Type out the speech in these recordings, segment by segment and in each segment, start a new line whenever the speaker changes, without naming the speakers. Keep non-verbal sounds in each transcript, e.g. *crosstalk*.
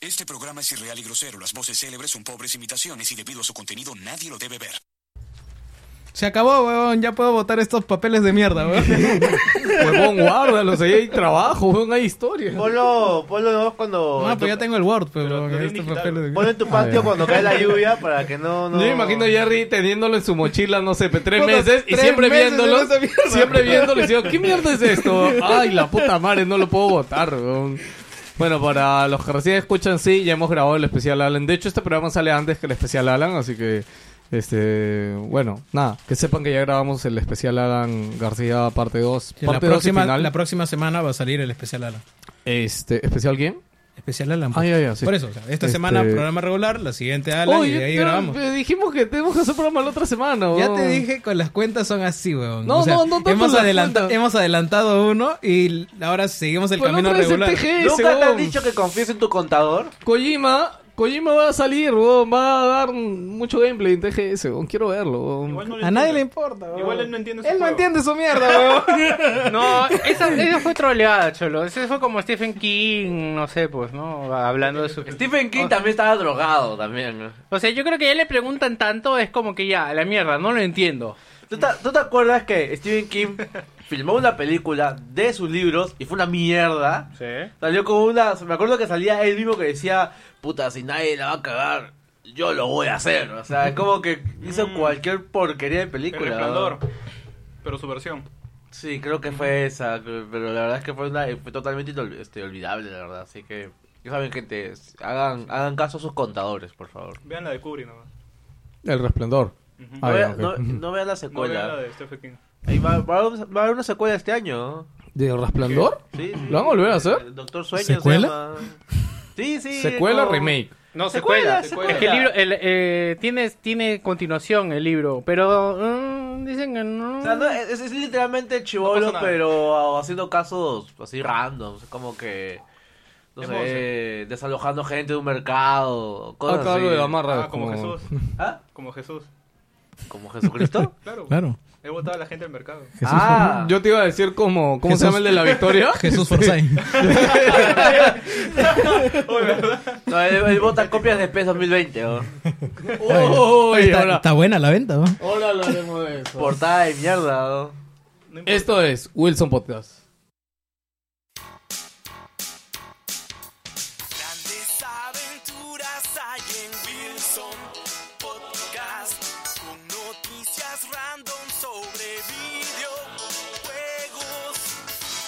Este programa es irreal y grosero. Las voces célebres son pobres imitaciones y debido a su contenido nadie lo debe ver.
Se acabó, weón. Ya puedo botar estos papeles de mierda, weón.
*laughs* Huevón, guárdalos, ahí hay trabajo, huevón, hay historia.
Ponlo, ponlo nomás cuando.
No,
en tu-
pues ya tengo el Word, pero,
lo
estos
digital.
papeles de
Ponlo en tu patio cuando cae la lluvia para que no. no...
Yo me imagino a Jerry teniéndolo en su mochila, no sé, pe, tres
Puta,
meses y
tres
siempre
meses
viéndolo.
en esa mierda.
Siempre viéndolo y digo, ¿qué mierda es esto? Ay, la puta madre, no lo puedo votar, weón. Bueno, para los que recién escuchan, sí, ya hemos grabado el especial Alan. De hecho, este programa sale antes que el especial Alan, así que, este, bueno, nada, que sepan que ya grabamos el especial Alan García parte 2.
Y
Parte
La
2
próxima,
final.
la próxima semana va a salir el especial Alan.
Este, ¿especial quién?
Especial Alan.
Ah,
pues.
ya, ya, sí.
Por eso, o sea, esta
Este-
semana programa regular, la siguiente Alan y de ahí
pero,
grabamos.
eh, dijimos que tenemos que hacer programa la otra semana,
Ya
weón.
te dije, con las cuentas son así, weón.
No,
O sea,
no, no tanto
hemos,
las
adelanta-
cuentas.
hemos adelantado uno y l- ahora seguimos el
Pues la
camino
otra vez el
regular.
TG, ese,
¿Nunca te han
huevón.
dicho que confíes en tu contador?
Kojima, Kojima va a salir, weón, va a dar mucho gameplay en TGS, weón, quiero verlo. weón.
Igual no lo
A nadie le
entiendo.
importa, weón.
Igual él no entiende
Él
su
no
juego.
entiende su mierda, weón.
No, esa, esa fue troleada, cholo. Ese fue como Stephen King, no sé, pues, ¿no? Hablando de su...
Stephen King también estaba drogado también. ¿no?
O sea, yo creo que ya le preguntan tanto, es como que ya, a la mierda, no lo entiendo.
¿Tú te, tú te acuerdas que Stephen King filmó una película de sus libros y fue una mierda?
Sí.
Salió como una. Me acuerdo que salía él mismo que decía: Puta, si nadie la va a cagar, yo lo voy a hacer. O sea, es como que hizo cualquier porquería de
Mm. El
película. ¿no?
resplandor. Pero su versión.
Sí, creo que fue esa. Pero la verdad es que fue, una, fue totalmente inol- este, olvidable, la verdad. Así que. Ya saben, gente, hagan, hagan caso a sus contadores, por favor.
Vean la de Kubrick nomás.
El resplandor.
Ujú.
No,
Ah, ya,
vean-
ok.
no- no vean la
No vean
secuela.
la de Stephen King.
Ahí va, va a haber- va a haber una secuela este año.
¿De El resplandor?
Sí, sí.
¿Lo van a volver a hacer?
El Doctor Sueño
¿Secuela?
se llama. Sí, sí.
Secuela,
como-
remake.
No,
Secuela, secuela.
secuela. Es que el libro, el, eh, tiene, tiene continuación el libro, pero mm, dicen que no...
O sea, no, es, es literalmente
No
chivolo,
pasa nada.
pero haciendo casos así random. Como que. No
Es
sé,
Monse.
desalojando gente de un mercado.
Ah,
Cosas
claro,
así.
de la marra,
Ah, como Jesús.
*laughs*
¿Ah?
Como Jesús.
¿Como
*laughs*
Jesucristo?
Claro.
Claro.
He votado a la gente del mercado.
ah,
Yo te iba a decir como... ¿Cómo se
Jesús.
llama el de la
*laughs*
victoria?
Jesús
*laughs*
Forsyth.
no, él, él vota copias de PES 2020. ¿no?
¡Oh!
Oye, está,
ahora,
está buena la venta, weón.
ahora hablaremos de eso.
Portada de mierda. ¿no?
No importa.
Esto es Wilson Podcast.
Grandes aventuras hay en Wilson Podcast con noticias random sobre videojuegos.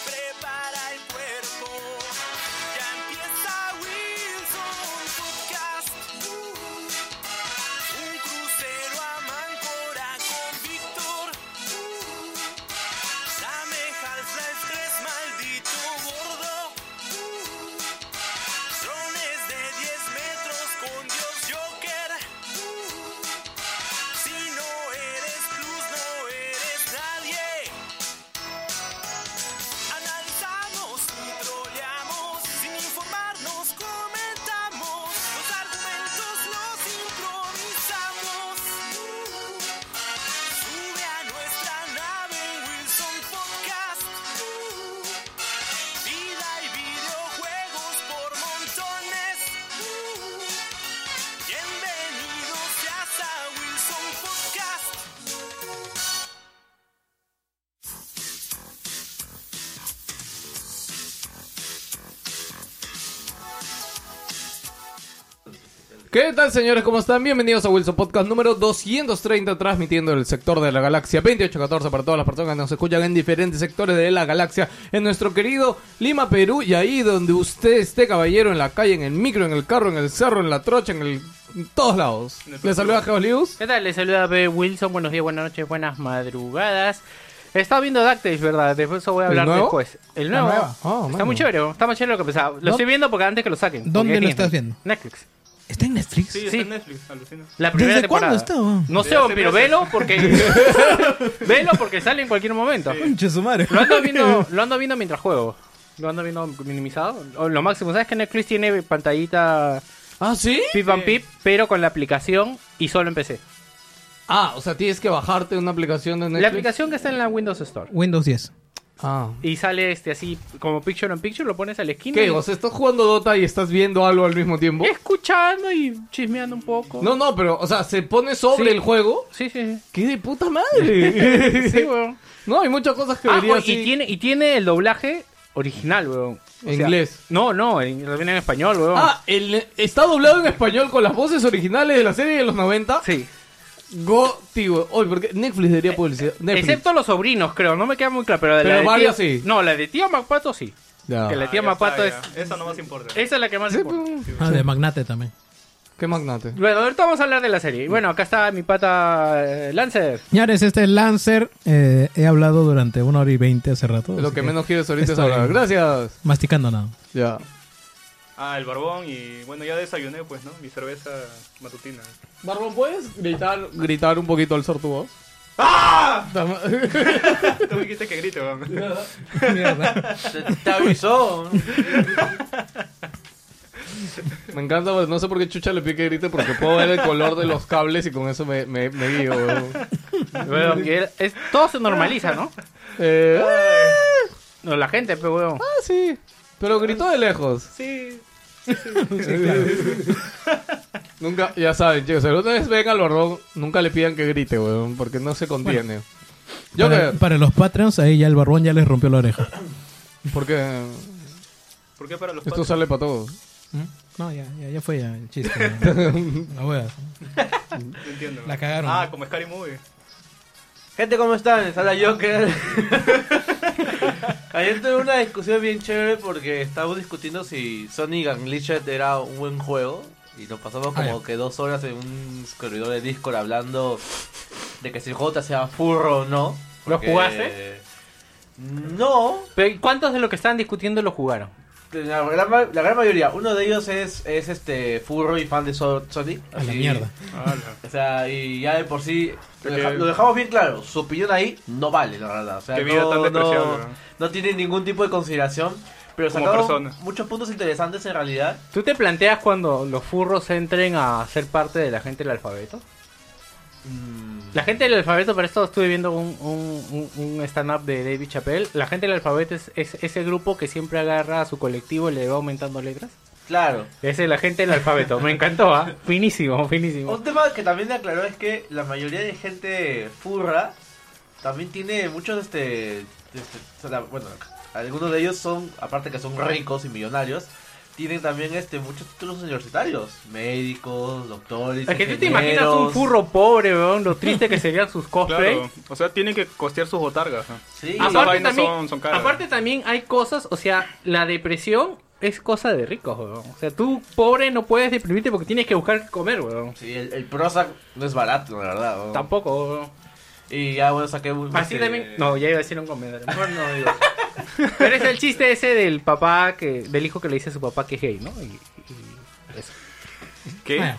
Prepara el cuerpo, ya empieza Wilson Podcast. Uh, un crucero a Mancora con Víctor. Uh, dame Half-Life 3, maldito gordo. Uh, Drones de 10 metros con Dios Joker. Uh, si no eres plus, no eres nadie. Analizamos y troleamos sin informarnos, comentamos. Los argumentos los improvisamos. Uh, sube a nuestra nave Wilson Podcast. Uh, Vida y videojuegos por montones. Uh, bienvenidos ya a Wilson Podcast.
¿Qué tal, señores? ¿Cómo están? Bienvenidos a Wilson Podcast número 230, transmitiendo el sector de la galaxia 2814 para todas las personas que nos escuchan en diferentes sectores de la galaxia, en nuestro querido Lima, Perú, y ahí donde usted esté, caballero, en la calle, en el micro, en el carro, en el cerro, en la trocha, en, el... en todos lados. Les saluda Geos Lius.
¿Qué tal? Les saluda B. Wilson, buenos días, buenas noches, buenas madrugadas. He estado viendo DuckTales, ¿verdad? De eso voy a
¿El
hablar
nuevo?
después. El
La
nuevo.
nueva. Oh,
está
mano.
muy chévere, está más chévere lo que pensaba. Lo
¿Dó-
estoy viendo porque antes que lo saquen. porque
¿Dónde lo
es Netflix.
estás viendo?
Netflix.
¿Está en Netflix?
Sí, está
Sí.
en Netflix, alucina.
La primera
¿Desde cuándo
temporada.
está, weón?
No sé,
Desde hace
pero
meses.
velo porque
*laughs*
*laughs* velo porque sale en cualquier momento.
Conche su madre.
Lo ando viendo, lo ando viendo mientras juego. Lo ando viendo minimizado. O lo máximo, ¿sabes que Netflix tiene pantallita
¿Ah, sí?
pip and pip, pero con la aplicación y solo en PC?
Ah, o sea, tienes que bajarte una aplicación de Netflix.
La aplicación que está en la Windows Store.
Windows 10.
Ah.
Y sale este así como picture in picture, lo pones a la esquina.
¿Qué?
y-
O sea, estás jugando Dota y estás viendo algo al mismo tiempo.
Escuchando y chismeando un poco.
No, no, pero, o sea, se pone sobre
Sí.
el juego.
Sí, sí, sí.
¡Qué de puta *laughs* madre!
*laughs* Sí, weón.
No, hay muchas cosas que
Ah,
vería
oye,
así.
y, tiene, y tiene el doblaje original, weón. O
En inglés.
No, no, en, lo viene en español, weón.
Ah, el, está doblado en español con las voces originales de la serie de los 90.
sí.
Goti, weón. Oye, porque Netflix debería publicidad. Netflix.
Eh, Excepto los sobrinos, creo. No me queda muy claro, pero de
Pero
la de
varios
tía-
sí.
No, la de tío Macpato sí.
Ya.
Que la
Ah,
tía
ya
Macpato es...
está, ya. Esa no más importa.
Esa es la que más...
Sí,
importa.
pues.
Ah, de Magnate también.
Qué magnate.
Bueno, ahorita vamos a hablar de la serie. Y Bueno, acá está mi pata eh, Lancer.
Señores, este Lancer eh, he hablado durante una hora y veinte hace rato.
Lo
así
que menos quieres ahorita es
está
hablar.
bien.
Gracias.
Masticando nada.
Ya.
Ah, el barbón y bueno, ya desayuné pues, ¿no? Mi cerveza matutina.
Barbón, ¿puedes gritar, gritar un poquito al sortudo?
¡Ah!
Tama-
Tú me dijiste que grite, weón.
Te, te avisó.
*laughs* Me encanta, pues, no sé por qué chucha le pique grite, porque puedo ver el color de los cables y con eso me, me, me guío. weón. *laughs*
Weón, que es- todo se normaliza, ¿no?
Eh,
No, la gente, pero weón.
ah, sí. Pero gritó de lejos.
Sí.
*laughs*
*laughs*
Nunca, ya saben, chicos, si alguna vez ven al barbón, nunca le pidan que grite, weón, porque no se contiene. Yo
para,
que,
para los Patreons, ahí ya el barbón ya les rompió la oreja.
porque
¿Por qué para los
esto
patos?
sale para todos.
¿Mm? No, ya, ya, ya fue ya el chiste. ya. La hueá.
No entiendo.
La cagaron.
Ah, como Scary Movie.
Gente, ¿cómo están? Les habla
*laughs*
Joker. Ayer tuve una discusión bien chévere porque estábamos discutiendo si Sonic Unleashed era un buen juego. Y nos pasamos
Ah,
como que dos horas en un corredor de Discord hablando de que si el juego te hacía furro o no.
¿Lo
Porque-
jugaste?
No,
Pero, ¿Cuántos de los que estaban discutiendo lo jugaron?
la gran, ma- la gran mayoría. Uno de ellos es, es este furro y fan de So- Sonic.
A la
Así-
mierda.
Ala.
O sea, y ya de por sí lo,
Que-
deja- lo dejamos bien claro. Su opinión ahí no vale, la verdad. O sea,
Qué vida
no,
tan despreciable,
no,
¿no?
no tiene ningún tipo de consideración. Pero
Como
sacaron
persona.
muchos puntos interesantes en realidad.
¿Tú te planteas cuando los furros entren a ser parte de la gente del alfabeto?
Mm,
La gente del alfabeto, para esto estuve viendo un, un- un- un stand-up de David Chappelle. La gente del alfabeto es, es ese grupo que siempre agarra a su colectivo y le va aumentando letras.
claro.
Ese es la gente del alfabeto. Me
*laughs*
encantó, ¿ah? Finísimo, finísimo.
Un tema que también aclaró es que la mayoría de gente furra también tiene muchos, este, este, o sea, bueno, algunos de ellos son, aparte que son ricos y millonarios, tienen también este muchos títulos universitarios, médicos, doctores.
Es que tú te imaginas
ingenieros.
un furro pobre, weón, lo triste que serían sus cosplays.
Claro. O sea, tienen que costear sus botargas. ¿no?
Sí.
Esas
Aparte,
vainas
también,
son- son caras.
aparte también hay cosas, o sea, la depresión es cosa de ricos, weón. O sea, tú pobre no puedes deprimirte porque tienes que buscar qué comer, weón.
Sí, el, el Prozac no es barato, la verdad. ¿no?
Tampoco, weón.
Y ya, bueno, saqué un...
Así
este-
también... No, ya iba a decir un comentario. *laughs* Mejor no digo. Pero es el chiste ese del papá, que del hijo que le dice a su papá que es gay, ¿no? Y, y eso.
¿Qué?
Ah,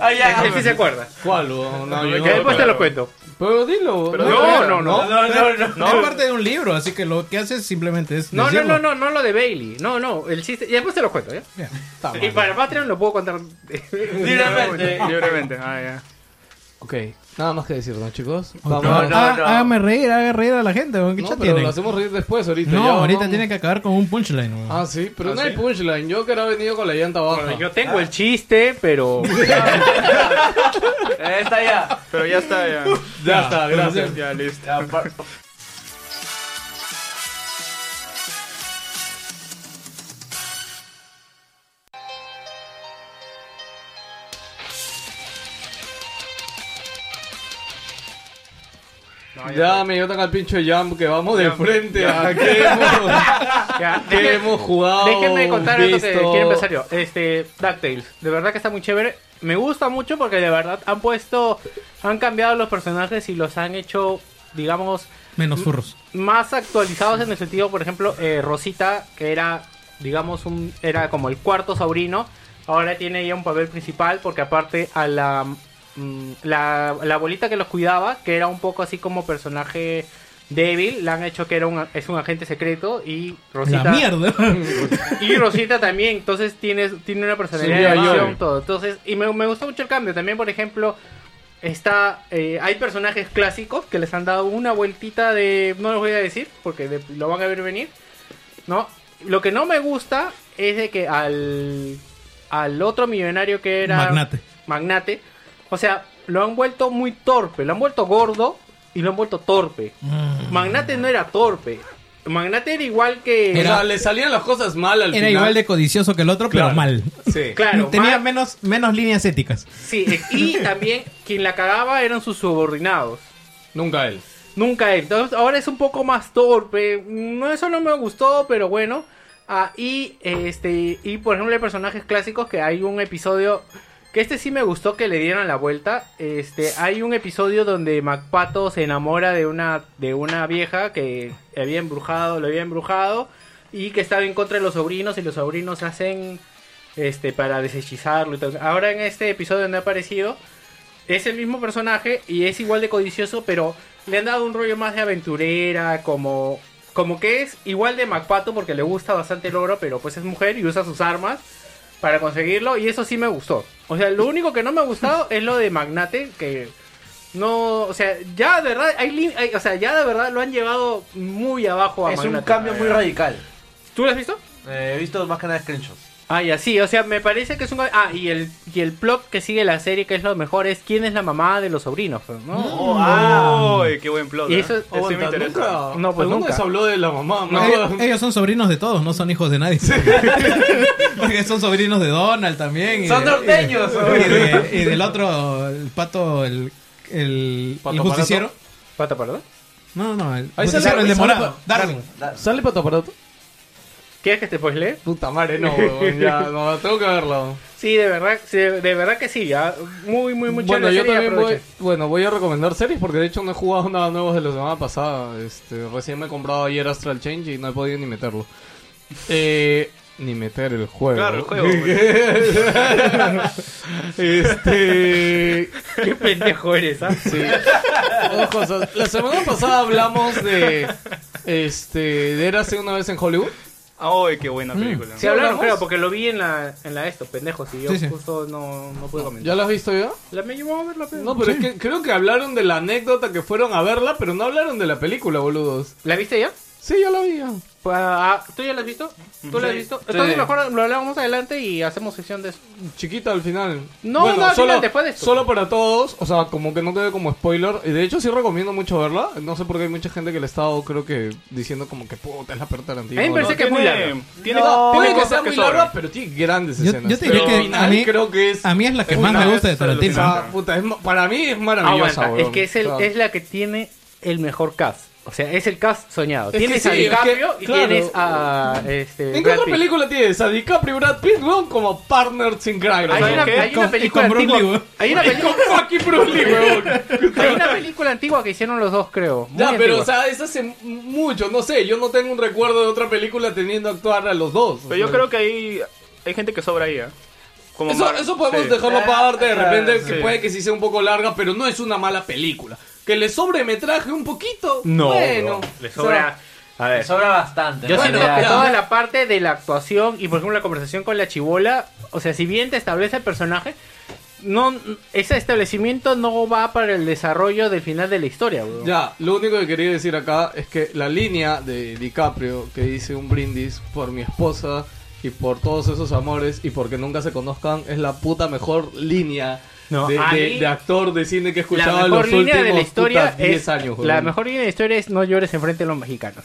Ah, ya.
Él sí se acuerda.
¿Cuál,
*laughs*
weón? No,
Que
yo-
quedé-
después te lo
claro.
cuento.
Pero dilo.
Pero
no, no, no.
No, no, no.
No, es parte de un libro, así que lo que haces simplemente es.
No, no,
decirlo.
no, no, no lo de Bailey. No, no, el chiste... Y después te lo cuento, ¿ya?
Bien.
Está mal.
Y para Patreon lo puedo contar...
*laughs*
Libremente.
Libremente. Ah, ya.
Ok, nada más que decir, ¿no, chicos?
No,
Vamos.
no, no.
ah, Hágame reír, haga reír a la gente. weón, ¿Qué
No,
chat
pero
tienen?
lo hacemos reír después ahorita.
No,
ya,
ahorita
vamos.
tiene que acabar con un punchline. weón.
Ah, sí, pero
Ah,
no
¿sí?
hay punchline. Joker ha venido con la llanta baja.
Yo *laughs* tengo el chiste, pero...
Eh, Está ya.
Pero ya está, ya.
Ya está, gracias.
Ya, listo.
Ya, pa-
Ya me dio tan al pincho de Jam que vamos de frente a
*laughs*
qué hemos, *laughs*
Ya,
qué
déjenme-
hemos jugado.
Déjenme contar algo que
visto.
quiero empezar yo. Este, DuckTales. De verdad que está muy chévere. Me gusta mucho porque de verdad han puesto. Han cambiado los personajes y los han hecho, digamos,
Menos furros.
más actualizados en el sentido, por ejemplo, eh, Rosita, que era, digamos, un era como el cuarto sobrino. Ahora tiene ya un papel principal porque aparte a la, mm, la, la abuelita que los cuidaba, que era un poco así como personaje débil, la han hecho que era un, es un agente secreto y Rosita...
La mierda.
Y Rosita también, entonces tiene, tiene una personalidad
Sí,
de
ya,
acción,
yo.
todo. Entonces, y me, me gustó mucho el cambio. También, por ejemplo, Está, eh, hay personajes clásicos que les han dado una vueltita de... No les voy a decir porque de- lo van a ver venir. ¿no? Lo que no me gusta es de que al, al otro millonario que era...
Magnate.
Magnate. O sea, lo han vuelto muy torpe. Lo han vuelto gordo y lo han vuelto torpe. Magnate no era torpe. Magnate era igual que...
O sea, le salían las cosas mal al
Era
final.
igual de codicioso que el otro,
Claro.
pero mal.
Sí.
Claro,
Tenía
Mag-
menos, menos líneas éticas.
Sí, eh, y también quien la cagaba eran sus subordinados.
Nunca él.
Nunca él. Entonces, ahora es un poco más torpe. No, eso no me gustó, pero bueno. Ah, y este. Y por ejemplo, hay personajes clásicos que hay un episodio. Que este sí me gustó que le dieran la vuelta. Este, hay un episodio donde MacPato se enamora de una. de una vieja que había embrujado, lo había embrujado. Y que estaba en contra de los sobrinos. Y los sobrinos hacen. Este, para deshechizarlo. y todo. Ahora en este episodio donde ha aparecido. Es el mismo personaje y es igual de codicioso, pero le han dado un rollo más de aventurera, como, como que es igual de MacPato porque le gusta bastante el oro, pero pues es mujer y usa sus armas para conseguirlo y eso sí me gustó. O sea, lo único que no me
*laughs*
ha gustado es lo de Magnate, que no, o sea, ya de verdad, hay, li- hay- o sea, ya de verdad lo han llevado muy abajo a
Es un
Magnate.
cambio muy radical.
¿Tú lo has visto?
Eh, he visto más que nada screenshots.
Ah, ya sí, o sea, me parece que es un... Ah, y el, y el plot que sigue la serie, que es lo mejor, es quién es la mamá de los sobrinos, pues, ¿no?
Oh, ah, ¡Qué buen plot!
Y
¿eh?
eso-
Ese me
Aguanta,
interesa.
nunca-
No, pues
¿alguna
nunca.
vez habló de la mamá. No,
Ellos-
jodas.
ellos son sobrinos de todos, no son hijos de nadie. *laughs* Porque son sobrinos de Donald
*laughs*
también. y
Son
de-
norteños.
y, de- y del otro, el pato, el, el,
Pato
el justiciero.
¿Pata, perdón?
No, no, el
Ahí
justiciero,
sale-
pues, el de
sale pues,
morado.
pa-
Darwin.
¿Sale pato aparato?
¿Quieres que te pues lee?
Puta madre, no,
*laughs*
huevón, ya, no, tengo que verlo.
Sí, de verdad, sí, de de verdad que sí, ya. Muy, muy, muy
bueno,
chévere
yo
serie,
también voy,
aprovechen.
bueno, voy a recomendar series porque de hecho no he jugado nada nuevo de la semana pasada. Este, recién me he comprado ayer Astral Change y no he podido ni meterlo. Eh, ni meter el juego.
Claro,
*laughs*
el juego,
este,
Qué pendejo eres, ¿ah?
*laughs* Sí. Dos cosas. La semana pasada hablamos de. Este. De Érase una vez en Hollywood.
¡Ay, qué buena película!
Sí, hablaron,
¿Hablamos?
creo, porque lo vi en la, en la esto, pendejo. Si yo
Sí, sí.
justo no, no pude comentar.
¿Ya la has visto yo?
La me llevó a ver la peli.
No, pues. pero es que creo que hablaron de la anécdota que fueron a verla, pero no hablaron de la película, boludos.
¿La viste ya?
Sí, ya la vi. ya.
Pues, ah, ¿Tú ya la has visto? ¿Tú la has visto? Entonces mejor lo hablamos adelante y hacemos sección de eso.
Chiquita al final.
No, no, al final, después de esto.
Solo para todos, o sea, como que no quede como spoiler. Y de hecho, sí recomiendo mucho verla. No sé por qué hay mucha gente que le ha estado, creo que, diciendo como que puta, es la perta
A
antigua.
mí me parece que es muy larga.
Tiene,
No,
tiene
Puede que
cosas
sea
que
muy larga,
sobran.
pero tiene grandes
Yo-
escenas.
yo te diré
Pero
que
al final
a mí-
creo que es.
A mí es la que más
una
me gusta de
vez
O sea,
Tarantino.
alucinante.
Ah, puta, es ma- para mí es maravillosa,
Aguanta,
weón.
es que es, el,
O sea,
es la que tiene el mejor cast. O sea, es el cast soñado.
Es que
tienes
sí,
a
es que-
DiCaprio y
claro.
tienes a. Este,
¿En qué
Brad
otra
Pitt.
película tienes a DiCaprio y Brad Pitt, weón? Como partners in crime,
Hay
weón.
una,
¿Qué?
hay una
Con- y
película
con Bruce Lee,
antigua.
weón.
Hay una,
Y
película-
con *laughs* fucking Bruce Lee, weón.
hay una película antigua que hicieron los dos, creo. Muy
Ya, pero,
antigua.
o sea, es hace mucho, no sé, yo no tengo un recuerdo de otra película teniendo a actuar a los dos.
Pero yo creo que ahí hay gente que sobra ahí, ¿eh? Como
Eso,
Mar-
eso podemos
sí.
dejarlo aparte, de
Ah,
repente, que
sí.
puede que sí sea un poco larga, pero no es una mala película. Que le sobremetraje un poquito,
No,
bueno.
bro,
Le
o sea,
sobra. A
Me
ver.
sobra bastante.
Yo
¿no?
siento
Ya.
que
ya.
toda la parte de la actuación y, por ejemplo, la conversación con la chibola, o sea, si bien te establece el personaje, no, ese establecimiento no va para el desarrollo del final de la historia, weón.
Ya, lo único que quería decir acá es que la línea de DiCaprio que dice un brindis por mi esposa y por todos esos amores y porque nunca se conozcan es la puta mejor línea
No,
de,
a
de-
mí-
de actor de cine que he
La
escuchado en
mejor
los
línea
últimos
de la historia
puta, 10
es
años.
la
joder.
mejor línea de la historia es no llores enfrente de los mexicanos.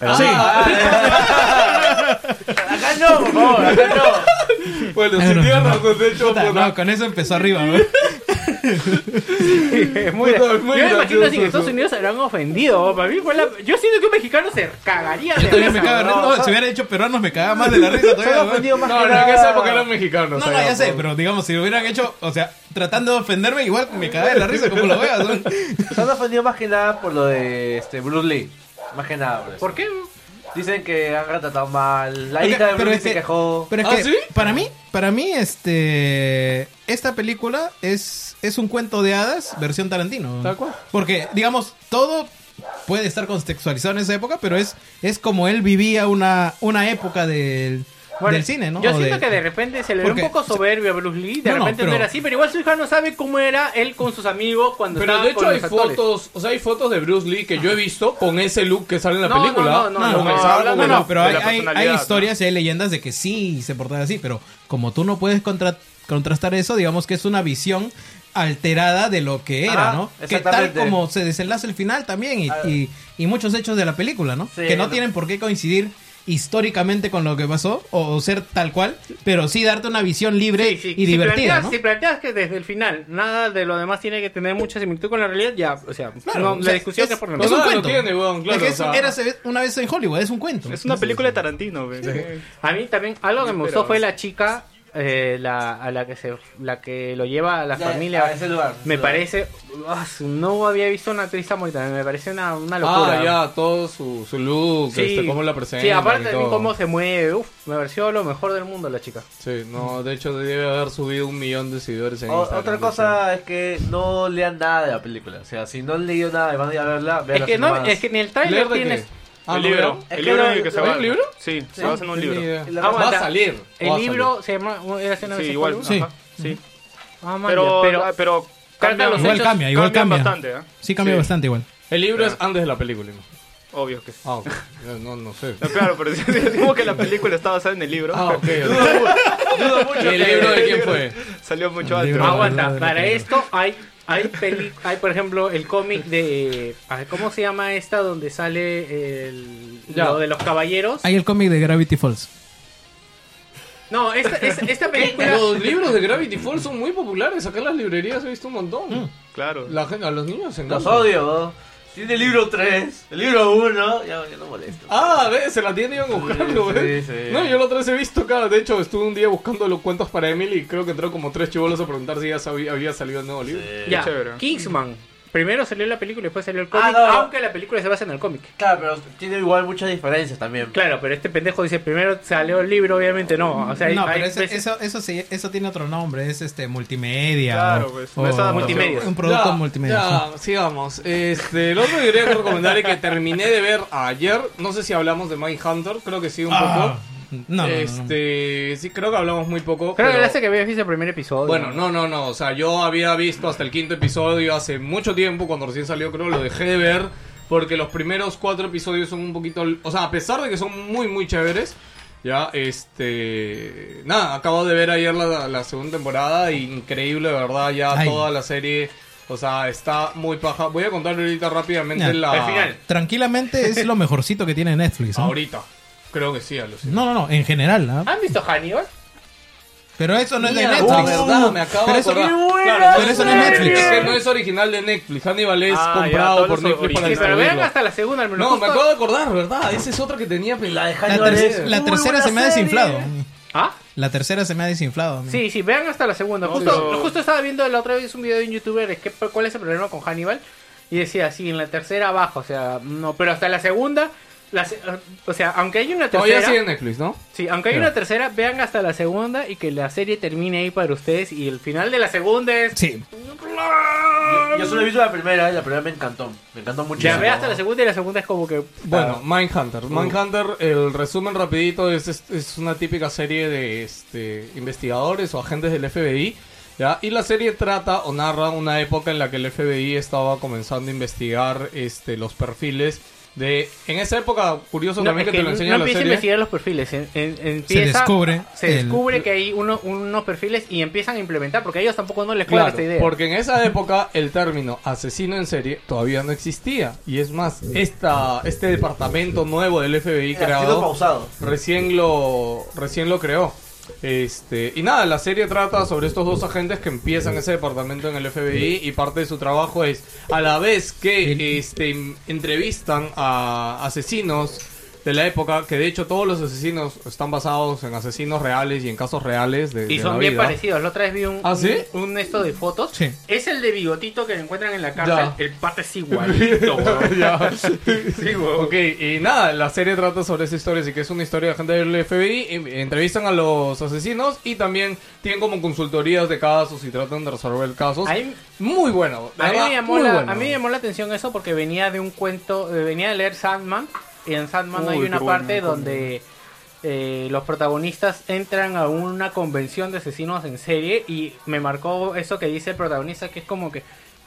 Ah,
Acá no, por favor, acá
*laughs*
no.
Bueno,
Ah,
si
no,
tienes
no, no.
razón, de hecho,
Puta,
puta,
Ah, no, con eso empezó arriba, weón.
Es
*laughs*
muy-
Puta,
yo
muy
me imagino
gracioso
si en Estados
eso.
Unidos se habrán ofendido. weón. Para mí fue la- Yo siento que un mexicano se cagaría de
Yo también
risa,
me cago de
weón.
risa. No, si hubiera hecho peruanos me cagaba más de la risa
Se me ha
todavía, weón.
ofendido más
No,
que
no, en esa
nada.
época eran mexicanos.
No, no,
era,
ya sé,
por-
pero digamos, si lo hubieran hecho, o sea, tratando de ofenderme, igual me cagaba de la risa como lo veas, weón.
Se *laughs* han ofendido más que nada por lo de este, Bruce Lee. Más que nada por eso.
¿Por qué? weón?
Dicen que han retratado mal. La
Ok,
hija de Bruce
pero
Lee
es
se
que-
quejó.
Pero es
¿Ah,
que
sí?
para mí, para mí, este, esta película es, es un cuento de hadas versión Tarantino.
Tal cual.
Porque, digamos, todo puede estar contextualizado en esa época, pero es, es como él vivía una, una época del,
Bueno,
del cine, ¿no?
Yo
O
siento
de-
que de repente se le ve un
Porque-
poco soberbio a Bruce Lee, de
No, no,
repente no,
pero-
era así, pero igual su hija no sabe cómo era él con sus amigos cuando
Pero
estaba
de hecho
con
hay
los actores.
fotos, o sea, hay fotos de Bruce Lee que yo he visto con ese look que sale en la
No,
película.
no, no, no,
con
no,
el
no,
sable,
no,
con
no,
el-
pero
de
hay,
la
hay- hay
personalidad, ¿no?
historias y hay leyendas de que sí se portaba así, pero como tú no puedes contra- contrastar eso, digamos que es una visión alterada de lo que era,
Ah,
¿no? Que tal
exactamente.
como se desenlaza el final también y, y- y muchos hechos de la película, ¿no?
Sí,
que no
no.
tienen por qué coincidir históricamente con lo que pasó o, o ser tal cual, pero sí darte una visión libre
Sí, sí,
y
si
divertida,
planteas,
¿no?
si planteas que desde el final nada de lo demás tiene que tener mucha similitud con la realidad, ya, o sea,
Claro,
no,
o
la
sea,
discusión
es-
que por
es
No,
un
no, lo
cuento.
tiene, weón, claro,
Es que es-
o sea.
era se- una vez en Hollywood, es un cuento.
Es una película de Tarantino, güey.
A mí también algo que me gustó
Pero-
fue la chica eh, la, a la que se la que lo lleva a la
Ya,
familia.
a ese lugar,
me
ese
parece ah, no había visto una actriz tan bonita, me parece una, una locura.
Ah, ya, todo su, su look, este, cómo la presenta.
sí, aparte
y
también
todo.
cómo se mueve, uf, me pareció lo mejor del mundo la chica.
Sí, no, de hecho debe haber subido un millón de seguidores en
O-
Instagram,
otra
de
cosa es que no lean nada de la película. O sea, si no han leído nada y van a ir a verla, vean
Es que,
las
no,
filmadas.
es que ni el
hecho. ¿Leer
trailer
de
tienes
qué? Ah,
el
¿no
libro.
leyeron?
Es
El
que
libro
no-
en el que se
¿Hay
va.
un
libro?
Sí, se basa en un
Ni
libro.
idea.
La-
Va a
aguanta.
salir.
el
va a
libro se llama era escena
Sí,
de
igual.
Hollywood?
Sí.
Ajá, sí.
Ah, man,
Pero,
ya,
pero, cambian
los
Igual
hechos,
cambia, igual
cambian
cambia.
bastante, ¿eh?
Sí, cambia
Sí.
bastante igual.
salir. El libro es antes de la película.
Obvio que sí.
Ah, ok. no, no sé.
No, claro, pero *laughs* si decimos que la película está basada en el libro.
Ah, ok.
Dudo mucho
¿Y el
que-
libro de quién fue?
Salió mucho
El
antes.
libro.
Ah, bueno.
Aguanta,
no, no,
para
no.
esto hay hay peli, hay por ejemplo el cómic de ay, ¿cómo se llama esta donde sale el
Ya.
lo de los caballeros?
Hay el cómic de Gravity Falls.
No, esta, esta, esta película
Los libros de Gravity Falls son muy populares. Acá en las librerías he visto un montón.
Claro. *laughs*
La gente, a los niños se
Los
encanta.
odio, ¿no? Tiene el libro 3, el libro 1, ya, ya no molesto.
Ah, ve, se la tienen a buscarlo,
Sí,
¿ves?
sí, sí.
No, yo la otra vez he visto acá. De hecho, estuve un día buscando los cuentos para Emily y creo que entró como tres chivolos a preguntar si ya sabía- había salido el nuevo libro.
ya
chévere.
Kingsman. Primero salió la película y después salió el cómic,
Ah, no, no.
aunque la película se basa en el cómic.
Claro, pero tiene igual muchas diferencias también.
Claro, pero este pendejo dice primero salió el libro, obviamente no. O sea, hay-
no,
hay
pero ese-
veces-
eso, eso, sí, eso tiene otro nombre, es este multimedia.
Claro,
o-
pues, no es
o-
adaptación,
Multimedia.
Un producto
Ya,
multimedia. sí.
Ya, sigamos. Este, el otro que quería recomendar es que terminé de ver ayer. No sé si hablamos de Mindhunter, creo que sí un
Ah,
poco.
*laughs* no, no, no, no.
este, sí creo que hablamos muy poco.
Creo que
pero-
la hace que había visto el primer episodio.
Bueno, no, no, no. O sea, yo había visto hasta el quinto episodio hace mucho tiempo, cuando recién salió, creo, lo dejé de ver. Porque los primeros cuatro episodios son un poquito. O sea, a pesar de que son muy, muy chéveres. Ya, este. Nada, acabo de ver ayer la, la segunda temporada. Increíble, de verdad. Ya
Ay.
toda la serie. O sea, está muy paja. Voy a contar ahorita rápidamente
Ya.
la.
Al final.
Tranquilamente es lo mejorcito que tiene Netflix. ¿no?
Ahorita. Creo que sí, Alucina.
No, no, no, en general. ¿ah?
¿Han visto Hannibal?
Pero eso no es de
Mierda,
Netflix.
verdad, me acabo
pero
de
eso-
acordar.
Claro, pero eso no es Netflix.
Es que no es original de Netflix. Hannibal es
Ah, ya,
comprado
todos
por
los
Netflix para
Sí, pero vean
distribuirlo.
hasta la segunda al menos.
No, me
Justo-
acabo de acordar, ¿verdad? Esa es otra que tenía pues, pelada.
La, terc- la tercera se me ha desinflado.
¿Ah?
La tercera se me ha desinflado.
Mm.
amigo.
Sí, sí, vean hasta la segunda.
No,
justo,
pero-
justo estaba viendo la otra vez un video de un youtuber de qué- cuál es el problema con Hannibal. Y decía, sí, en la tercera baja, o sea, no, pero hasta la segunda, la se- o sea, aunque hay una
Todavía
tercera,
sigue en Netflix, ¿no?
sí, aunque hay
Claro.
una tercera, vean hasta la segunda y que la serie termine ahí para ustedes y el final de la segunda es
Sí.
Yo, yo solo he visto la primera y la primera me encantó. Me encantó muchísimo.
ya vean hasta la segunda y la segunda es como que ah,
Bueno, Mindhunter. Mindhunter, el resumen rapidito, es, es, es una típica serie de este, investigadores o agentes del FBI. ¿ya? Y la serie trata o narra una época en la que el FBI estaba comenzando a investigar este, los perfiles de... En esa época, curioso
No,
también
es
que, te lo
no
enseña la
empieza a
serie.
investigar los perfiles. en- en- empieza-
descubre
se
el-
descubre que hay uno- unos perfiles y empiezan a implementar porque a ellos tampoco no les cuadra
Claro,
esta idea.
porque en esa época el término asesino en serie todavía no existía. Y es más, esta, este departamento nuevo del FBI
Ha sido
creado
pausado.
recién lo, recién lo creó. Este, y nada, la serie trata sobre estos dos agentes que empiezan ese departamento en el FBI y parte de su trabajo es, a la vez que este, em- entrevistan a asesinos de la época, que de hecho todos los asesinos están basados en asesinos reales y en casos reales de,
Y
de
son
la
bien
vida.
parecidos. La otra vez vi un,
¿Ah, sí?
un, un esto de fotos.
Sí.
Es el de bigotito que encuentran en la cárcel.
Ya.
El parte es igualito, weón.
Ya. Ok, y nada, la serie trata sobre esa historia, así que es una historia de gente del FBI, en- entrevistan a los asesinos y también tienen como consultorías de casos y tratan de resolver casos.
A mí-
muy bueno, de
A mí,
verdad,
me llamó
Ah, muy
la,
bueno.
a mí me llamó la atención eso porque venía de un cuento, eh, venía de leer Sandman. Y en Sandman
Uy,
hay una
qué bueno,
parte
coño.
donde eh, los protagonistas entran a una convención de asesinos en serie y me marcó eso que dice el protagonista, que es como que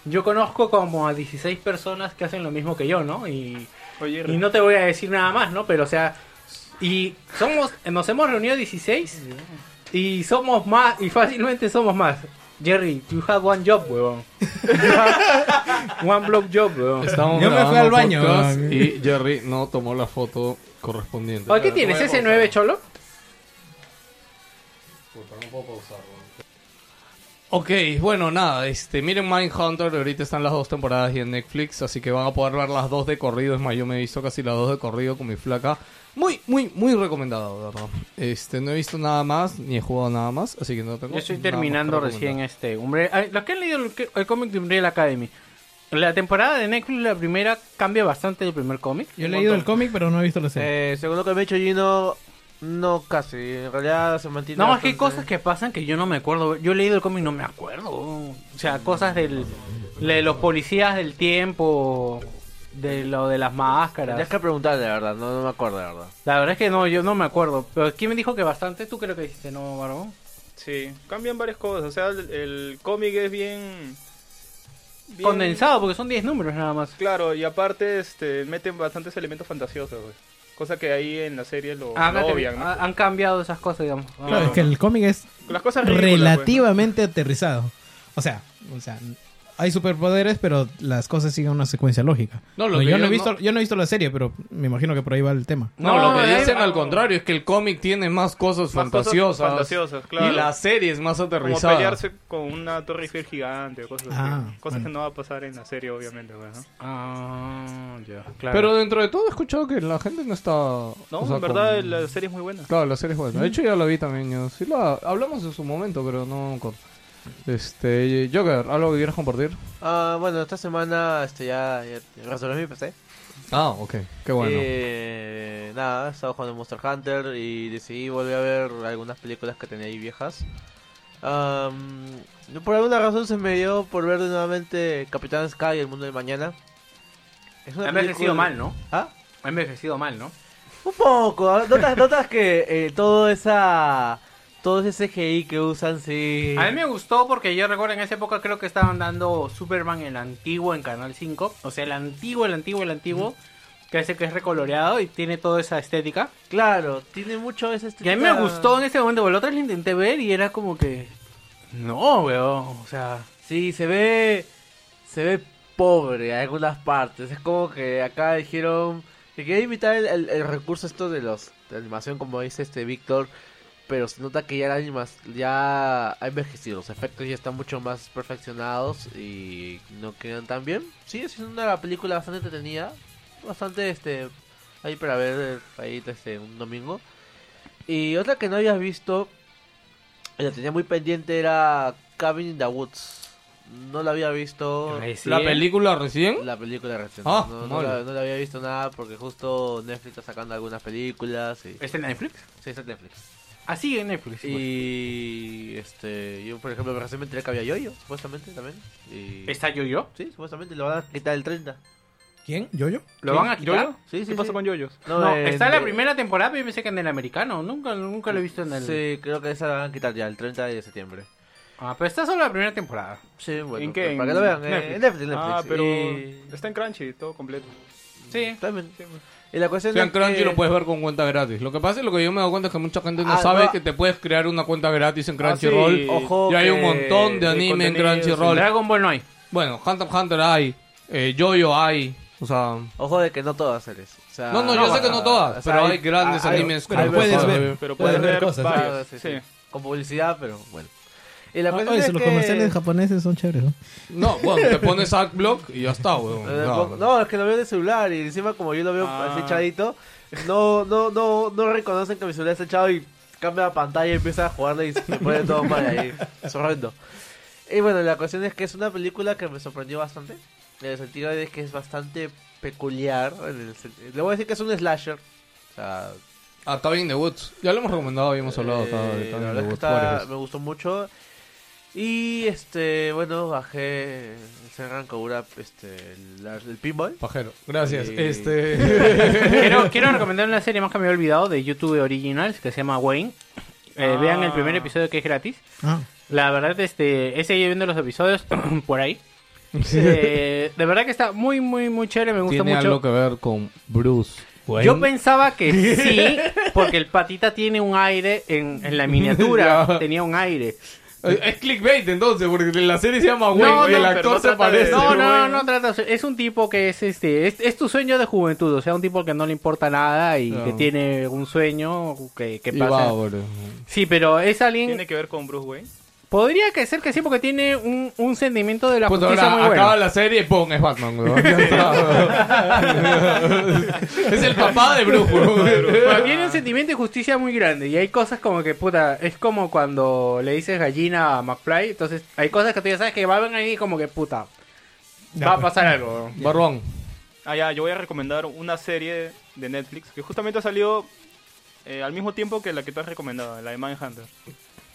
yo conozco como a 16 personas que hacen lo mismo que yo, ¿no? Y,
Oye,
y no te voy a decir nada más, ¿no? Pero o sea, y somos, nos hemos reunido 16 y somos más, y fácilmente somos más. Jerry, you have one job, weón. *laughs* one block job, weón.
Estamos
Yo me fui
grabando
al baño,
podcast
weón.
Y Jerry no tomó la foto correspondiente.
Oye, ¿qué tienes?
voy a
¿Ese 9 cholo?
Ok, bueno, nada, este, miren Mindhunter, ahorita están las dos temporadas y en Netflix, así que van a poder ver las dos de corrido, es más, yo me he visto casi las dos de corrido con mi flaca. Muy, muy, muy recomendado, de verdad. Este, no he visto nada más, ni he jugado nada más, así que no tengo
Yo estoy
nada más que
terminando
recomendar.
recién este Umbrella. ay, Los que han leído el, el cómic de Umbrella Academy, la temporada de Netflix, la primera, cambia bastante del primer cómic.
Yo he
Un
leído el
montón.
cómic, pero no he visto la serie.
Eh, según lo que me ha dicho Gino, no casi. En realidad se mantiene.
No, es que hay
bastante-
cosas que pasan que yo no me acuerdo. Yo he leído el cómic y no me acuerdo. O sea, cosas del, de los policías del tiempo, de lo de las
Tendrías
máscaras.
que preguntarle, la verdad. No, no me acuerdo, la verdad.
La verdad es que no, yo no me acuerdo. Pero ¿quién me dijo que bastante? ¿Tú creo que dijiste no, Barbón?
Sí, cambian varias cosas. O sea, el, el cómic es bien, bien-
Condensado, porque son 10 números nada más.
Claro, y aparte este, meten bastantes elementos fantasiosos, pues. Cosa que ahí en la serie lo,
Ah,
lo
acá te-
obvian, ¿no?
ha- han cambiado esas cosas, digamos.
Claro, es que el cómic es
Las cosas ridículas, pues,
relativamente aterrizado. O sea, o sea, hay superpoderes, pero las cosas siguen una secuencia lógica.
No, lo
No,
que
yo,
yo
no he
no-
visto, yo no he visto la serie, pero me imagino que por ahí va el tema.
No,
No,
lo que
eh,
dicen
ah,
al contrario es que el cómic tiene más cosas
Más cosas
fantasiosas.
fantasiosas, claro.
Y la serie es más
¿no? Como
aterrizada.
pelearse con una torre Eiffel gigante, o cosas así.
Ah,
Cosas que
bueno.
no va a pasar en la serie, obviamente, pues, ¿no?
Ah, ya, claro.
Pero dentro de todo he escuchado que la gente no está...
No,
o sea,
en verdad
con-
la serie es muy buena.
Claro, la serie es buena. De hecho, ya la vi también. Yo. Sí, la hablamos en su momento, pero no con. Este, Joker, ¿algo que quieras compartir?
Ah, bueno, esta semana este, ya, ya resolví mi PC.
Ah, ok, qué bueno.
Eh, nada, estaba jugando Monster Hunter y decidí volver a ver algunas películas que tenía ahí viejas. Am, por alguna razón se me dio por ver nuevamente Capitán Sky, El Mundo del Mañana. Es
ha
una
envejecido
película-
mal, ¿no?
¿Ah?
Ha envejecido mal, ¿no?
Un poco, ¿ah? notas, notas que eh, todo esa... Todo ese CGI que usan, sí...
A mí me gustó porque yo recuerdo en esa época creo que estaban dando Superman el antiguo en Canal 5. O sea, el antiguo, el antiguo, el antiguo. Que ese que es recoloreado y tiene toda esa estética.
Claro, tiene mucho ese
Y a mí me gustó en ese momento, porque la otra la intenté ver y era como que... No, weón. O sea...
Sí, se ve. Se ve pobre en algunas partes. Es como que acá dijeron. Que quería imitar el, el- el recurso esto de los de animación, como dice este Víctor. Pero se nota que ya la animas, ya ha envejecido. Los efectos ya están mucho más perfeccionados y no quedan tan bien. Sí, es una película bastante entretenida. Bastante este. Ahí para ver eh, ahí este, un domingo. Y otra que no habías visto, y la tenía muy pendiente, era Cabin in the Woods. No la había visto
¿La película recién?
la película recién.
Ah,
no, no
mola.
la, no la había visto nada porque justo Netflix está sacando algunas películas. Y...
¿Está en Netflix?
Sí, está en Netflix.
Así Ah, en Netflix. igual.
Y este, yo por ejemplo recién me enteré que había Yoyo, supuestamente también. Y...
¿Está yo-yo?
Sí, supuestamente lo van a quitar el 30.
¿Quién? ¿Yo, yo?
¿Lo van a quitar?
¿Yoyo?
Sí, sí,
¿Qué pasa
sí.
con Yoyos?
No,
en-
está en la
de-
primera temporada, pero yo pensé que en el americano. Nunca, nunca lo he visto en el...
Sí, creo que esa la van a quitar ya el 30 de septiembre.
Ah, pero está solo la primera temporada.
Sí, bueno.
¿En qué?
Para que
¿En
lo vean, eh,
Netflix?
en Netflix, Netflix.
Ah, pero
Y...
está en Crunchy, todo completo.
Sí.
También. Y la cuestión
Sí, en
es que-
Crunchy lo puedes ver con cuenta gratis. Lo que pasa es lo que yo me he dado cuenta es que mucha gente no
Ah,
sabe
no.
que te puedes crear una cuenta gratis en
Ah, sí.
Crunchyroll.
Ojo
Y hay un
que-
montón
Eh,
de anime en
contenido,
Crunchyroll.
Dragon Ball no hay.
Bueno, Hunter x Hunter hay, eh, Jojo hay, o sea...
Ojo de que no todas eres. O sea,
No, no, yo sé que no todas,
Ah, o sea,
pero hay grandes
hay-
animes
pero
con-
*laughs* puedes
con-
ver.
Ah, Pero
Puedes
puedes
ver
ver
cosas.
varios,
Claro, sí, sí.
sí.
Con publicidad, pero bueno. Y la
Ah,
cuestión
oye,
es
si los
que-
comerciales japoneses son chéveres. ¿no?
No, bueno, te pones Adblock y ya está, weón.
*laughs* Eh,
Ya.
po- No, es que lo veo de celular y encima como yo lo veo
Ah.
así echadito, no, no, no, no reconocen que mi celular está echado y cambia la pantalla y empieza a jugarle y se pone todo mal ahí. Es horrendo. Y bueno, la cuestión es que es una película que me sorprendió bastante. En el sentido de que es bastante peculiar. en el sen- Le voy a decir que es un slasher. O sea,
A Cabin in the Woods. Ya lo hemos recomendado, habíamos hablado
Eh,
acá de
la
Cabin in
verdad
the
es que
Woods.
está-
varias veces.
me gustó mucho. Y este, bueno, bajé ese Ranko Urap, este, la- el pinball.
Pajero. Gracias.
Sí.
*laughs* Este.
Quiero, quiero recomendar una serie más que me he olvidado de YouTube Originals que se llama Wayne. Eh,
Ah.
Vean el primer episodio que es gratis.
Ah,
La verdad, este, he seguido viendo los episodios *clears throat* por ahí. Eh, de verdad que está muy, muy, muy chévere. Me gusta
Tiene
mucho.
algo que ver con Bruce. Wayne.
Yo
*laughs*
pensaba que sí, porque el patita tiene un aire en, en la miniatura.
*laughs* Ya.
tenía un aire.
Eh, Es clickbait entonces, porque la serie se llama Wayne y el
pero
actor
no
se
trata de-
parece.
No, no, no,
Wayne.
no trata. Es un tipo que es este. Es, es tu sueño de juventud. O sea, un tipo que no le importa nada y
Ah.
que tiene un sueño que, que
Y
pasa.
va, boludo.
Sí, pero es alguien.
Tiene que ver con Bruce Wayne.
Podría que ser que sí, porque tiene un, un sentimiento de la
Puta, Pues
justicia
ahora
muy bueno.
acaba la serie y ¡pum! Es Batman, weón. Ya está, weón. *laughs* es el papá de Bruce, *laughs*
Pero
weón.
tiene un sentimiento de justicia muy grande. Y hay cosas como que, puta, es como cuando le dices gallina a McFly. Entonces, hay cosas que tú ya sabes que van ahí como que, puta, va
pues.
a pasar algo.
Barbón.
Ah, ya, yo voy a recomendar una serie de Netflix que justamente ha salido eh, al mismo tiempo que la que tú has recomendado, la de Mindhunter.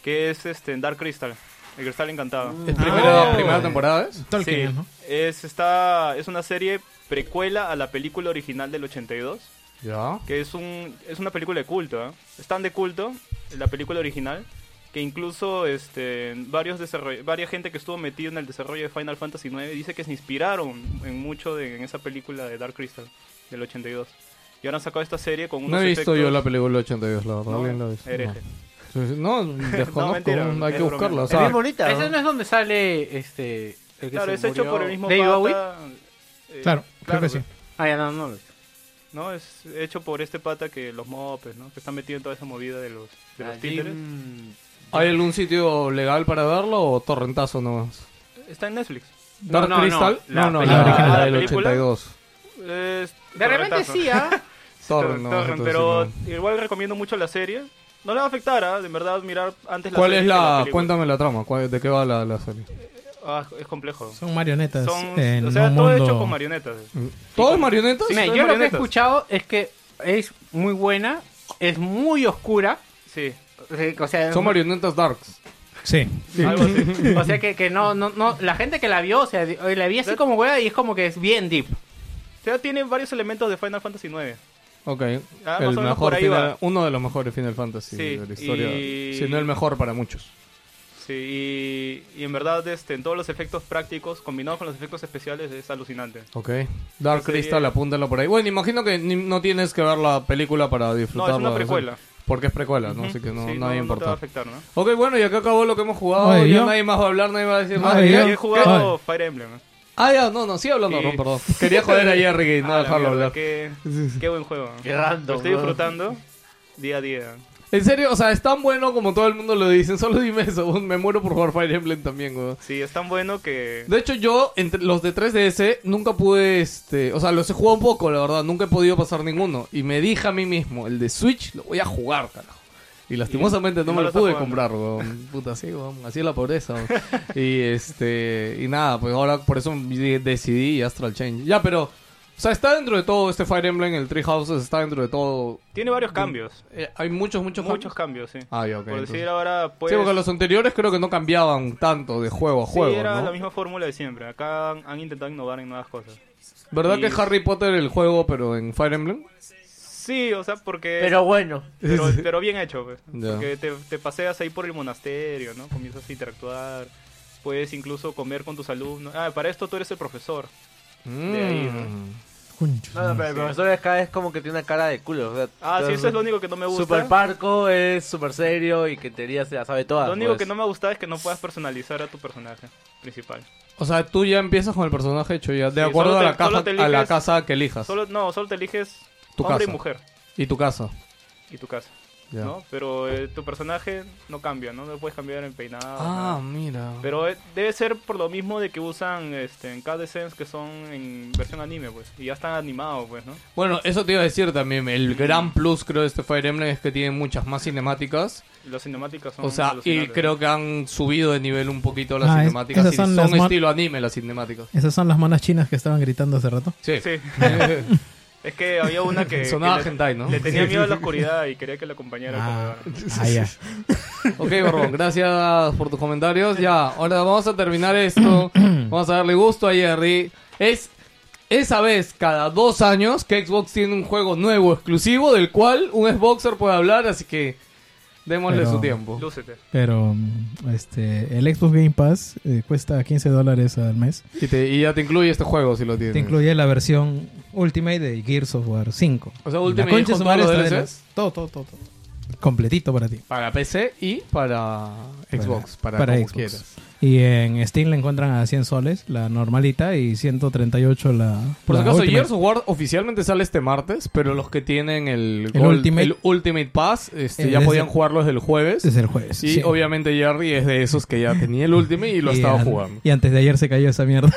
Que es este Dark Crystal, el cristal encantado.
Mm.
¿Es
primera-
primera,
primera
temporada, es?
Tolkien,
Sí,
¿no?
es, está, es una serie precuela a la película original del 82,
Ya.
que es, un, es una película de culto. ¿eh? Es tan de culto, la película original, que incluso este, varios desarroll- varias gente que estuvo metida en el desarrollo de Final Fantasy IX dice que se inspiraron en mucho de, en esa película de Dark Crystal del 82. Y ahora han sacado esta serie con unos
No he visto
efectos-
yo la película 82, la verdad.
No,
¿Alguien la ha visto?
hereje.
No, Sí, sí, Pues, no,
*laughs*
desconozco.
mentira,
weón, hay
es
que
broma.
buscarla. O
es
sea,
bien bonita.
Ese
¿no?
no es donde sale este. el que
Claro,
se
es hecho
murió.
por el mismo
David Bowie.
pata, eh,
Claro, creo que sí.
Ah, ya, no, no lo sé.
No, es hecho por este pata que los mopes, ¿no? Que están metidos en toda esa movida de los, de los
Jim-
títeres.
¿Hay algún sitio legal para verlo o torrentazo nomás?
Está en Netflix.
¿Dark
no, no,
Crystal?
la
No, no,
película.
la,
Ah,
la
¿la
del
película?
82.
Es
De repente
torrentazo.
sí, *laughs* ¿ah?
Torrent, no,
Torrent,
entonces
pero
no.
igual recomiendo mucho la serie. No le va a afectar, ¿ah? De verdad, mirar antes la
¿Cuál
serie
es
que
la...?
película.
Cuéntame la trama. ¿cuál- ¿De qué va la, la serie?
Ah, es complejo.
Son marionetas.
Son,
en
o sea,
un
todo
mundo-
hecho con marionetas.
¿Todo es marionetas?
Sí.
Mira,
son
yo lo que he
marionetas.
escuchado es que es muy buena, es muy oscura.
Sí,
O sea,
Son marionetas darks.
Sí.
*laughs*
algo así.
*laughs* O sea que, que no, no, no, la gente que la vio, o sea, la vi así como wea y es como que es bien deep.
O sea, tiene varios elementos de Final Fantasy IX.
Ok.
Ah, más o
el
menos
mejor
por ahí
final-
va.
uno de los mejores Final Fantasy
Sí,
de la historia.
y-
Si no el mejor para muchos.
Sí, y, y en verdad, este, en todos los efectos prácticos, combinados con los efectos especiales, es alucinante.
Ok. Dark
Sería-
Crystal, apúntalo por ahí. Bueno, imagino que ni- no tienes que ver la película para disfrutarla. o sea,
precuela.
porque es precuela, ¿no? Así que no, nadie
Sí, no te va a
importa.
afectar, ¿no?
Ok, bueno, y acá acabó lo que hemos jugado.
Ay,
ya
yo-
nadie más va a hablar, nadie va a decir nada.
Ay,
¿Qué?
yo-
Yo he jugado
Ay.
Fire Emblem.
Ah, ya, no, no, sí hablando,
Y-
Ron, perdón. Quería joder
*laughs*
ahí a Ricky, no
Ah, la
dejarlo
mierda,
hablar.
Qué, qué buen juego.
Qué random,
Lo estoy
¿no?
disfrutando día a día.
En serio, o sea, es tan bueno como todo el mundo lo dice. Solo dime eso, *laughs* weón. me muero por jugar Fire Emblem también, weón.
Sí, es tan bueno que...
De hecho, yo, entre los de 3DS, nunca pude, este... O sea, los he jugado un poco, la verdad. Nunca he podido pasar ninguno. Y me dije a mí mismo, el de Switch lo voy a jugar, carajo. Y lastimosamente
y
no
no
me
lo
lo
estás
pude
jugando.
comprar,
*laughs*
weón. Puta, sí, weón. Así es la pobreza, weón. Y, este... Y nada, pues ahora por eso de- decidí Astral Change. Ya, pero... O sea, está dentro de todo este Fire Emblem, el Three Houses, está dentro de todo...
Tiene varios cambios.
Eh, hay muchos, muchos,
Muchos cambios, sí.
Ah, ya, ok.
Por decir
entonces-
ahora, pues...
Sí, porque los anteriores creo que no cambiaban tanto de juego a
sí,
juego,
era
¿no?
la misma fórmula de siempre. Acá han, han intentado innovar en nuevas cosas.
¿Verdad
Y-
que es Harry Potter el juego, pero en Fire Emblem?
Sí, o sea, porque...
Pero bueno,
pero,
*laughs*
pero bien hecho, pues.
Ya.
Porque te, te paseas ahí por el monasterio, ¿no? Comienzas a interactuar. Puedes incluso comer con tus alumnos. Ah, para esto tú eres el profesor. De ahí, ¿no?
Mm.
Cuncho.
no, no, pero el profesor acá es como que tiene una cara de culo. O sea,
Ah, sí,
entonces,
eso es lo único que no me gusta.
Super parco, es super serio y que en teoría se la sabe todas.
Lo único
pues.
que no me gustaba es que no puedas personalizar a tu personaje principal.
O sea, tú ya empiezas con el personaje hecho ya, de
Sí,
acuerdo a,
solo te-
la caja,
solo te
a la
eliges-
casa que elijas.
Solo, no, solo te eliges
Tu
hombre
casa.
y mujer
Y tu casa.
y tu casa,
Ya.
¿no? Pero eh, tu personaje no cambia, ¿no? No puedes cambiar el peinado.
Ah,
nada.
mira.
Pero eh, debe ser por lo mismo de que usan este, en KDSense que son en versión anime, pues. Y ya están animados, pues, ¿no?
Bueno, eso te iba a decir también.
Mm.
El gran plus, creo, de este Fire Emblem es que tiene muchas más cinemáticas.
Y Las cinemáticas son
O sea, y
alucinantes.
creo que han subido de nivel un poquito las
Ah, es-
cinemáticas.
esas
y
son
son
las mon-
estilo anime las cinemáticas. *laughs*
Esas son las manas chinas que estaban gritando hace rato.
Sí.
Sí. *laughs* Es que había una
*laughs*
que.
Sonaba
que le-
hentai, ¿no?
Le tenía miedo a la oscuridad y quería que la acompañara al
Ah,
comedor. *laughs*
ah, ya.
Ok, Barbón, gracias por tus comentarios. Ya, ahora vamos a terminar esto.
*clears throat*
Vamos a darle gusto a Jerry. Es esa vez cada dos años que Xbox tiene un juego nuevo exclusivo del cual un Xboxer puede hablar, así que démosle
Pero-
su tiempo.
Lúcete.
Pero mm, este, el Xbox Game Pass eh, cuesta 15 dólares al mes.
Y, te- y ya te incluye este juego si lo tienes.
Te incluye la versión Ultimate de Gears of War 5.
O sea,
Y la
Ultimate
concha
con
su madre
todos los
está de
DLCs.
la- todo, todo, todo, todo. Completito para ti.
Para PC y para Xbox, para,
para
como
Xbox.
quieras.
Y en Steam la encuentran a 100 soles, la normalita, y 138 la.
Por
la
si acaso,
Ultimate.
Gears of War oficialmente sale este martes, pero los que tienen el,
El Ultimate-
el Ultimate Pass este,
Eh,
ya
desde-
podían jugarlo desde el jueves.
Es el jueves.
Y
sí.
obviamente Jerry es de esos que ya tenía el Ultimate y
*laughs*
lo
Y
estaba
an-
jugando.
Y antes de ayer se cayó esa
*laughs*
mierda.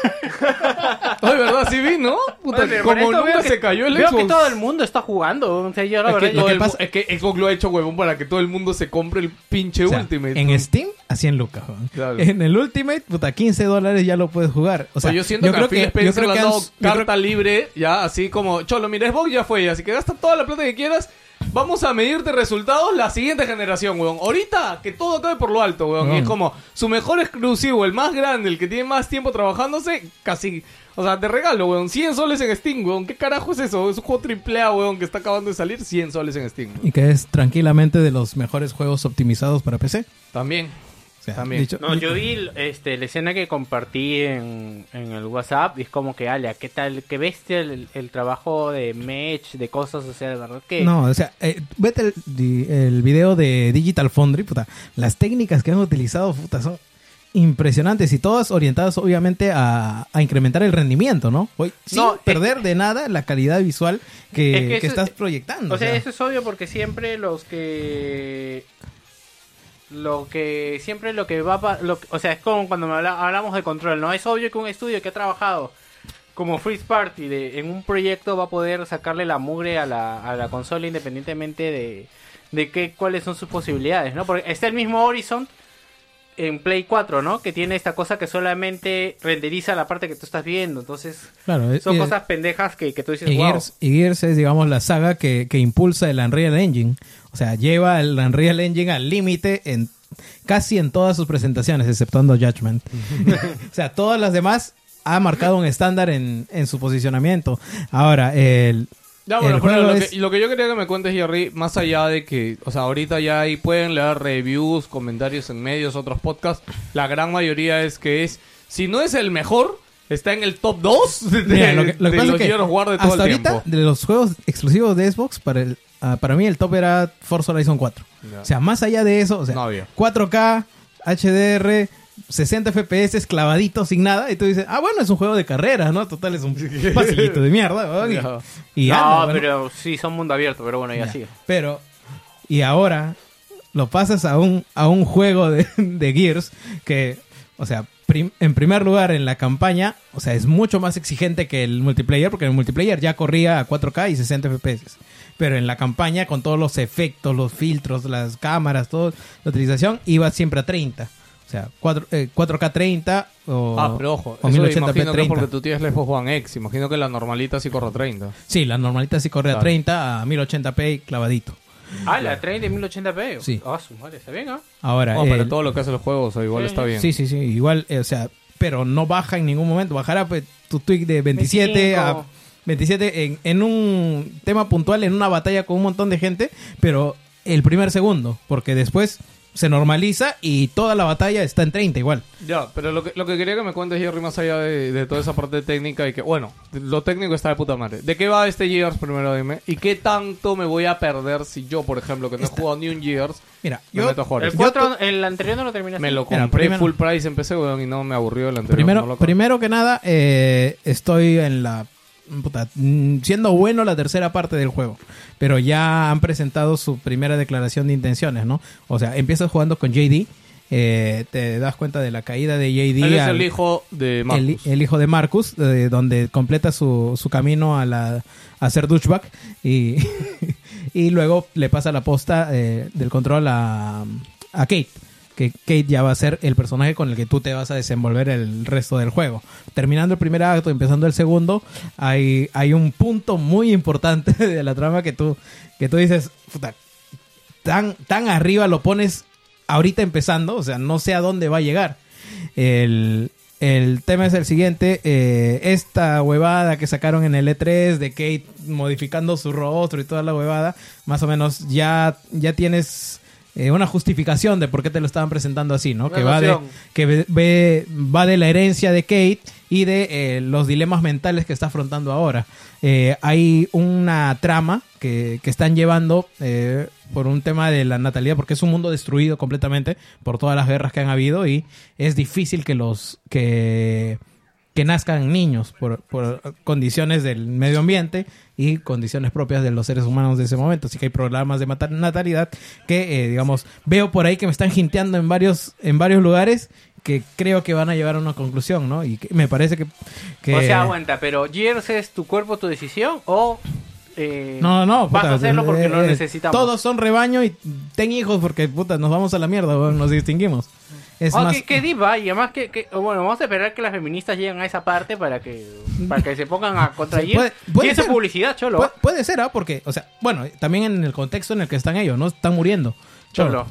Ay, ¿verdad? Sí vi, ¿no? Puta,
Oye, pero por
como
esto
nunca
veo que-
se cayó el
Veo
Xbox.
que todo el mundo está jugando. O sea, yo la
es, que
verdad,
todo
yo-
el mu- es que Xbox lo ha hecho huevón para que todo el mundo se compre el pinche
O sea,
Ultimate.
en
¿no?
Steam, a 100 lucas. weón.
Claro.
En el Ultimate, puta, 15 dólares ya lo puedes jugar. O sea,
Pero yo siento que a
creo
Phil
que, yo
Spencer
creo
le
que
han
han-
dado
yo creo-
carta libre, ya así como, cholo, mira, Xbox ya fue, así que gasta toda la plata que quieras. Vamos a medirte resultados la siguiente generación, weón. Ahorita que todo cae por lo alto, weón. Y
Weón.
es como su mejor exclusivo, el más grande, el que tiene más tiempo trabajándose, casi. O sea, te regalo, weón. 100 soles en Steam, weón. ¿Qué carajo es eso? Es un juego triple A, weón, que está acabando de salir. 100 soles en Steam. weón.
Y que es tranquilamente de los mejores juegos optimizados para PC.
También.
O sea,
También.
dicho-
No, yo vi este, la escena que compartí en, en el WhatsApp y es como que, Alia, ¿qué tal? ¿Qué bestia el, el trabajo de Mech, de cosas? O sea, de verdad que...
No, o sea, eh, vete el, di- el video de Digital Foundry, puta. Las técnicas que han utilizado, puta, son impresionantes y todas orientadas obviamente a, a incrementar el rendimiento, ¿no? Hoy, sin
No, es-
perder de nada la calidad visual que,
Es que
que
eso-
estás proyectando.
O sea, eso es obvio porque siempre los que... Lo que siempre lo que va pa- lo que- o sea, es como cuando me habla- hablamos de control, ¿no? Es obvio que un estudio que ha trabajado como Freeze Party de- en un proyecto va a poder sacarle la mugre a la, a la consola independientemente de, de qué, cuáles son sus posibilidades, ¿no? Porque está el mismo Horizon en Play 4, ¿no? Que tiene esta cosa que solamente renderiza la parte que tú estás viendo, entonces
Claro, es-
son
Eh, y-
cosas pendejas que, que tú dices,
Y
wow.
Gears, y Gears es, digamos, la saga que, que impulsa el Unreal Engine. O sea, lleva el Unreal Engine al límite en casi en todas sus presentaciones, exceptuando
*laughs*
Judgment. *laughs* o sea, todas las demás ha marcado un estándar en, en su posicionamiento. Ahora, el...
Ya, bueno,
el
pero
juego
lo,
es-
que, lo que yo quería que me cuentes, Jerry, más allá de que, o sea, ahorita ya ahí pueden leer reviews, comentarios en medios, otros podcasts, la gran mayoría es que es, si no es el mejor, está en el top 2 *laughs* de,
Mira, lo que, lo que
de
pasa
los
es que
Gears of War de todo
hasta
el
ahorita,
tiempo.
de los juegos exclusivos de Xbox, para, el, ah, para mí el top era Forza Horizon 4.
Ya.
O sea, más allá de eso, o sea,
No había.
4K, HDR, 60 FPS clavadito sin nada. Y tú dices, ah, bueno, es un juego de carreras, ¿no? Total, es
*laughs*
un pasillito de mierda. ¿no? Y-
Ya.
Y, anda,
No,
bueno.
pero sí, son mundo abierto, pero bueno, ya,
Ya.
sigue.
Pero, y ahora lo pasas a un, a un juego de, *laughs* de Gears que, o sea, prim- en primer lugar en la campaña, o sea, es mucho más exigente que el multiplayer, porque el multiplayer ya corría a 4K y 60 FPS. Pero en la campaña, con todos los efectos, los filtros, las cámaras, todo, la utilización, iba siempre a 30. O sea, 4, k 30 o,
Ah, pero ojo,
o
eso
1080p
imagino que es
30.
porque tú tienes la Xbox One X, imagino que la normalita sí corre 30.
Sí, la normalita sí corre
Claro.
a 30, a 1080p y clavadito.
Ah, la 30 1080p.
Sí.
Ah, su madre, está bien, ¿ah?
Ahora,
Bueno, pero
el-
todo lo que hacen los juegos o igual
Sí,
está bien.
Sí, sí, sí, igual, eh, o sea, pero no baja en ningún momento. Bajará pues, tu tweak de 27 a
25.
27 en, en un tema puntual, en una batalla con un montón de gente, pero el primer segundo, porque después se normaliza y toda la batalla está en 30 igual.
Ya, pero lo que, lo que quería que me cuentes, Jerry, más allá de, de toda esa parte técnica y que, bueno, lo técnico está de puta madre. ¿De qué va este Gears primero, dime? ¿Y qué tanto me voy a perder si yo, por ejemplo, que no he jugado ni un Gears,
Mira,
me
yo
meto a jugar?
El,
esto?
cuatro- el anterior no lo terminaste.
Me lo
Mira,
compré
primero-
full price en PC, weón, y no me aburrió el anterior.
primero,
no lo acabé.
primero que nada, eh, estoy en la. puta, mm, siendo bueno la tercera parte del juego. Pero ya han presentado su primera declaración de intenciones, ¿no? O sea, empiezas jugando con JD. eh, te das cuenta de la caída de JD.
Él es
al-
el hijo de
el,
Marcus.
el hijo de Marcus, eh, donde completa su, su camino a, la, a ser douchebag y, *laughs* y luego le pasa la posta eh, del control a, a Kate. que Kate ya va a ser el personaje con el que tú te vas a desenvolver el resto del juego. Terminando el primer acto, empezando el segundo, hay, hay un punto muy importante *laughs* de la trama que tú, que tú dices, puta, tan, tan arriba lo pones ahorita empezando, o sea, no sé a dónde va a llegar. El, el tema es el siguiente, eh, esta huevada que sacaron en el E3 de Kate modificando su rostro y toda la huevada, más o menos ya, ya tienes eh, una justificación de por qué te lo estaban presentando así, ¿no?
Una
que va de,
noción.
que ve- ve- va de la herencia de Kate y de eh, los dilemas mentales que está afrontando ahora. Eh, hay una trama que, que están llevando eh, por un tema de la natalidad, porque es un mundo destruido completamente por todas las guerras que han habido y es difícil que los que que nazcan niños por, por condiciones del medio ambiente y condiciones propias de los seres humanos de ese momento. Así que hay programas de matar- natalidad que, eh, digamos, veo por ahí que me están jinteando en varios, en varios lugares que creo que van a llevar a una conclusión, ¿no? Y que me parece que... que-
O sea, aguanta, pero ¿Gears es tu cuerpo, tu decisión? ¿O eh,
No, no,
vas
puta,
a hacerlo porque no lo
eh, eh,
necesitamos?
Todos son rebaño y ten hijos porque, puta, nos vamos a la mierda, weón, nos distinguimos. Es
Ah,
más...
qué, qué diva, y además que, que- bueno, vamos a esperar que las feministas lleguen a esa parte para que para que se pongan a contra
Sí,
Gears.
puede- puede
y eso es
ser.
publicidad, cholo.
Pu- puede ser, ¿ah? Porque, o sea, bueno, también en el contexto en el que están ellos, ¿no? Están muriendo.
cholo.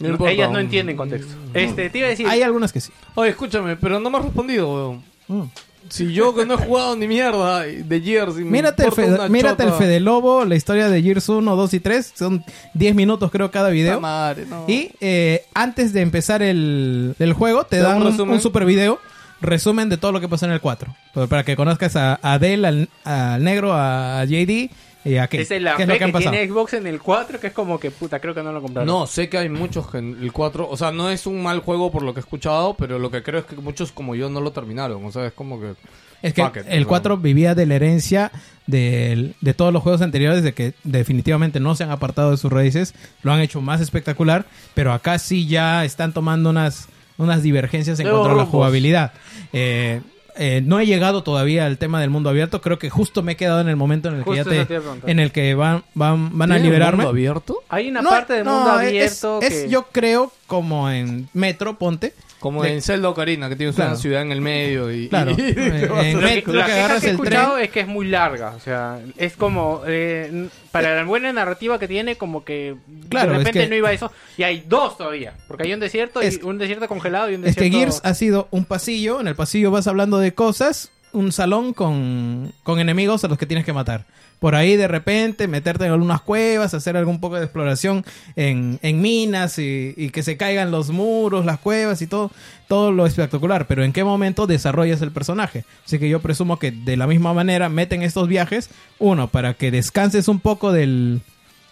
No importa.
Ellas no entienden contexto. Este, te iba a decir,
Mm. Hay algunas que sí.
Oye, escúchame, pero no me has respondido, weón.
Mm.
Si yo que no he jugado ni mierda de Gears y me
Mírate, el
importa
Fede,
una
mírate el
chota.
Fede Lobo, la historia de Gears 1, 2 y 3. Son 10 minutos creo cada
Puta
video.
madre, no.
Y eh, antes de empezar el, el juego te,
¿Te da
dan
un
un,
resumen?
un super video. Resumen de todo lo que pasó en el 4. Pero Para que conozcas a Adele, al, al negro, a JD y a Kate.
esa es este, la
¿Qué es
fe
lo que
que,
han pasado?
tiene Xbox en el 4, que es como que, puta, creo que no lo compraron.
No, sé que hay muchos que en el 4, o sea, no es un mal juego por lo que he escuchado, pero lo que creo es que muchos como yo no lo terminaron, o sea, es como que...
Es que
Fuck it,
el
weón.
4 vivía de la herencia del- de todos los juegos anteriores, de que definitivamente no se han apartado de sus raíces, lo han hecho más espectacular, pero acá sí ya están tomando unas, unas divergencias en
Nuevos
cuanto a la
rumbos.
jugabilidad. Eh, eh, no he llegado todavía al tema del mundo abierto, creo que justo me he quedado en el momento en el que,
Justo
ya
eso
te,
te iba a preguntar.
en el que van, van, van a
¿Tiene
liberarme.
mundo abierto?
Hay una
No,
parte del
no,
mundo
es-
abierto
es,
que...
yo creo como en Metro, ponte,
Como
De-
en Zelda Ocarina, que tienes
Claro.
una ciudad en el medio y...
Claro.
y- y te vas a-
En
Lo que,
Metro
la
que
queja
agarras
que he
el tren.
escuchado es que es muy larga, o sea, es como eh, n- para la buena narrativa que tiene como que
Claro, es
de repente
que-
no iba eso y hay dos todavía, porque hay un desierto
Es-
y un desierto congelado y un
Es
desierto
que Gears ha sido un pasillo, en el pasillo vas hablando de cosas, un salón con, con enemigos a los que tienes que matar. Por ahí de repente meterte en algunas cuevas, hacer algún poco de exploración en, en minas y, y que se caigan los muros, las cuevas y todo, todo lo espectacular. Pero en qué momento desarrollas el personaje. Así que yo presumo que de la misma manera meten estos viajes, uno, para que descanses un poco del,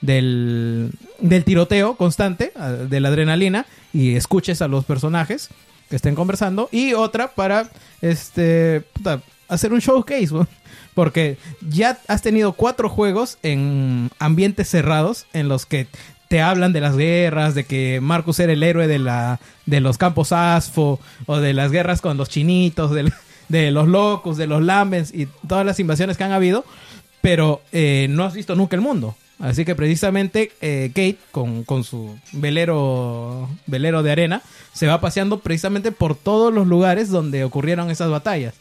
del, del tiroteo constante, a- de la adrenalina, y escuches a los personajes que estén conversando. Y otra para este puta, hacer un showcase, weón. porque ya has tenido cuatro juegos en ambientes cerrados en los que te hablan de las guerras, de que Marcus era el héroe de, la, de los campos Asfo, o de las guerras con los chinitos, del- de los locos, de los lambens y todas las invasiones que han habido pero eh, no has visto nunca el mundo. Así que precisamente eh, Kate, con, con su velero, velero de arena, se va paseando precisamente por todos los lugares donde ocurrieron esas batallas.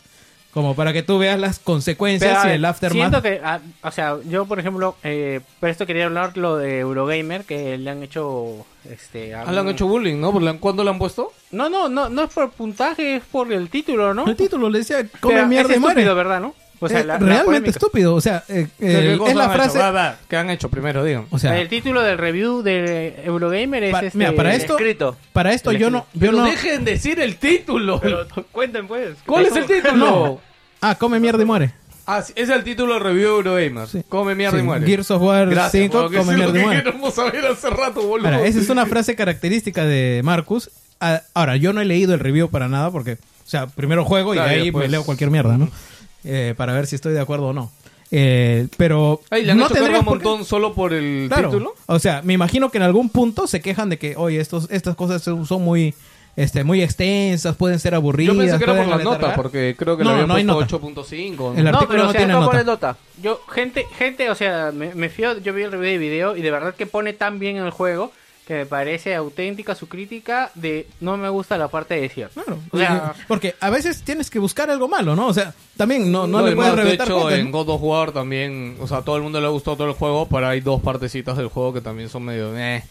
Como para que tú veas las
Pero,
consecuencias
a
y
ver,
el aftermath.
Siento que, ah, o sea, yo por ejemplo, eh, por esto quería hablar lo de Eurogamer que le han hecho, este,
Ah, le han
algún-
hecho bullying, ¿no? ¿Por la- ¿Cuándo le han puesto?
no, no, no, no es por puntaje, es por el título, ¿no?
El título le decía,
O sea,
come
es
mierda y
estúpido,
muere.
¿verdad, no? O sea,
Eh,
la- la
realmente
polémica.
estúpido. O sea, eh,
¿Qué- qué
eh,
cosas
es la
han hecho?
frase...
Va, va, ¿Qué han hecho
*laughs*
primero, digan?
O sea,
el título del review de Eurogamer es
Pa-
este,
mira, para esto-
escrito.
para esto
el
yo no... Yo no...
dejen decir el título.
Pero cuenten pues.
¿Cuál es el título?
No. Ah, come mierda y muere.
Ah, sí, es el título de review Eurogamer.
Sí.
Come mierda y
Sí,
muere.
Gears of War
Gracias,
5,
weón, que
come
es lo
mierda y
que
muere.
queremos saber hace rato, boludo. *laughs*
Ahora, esa es una frase característica de Marcus. Ah, Ahora, yo no he leído el review para nada porque, o sea, primero juego y
Claro,
de ahí
después-
me leo cualquier mierda, ¿no? Eh, para ver si estoy de acuerdo o no. Eh, pero
Ay, le han
no
hecho cargo
tendrías
un
por qué-
montón solo por el
Claro.
título.
O sea, me imagino que en algún punto se quejan de que, oye, estos, estas cosas son son muy, este, muy extensas, pueden ser aburridas.
Yo pensé que era por
pueden
la nota,
aletargar.
porque creo que
No,
le habían
no hay nota.
puesto 8.5.
El
¿no?
ar- artículo no tiene nota.
Yo, gente, gente, o sea, me, me fío, yo vi el review de video y de verdad que pone tan bien el juego que me parece auténtica su crítica de no me gusta la parte de cierto.
Claro.
O sea,
*laughs* porque a veces tienes que buscar algo malo, ¿no? O sea, también no, no, le
y
puedes
más, de
reventar
hecho,
cuentas,
en
¿no?
God of War también, o sea, a todo el mundo le gustó todo el juego, pero hay dos partecitas del juego que también son medio meh,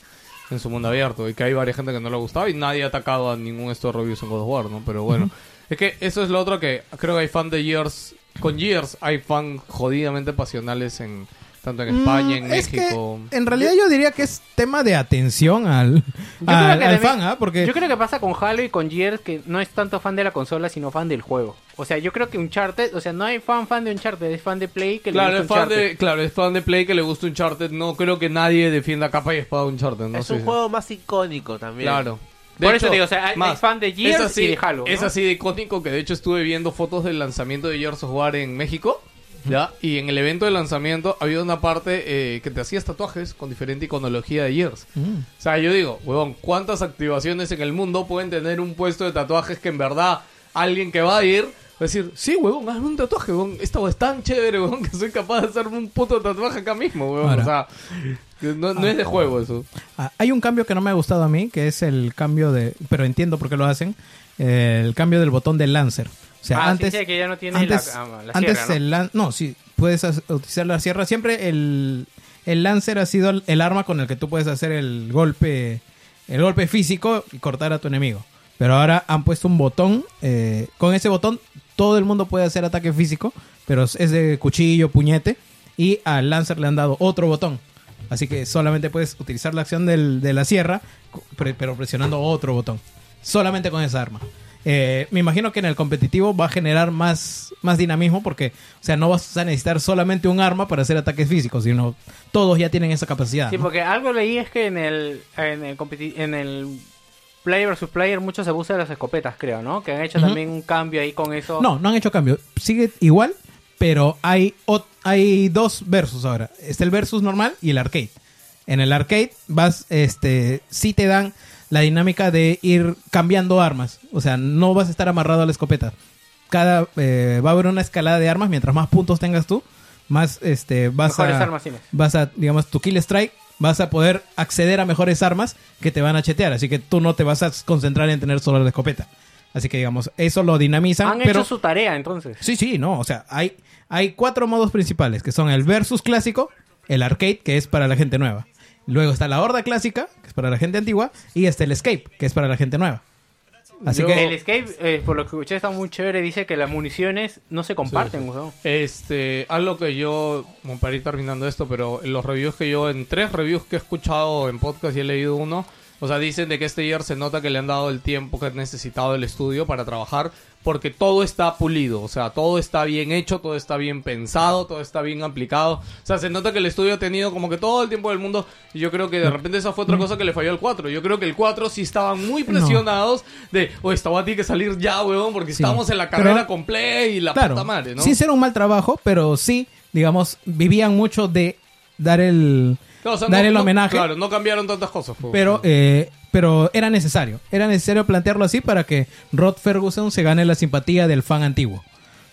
en su mundo abierto. Y que hay varias gente que no le ha gustado y nadie ha atacado a ningún de estos reviews en God of War, ¿no? Pero bueno, es que eso es lo otro que creo que hay fan de Years. Con Years hay fan jodidamente pasionales en tanto en España, en
Mm, es que,
México.
en realidad yo diría que es tema de atención al, al,
creo que
al
también-
fan, ¿ah? Porque
yo creo que pasa con Halo y con Gears que no es tanto fan de la consola, sino fan del juego. O sea, yo creo que Uncharted, o sea, no hay fan fan de Uncharted, es fan de Play que
Claro
le
es,
gusta
fan
Uncharted.
de, claro, es fan de Play que le gusta Uncharted. No creo que nadie defienda capa y espada Uncharted. ¿no?
es
Sí,
un
sí.
juego más icónico también.
Claro.
Por eso digo, o sea, hay- hay fan de
es
Gears y de Halo, ¿no?
Es así de icónico que de hecho estuve viendo fotos del lanzamiento de Gears of War en México. ¿Ya? Y en el evento de lanzamiento había una parte eh, que te hacías tatuajes con diferente iconología de Gears.
Mm.
O sea, yo digo, huevón, ¿cuántas activaciones en el mundo pueden tener un puesto de tatuajes que en verdad alguien que va a ir va a decir, sí, huevón, hazme un tatuaje, huevón. Esta es tan chévere, huevón, *laughs* que soy capaz de hacerme un puto tatuaje acá mismo, huevón.
Ahora.
o sea, no, no es de juego eso.
Ah, hay un cambio que no me ha gustado a mí, que es el cambio de, pero entiendo por qué lo hacen, eh, el cambio del botón del lancer. O sea,
Ah, sí,
antes,
sí, que ya no tiene
antes,
la- ah, la
antes
sierra, ¿no?
el lan- no, sí, puedes as- utilizar la sierra. Siempre el, el lancer ha sido el- el arma con el que tú puedes hacer el golpe, el golpe físico y cortar a tu enemigo. Pero ahora han puesto un botón, eh, con ese botón todo el mundo puede hacer ataque físico, pero es de cuchillo, puñete, y al lancer le han dado otro botón. Así que solamente puedes utilizar la acción del- de la sierra, cu- pre- pero presionando otro botón. Solamente con esa arma. Eh, me imagino que en el competitivo va a generar más, más dinamismo porque, o sea, no vas a necesitar solamente un arma para hacer ataques físicos, sino todos ya tienen esa capacidad.
Sí,
¿no?
porque algo leí es que en el en el, competi- en el player versus player mucho se abusa de las escopetas, creo, ¿no? Que han hecho
Ujú.
también un cambio ahí con eso.
No, no han hecho cambio. Sigue igual, pero hay, ot- hay dos versus ahora. Está el versus normal y el arcade. En el arcade vas, este, sí te dan la dinámica de ir cambiando armas. O sea, no vas a estar amarrado a la escopeta. Cada, eh, va a haber una escalada de armas. Mientras más puntos tengas tú, más, este, vas
Mejores
a...
armas tienes.
Vas a, digamos, tu kill strike, vas a poder acceder a mejores armas que te van a chetear. Así que tú no te vas a concentrar en tener solo la escopeta. Así que, digamos, eso lo dinamizan.
Han
pero...
hecho su tarea, entonces.
Sí, sí, no. O sea, hay, hay cuatro modos principales, que son el versus clásico, el arcade, que es para la gente nueva. Luego está la horda clásica, que es para la gente antigua, y está el escape, que es para la gente nueva. Así
Yo-
El
que...
escape, eh, por lo que escuché, está muy chévere. Dice que las municiones no se comparten, weón.
Este, algo que yo, como para ir terminando esto, pero en los reviews que yo, en tres reviews que he escuchado en podcast y he leído uno, o sea, dicen de que este year se nota que le han dado el tiempo que ha necesitado el estudio para trabajar, porque todo está pulido, o sea, todo está bien hecho, todo está bien pensado, todo está bien aplicado, o sea, se nota que el estudio ha tenido como que todo el tiempo del mundo, y yo creo que de repente esa fue otra cosa que le falló al 4, yo creo que el 4 sí estaban muy presionados de, o esta va a tener que salir ya, huevón, porque
Sí.
estamos en la
Pero-
carrera con Play y la
claro,
puta madre, ¿no?
sin ser un mal trabajo, pero sí, digamos, vivían mucho de dar el,
Claro, o sea,
dar
no-
el
no-
homenaje.
claro, no cambiaron tantas cosas. pues. po.
Pero, eh, pero era necesario. Era necesario plantearlo así para que Rod Ferguson se gane la simpatía del fan antiguo.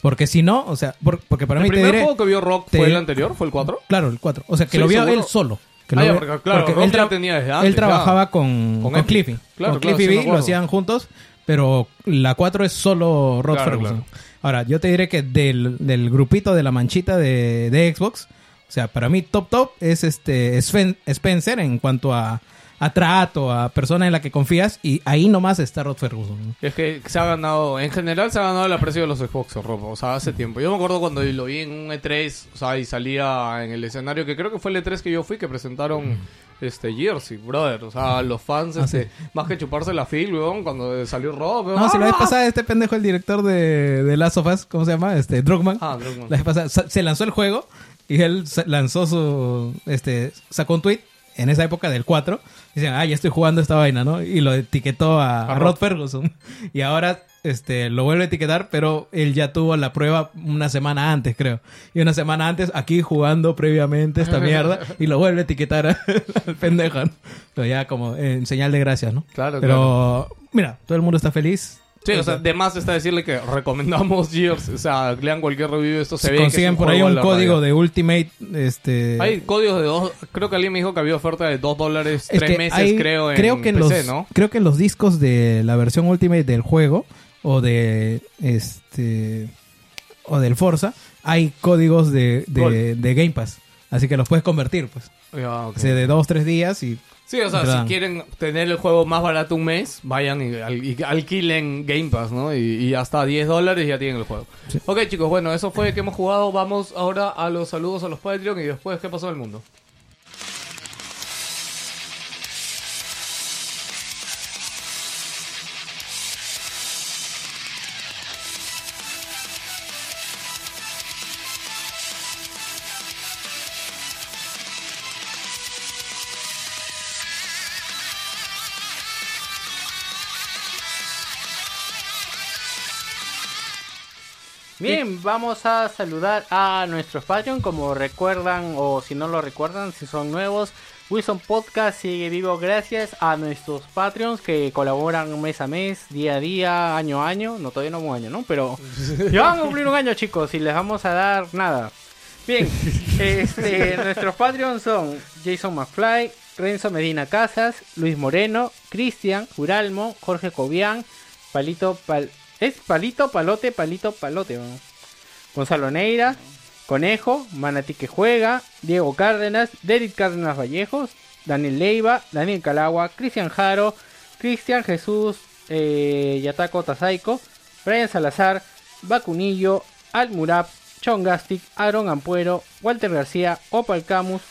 Porque si no, o sea, por- porque para
¿El
mí te
primer
diré.
juego que vio Rock
te-
fue el anterior? ¿Fue el 4?
Claro, el 4. O sea, que
Sí,
lo vio
seguro.
él solo. Que lo
Ah, ya,
vio-
porque, claro, Rob
él,
ya tenía desde antes,
él trabajaba
claro.
con,
Con
con,
Epic.
Cliffy.
Claro,
con
claro,
Cliffy
sí me
B lo
acuerdo.
hacían juntos, pero la 4 es solo Rod
Claro,
Ferguson.
claro.
Ahora, yo te diré que del, del grupito de la manchita de, de Xbox, o sea, para mí top top es este Sven- Spencer en cuanto a, a trato, a persona en la que confías, y ahí nomás está Rod Ferguson. ¿no?
Es que se ha ganado, en general se ha ganado el aprecio de los Xbox, Rob. O sea, hace tiempo. Yo me acuerdo cuando lo vi en un E3, o sea, y salía en el escenario, que creo que fue el E3 que yo fui, que presentaron este Jersey, brother. O sea, los fans,
Ah,
este, más que chuparse la fil, weón, cuando salió Rob. weón.
No, si la vez
¡Ah!
pasada este pendejo, el director de, de Last of Us, ¿cómo se llama? Este, Drogman.
Ah, Druckmann.
La vez pasada sa- se lanzó el juego y él sa- lanzó su, este, sacó un tweet en esa época del 4. Dicen, ah, ya estoy jugando esta vaina, ¿no? Y lo etiquetó a,
A
a
Rod.
Rod Ferguson. *laughs* Y ahora, este, lo vuelve a etiquetar, pero él ya tuvo la prueba una semana antes, creo. Y una semana antes, aquí jugando previamente
*laughs*
esta mierda, y lo vuelve a etiquetar a- *laughs* al pendejo, ¿no? Pero ya como en señal de gracias, ¿no?
Claro,
Pero, mira, todo el mundo está feliz. Eh, *laughs*
Sí, o sea, de más está decirle que recomendamos Gears. O sea, lean cualquier review de esto. Se
Si
ve que es
consiguen por ahí
juego a
un
la
código
realidad.
de Ultimate, este...
Hay códigos de dos... Creo que alguien me dijo que había oferta de dos dólares
es
tres
que
meses,
hay-
creo, en
creo que en
PC,
los,
¿no?
Creo que en los discos de la versión Ultimate del juego o de este o del Forza hay códigos de, de, de Game Pass. Así que los puedes convertir, pues.
Ah, ok.
O sea, de dos, tres días y
Sí, o sea,
Entrada.
si quieren tener el juego más barato un mes, vayan y, al- y alquilen Game Pass, ¿no? Y, y hasta 10 dólares ya tienen el juego. Ok, chicos, bueno, eso fue que hemos jugado. Vamos ahora a los saludos a los Patreon y después, ¿qué pasó en el mundo?
Bien, vamos a saludar a nuestros Patreon, como recuerdan o si no lo recuerdan, si son nuevos. Wilson Podcast sigue vivo gracias a nuestros Patreons que colaboran mes a mes, día a día, año a año. No, todavía no un año, ¿no? Pero ya van a cumplir un año, chicos, y les vamos a dar nada. Bien, este, nuestros Patreons son Jason McFly, Renzo Medina Casas, Luis Moreno, Cristian, Uralmo, Jorge Cobian, Palito Pal... Es Palito, Palote, Palito, Palote. ¿no? Gonzalo Neira, Conejo, Manatí que juega, Diego Cárdenas, Derek Cárdenas Vallejos, Daniel Leiva, Daniel Calagua, Cristian Jaro, Cristian Jesús, eh, Yataco Tazaico, Brian Salazar, Vacunillo, Al Murab, Chon Gastic, Aaron Ampuero, Walter García, Opal Camus,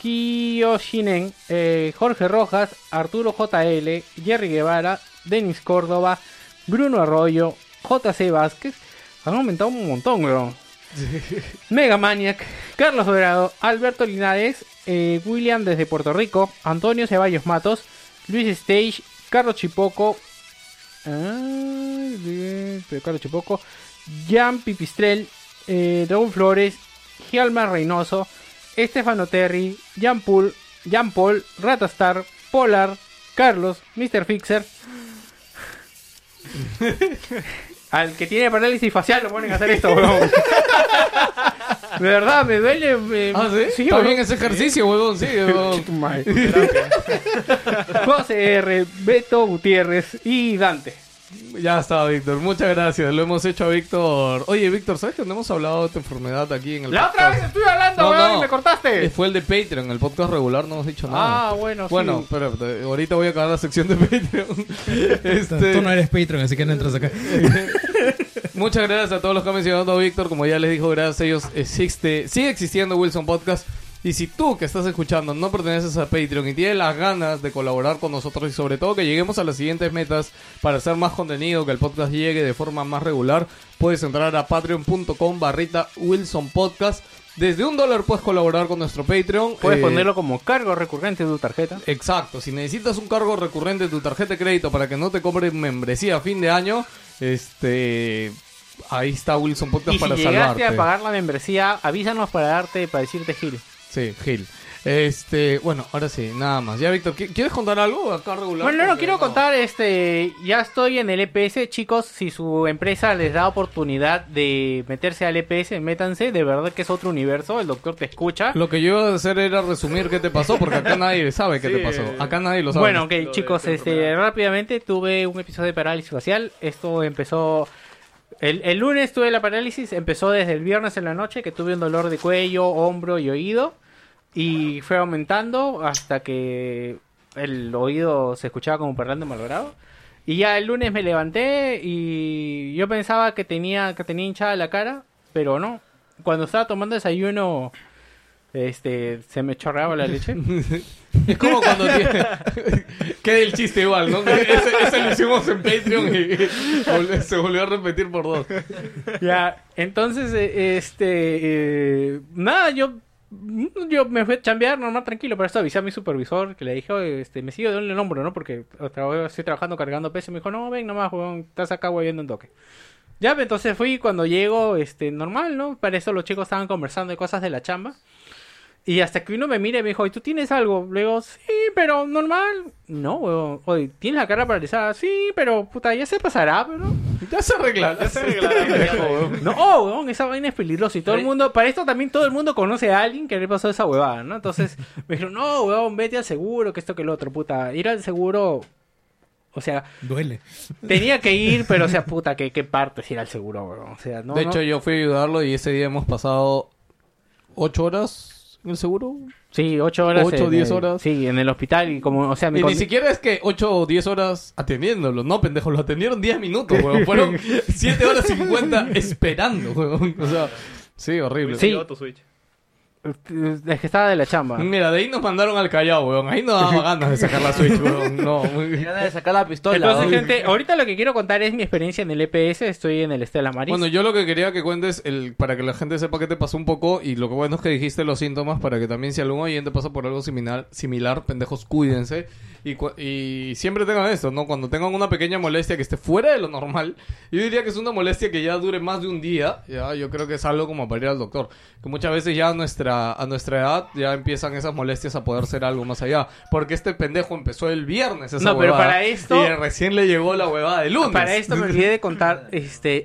Kiyoshinen, eh, Jorge Rojas, Arturo JL, Jerry Guevara, Denis Córdoba, Bruno Arroyo, JC Vázquez. Han aumentado un montón, weón. Mega Maniac, Carlos Dorado, Alberto Linares, eh, William desde Puerto Rico, Antonio Ceballos Matos, Luis Stage, Carlos Chipoco, ah, bien, pero Carlos Chipoco, Jan Pipistrel, eh, Raúl Flores, Gialma Reynoso, Estefano Terry, Jan Paul, Jan Paul, Ratastar, Polar, Carlos,
*laughs*
Mr. Fixer. Al que tiene parálisis facial lo ponen a hacer esto, weón. De verdad, me duele. me-
Ah, ¿sí? Está
weón.
bien ese ejercicio, huevón, sí, huevón. *laughs*
José R, Beto Gutiérrez y Dante.
Ya está, Víctor. Muchas gracias. Lo hemos hecho a Víctor. Oye, Víctor, ¿sabes que no hemos hablado de tu enfermedad aquí en el
La otra
podcast?
vez estuve hablando,
No,
weón,
no.
y me cortaste.
Eh, Fue el de Patreon, el podcast regular no hemos dicho nada.
Ah, bueno, sí.
Bueno, espera, espera, ahorita voy a acabar la sección de *laughs* Patreon. Este-
tú no eres Patreon, así que no entras
*laughs*
acá.
Muchas gracias a todos los que han mencionado Víctor. Como ya les dijo, gracias a ellos existe, sigue existiendo Wilson Podcast. Y si tú que estás escuchando no perteneces a Patreon y tienes las ganas de colaborar con nosotros y sobre todo que lleguemos a las siguientes metas para hacer más contenido, que el podcast llegue de forma más regular, puedes entrar a patreon.com barrita Wilson Podcast. Desde un dólar puedes colaborar con nuestro Patreon.
Puedes
Eh,
ponerlo como cargo recurrente de tu tarjeta.
Exacto, si necesitas un cargo recurrente de tu tarjeta de crédito para que no te cobren membresía a fin de año, este ahí está Wilson Podcast
Y si
para
llegaste
salvarte.
a pagar la membresía, avísanos para darte, para decirte Gil.
Sí, Gil. Este, bueno, ahora sí, nada más. Ya Víctor, ¿qui- ¿quieres contar algo acá regular?
Bueno, no, no
Porque
quiero contar, este, ya estoy en el EPS, chicos, si su empresa les da oportunidad de meterse al EPS, métanse, de verdad que es otro universo, el doctor te escucha.
Lo que yo iba a hacer era resumir qué te pasó, porque acá nadie sabe qué
Sí,
te pasó.
eh,
Acá nadie lo sabe.
Bueno,
Lo
ok,
de
chicos,
esta
este,
enfermedad.
rápidamente tuve un episodio de parálisis facial. Esto empezó. El, el lunes tuve la parálisis, empezó desde el viernes en la noche, que tuve un dolor de cuello, hombro y oído. Y fue aumentando hasta que el oído se escuchaba como parlante malogrado. Y ya el lunes me levanté y yo pensaba que tenía, que tenía hinchada la cara, pero no. Cuando estaba tomando desayuno, este, se me chorreaba la leche.
Es como
*laughs*
cuando tiene... *laughs* Queda el chiste igual, ¿no? Ese, ese lo hicimos en Patreon y *laughs* vol- se volvió a repetir por dos.
Ya, entonces, eh, este, eh, nada, yo, mm, yo me fui a chambear normal, tranquilo, pero esto avisé a mi supervisor, que le dije, "Oye, este, me sigo de un hombro, ¿no? Porque tra- estoy trabajando cargando peso, y me dijo, no, ven nomás, weón, estás acá viendo un toque. Ya, pues, entonces fui, cuando llego, este, normal, ¿no? Para eso los chicos estaban conversando de cosas de la chamba. Y hasta que uno me mira y me dijo, "Oye, ¿tú tienes algo? Le digo, sí, pero normal. No, huevón. Oye, ¿tienes la cara paralizada? Sí, pero puta, ya se pasará, pero...
Ya se arreglará.
Ya
*laughs*
se arreglará, pendejo, weón.
No, oh, huevón, esa vaina es peligrosa. Y todo el mundo, para esto también todo el mundo conoce a alguien que le pasó esa huevada,
*laughs*
¿no? Entonces me dijeron, no, huevón, vete al seguro, que esto que el otro, puta. Ir al seguro, o sea,
Duele.
tenía que ir, pero o sea, puta, que qué parte ir al seguro, huevón. O sea, no.
de
no.
hecho, yo fui a ayudarlo y ese día hemos pasado ocho horas en el seguro.
sí, ocho horas.
ocho,
en
diez
el-
horas.
Sí, en el hospital y como, o sea, mi
Y ni
condi-
siquiera es que 8 o 10 horas atendiéndolo. No, pendejo, lo atendieron 10 minutos, weón.
*laughs*
Fueron 7 horas 50 esperando, weón. O sea, sí, horrible.
Sí.
Yo, tu Switch.
Es que estaba de la chamba.
Mira, de ahí nos mandaron al Callao, weón. Ahí no
*laughs*
daba ganas de sacar la Switch, weón. No.
ganas de sacar la pistola. ¿no?
Entonces, gente, ahorita lo que quiero contar es mi experiencia en el EPS. Estoy en el Estela Maris.
Bueno, yo lo que quería que cuentes, el, para que la gente sepa qué te pasó un poco, y lo que bueno es que dijiste los síntomas, para que también si algún oyente pasa por algo similar, similar pendejos, cuídense. Y, cua- y siempre tengan esto, ¿no? Cuando tengan una pequeña molestia que esté fuera de lo normal, yo diría que es una molestia que ya dure más de un día, ya yo creo que es algo como para ir al doctor. Que muchas veces ya a nuestra, a nuestra edad ya empiezan esas molestias a poder ser algo más allá. Porque este pendejo empezó el viernes esa
No, pero
huevada,
para esto-
Y recién le llegó la huevada del lunes.
Para esto me olvidé de contar, este,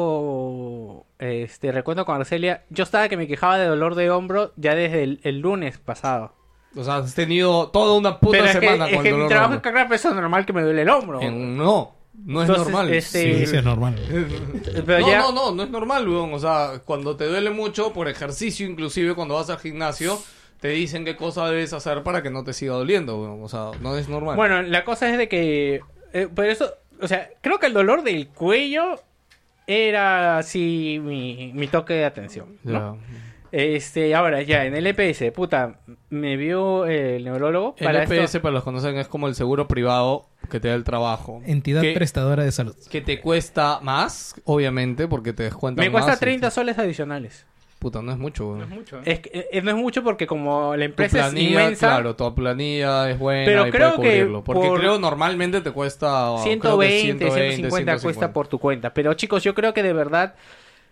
haciendo este recuento con Arcelia, yo estaba que me quejaba de dolor de hombro ya desde el, el lunes pasado.
O sea, has tenido toda una puta
Pero es que,
semana
es
con
que
el
mi
dolor.
trabajo en
de
Cacrapa es normal que me duele el hombro.
hombro. En- no, no es
Entonces,
normal.
este-
Sí, sí, es normal.
Pero
no,
ya-
no, no, no es normal, weón. O sea, cuando te duele mucho por ejercicio, inclusive cuando vas al gimnasio, te dicen qué cosa debes hacer para que no te siga doliendo, weón. O sea, no es normal.
Bueno, la cosa es de que. eh, por eso. O sea, creo que el dolor del cuello era así mi, mi toque de atención. ¿no?
Ya.
Este, ahora ya, en el EPS, puta, me vio eh, el neurólogo
el E
para
EPS,
esto.
para los que no saben, es como el seguro privado que te da el trabajo.
Entidad
que,
prestadora de
*laughs*
salud.
que te cuesta más, obviamente, porque te descuentan
Me cuesta
más,
30
este.
soles adicionales.
Puta, no es mucho,
No es
weón.
mucho, ¿eh?
Es que, eh, no es mucho porque como la
Tu
empresa es
planilla,
inmensa,
Claro, tu planilla es buena
Pero
y
creo
puede cubrirlo.
que
Porque
por-
creo normalmente te cuesta... creo que
120,
120,
150 cuesta
150.
por tu cuenta. Pero chicos, yo creo que de verdad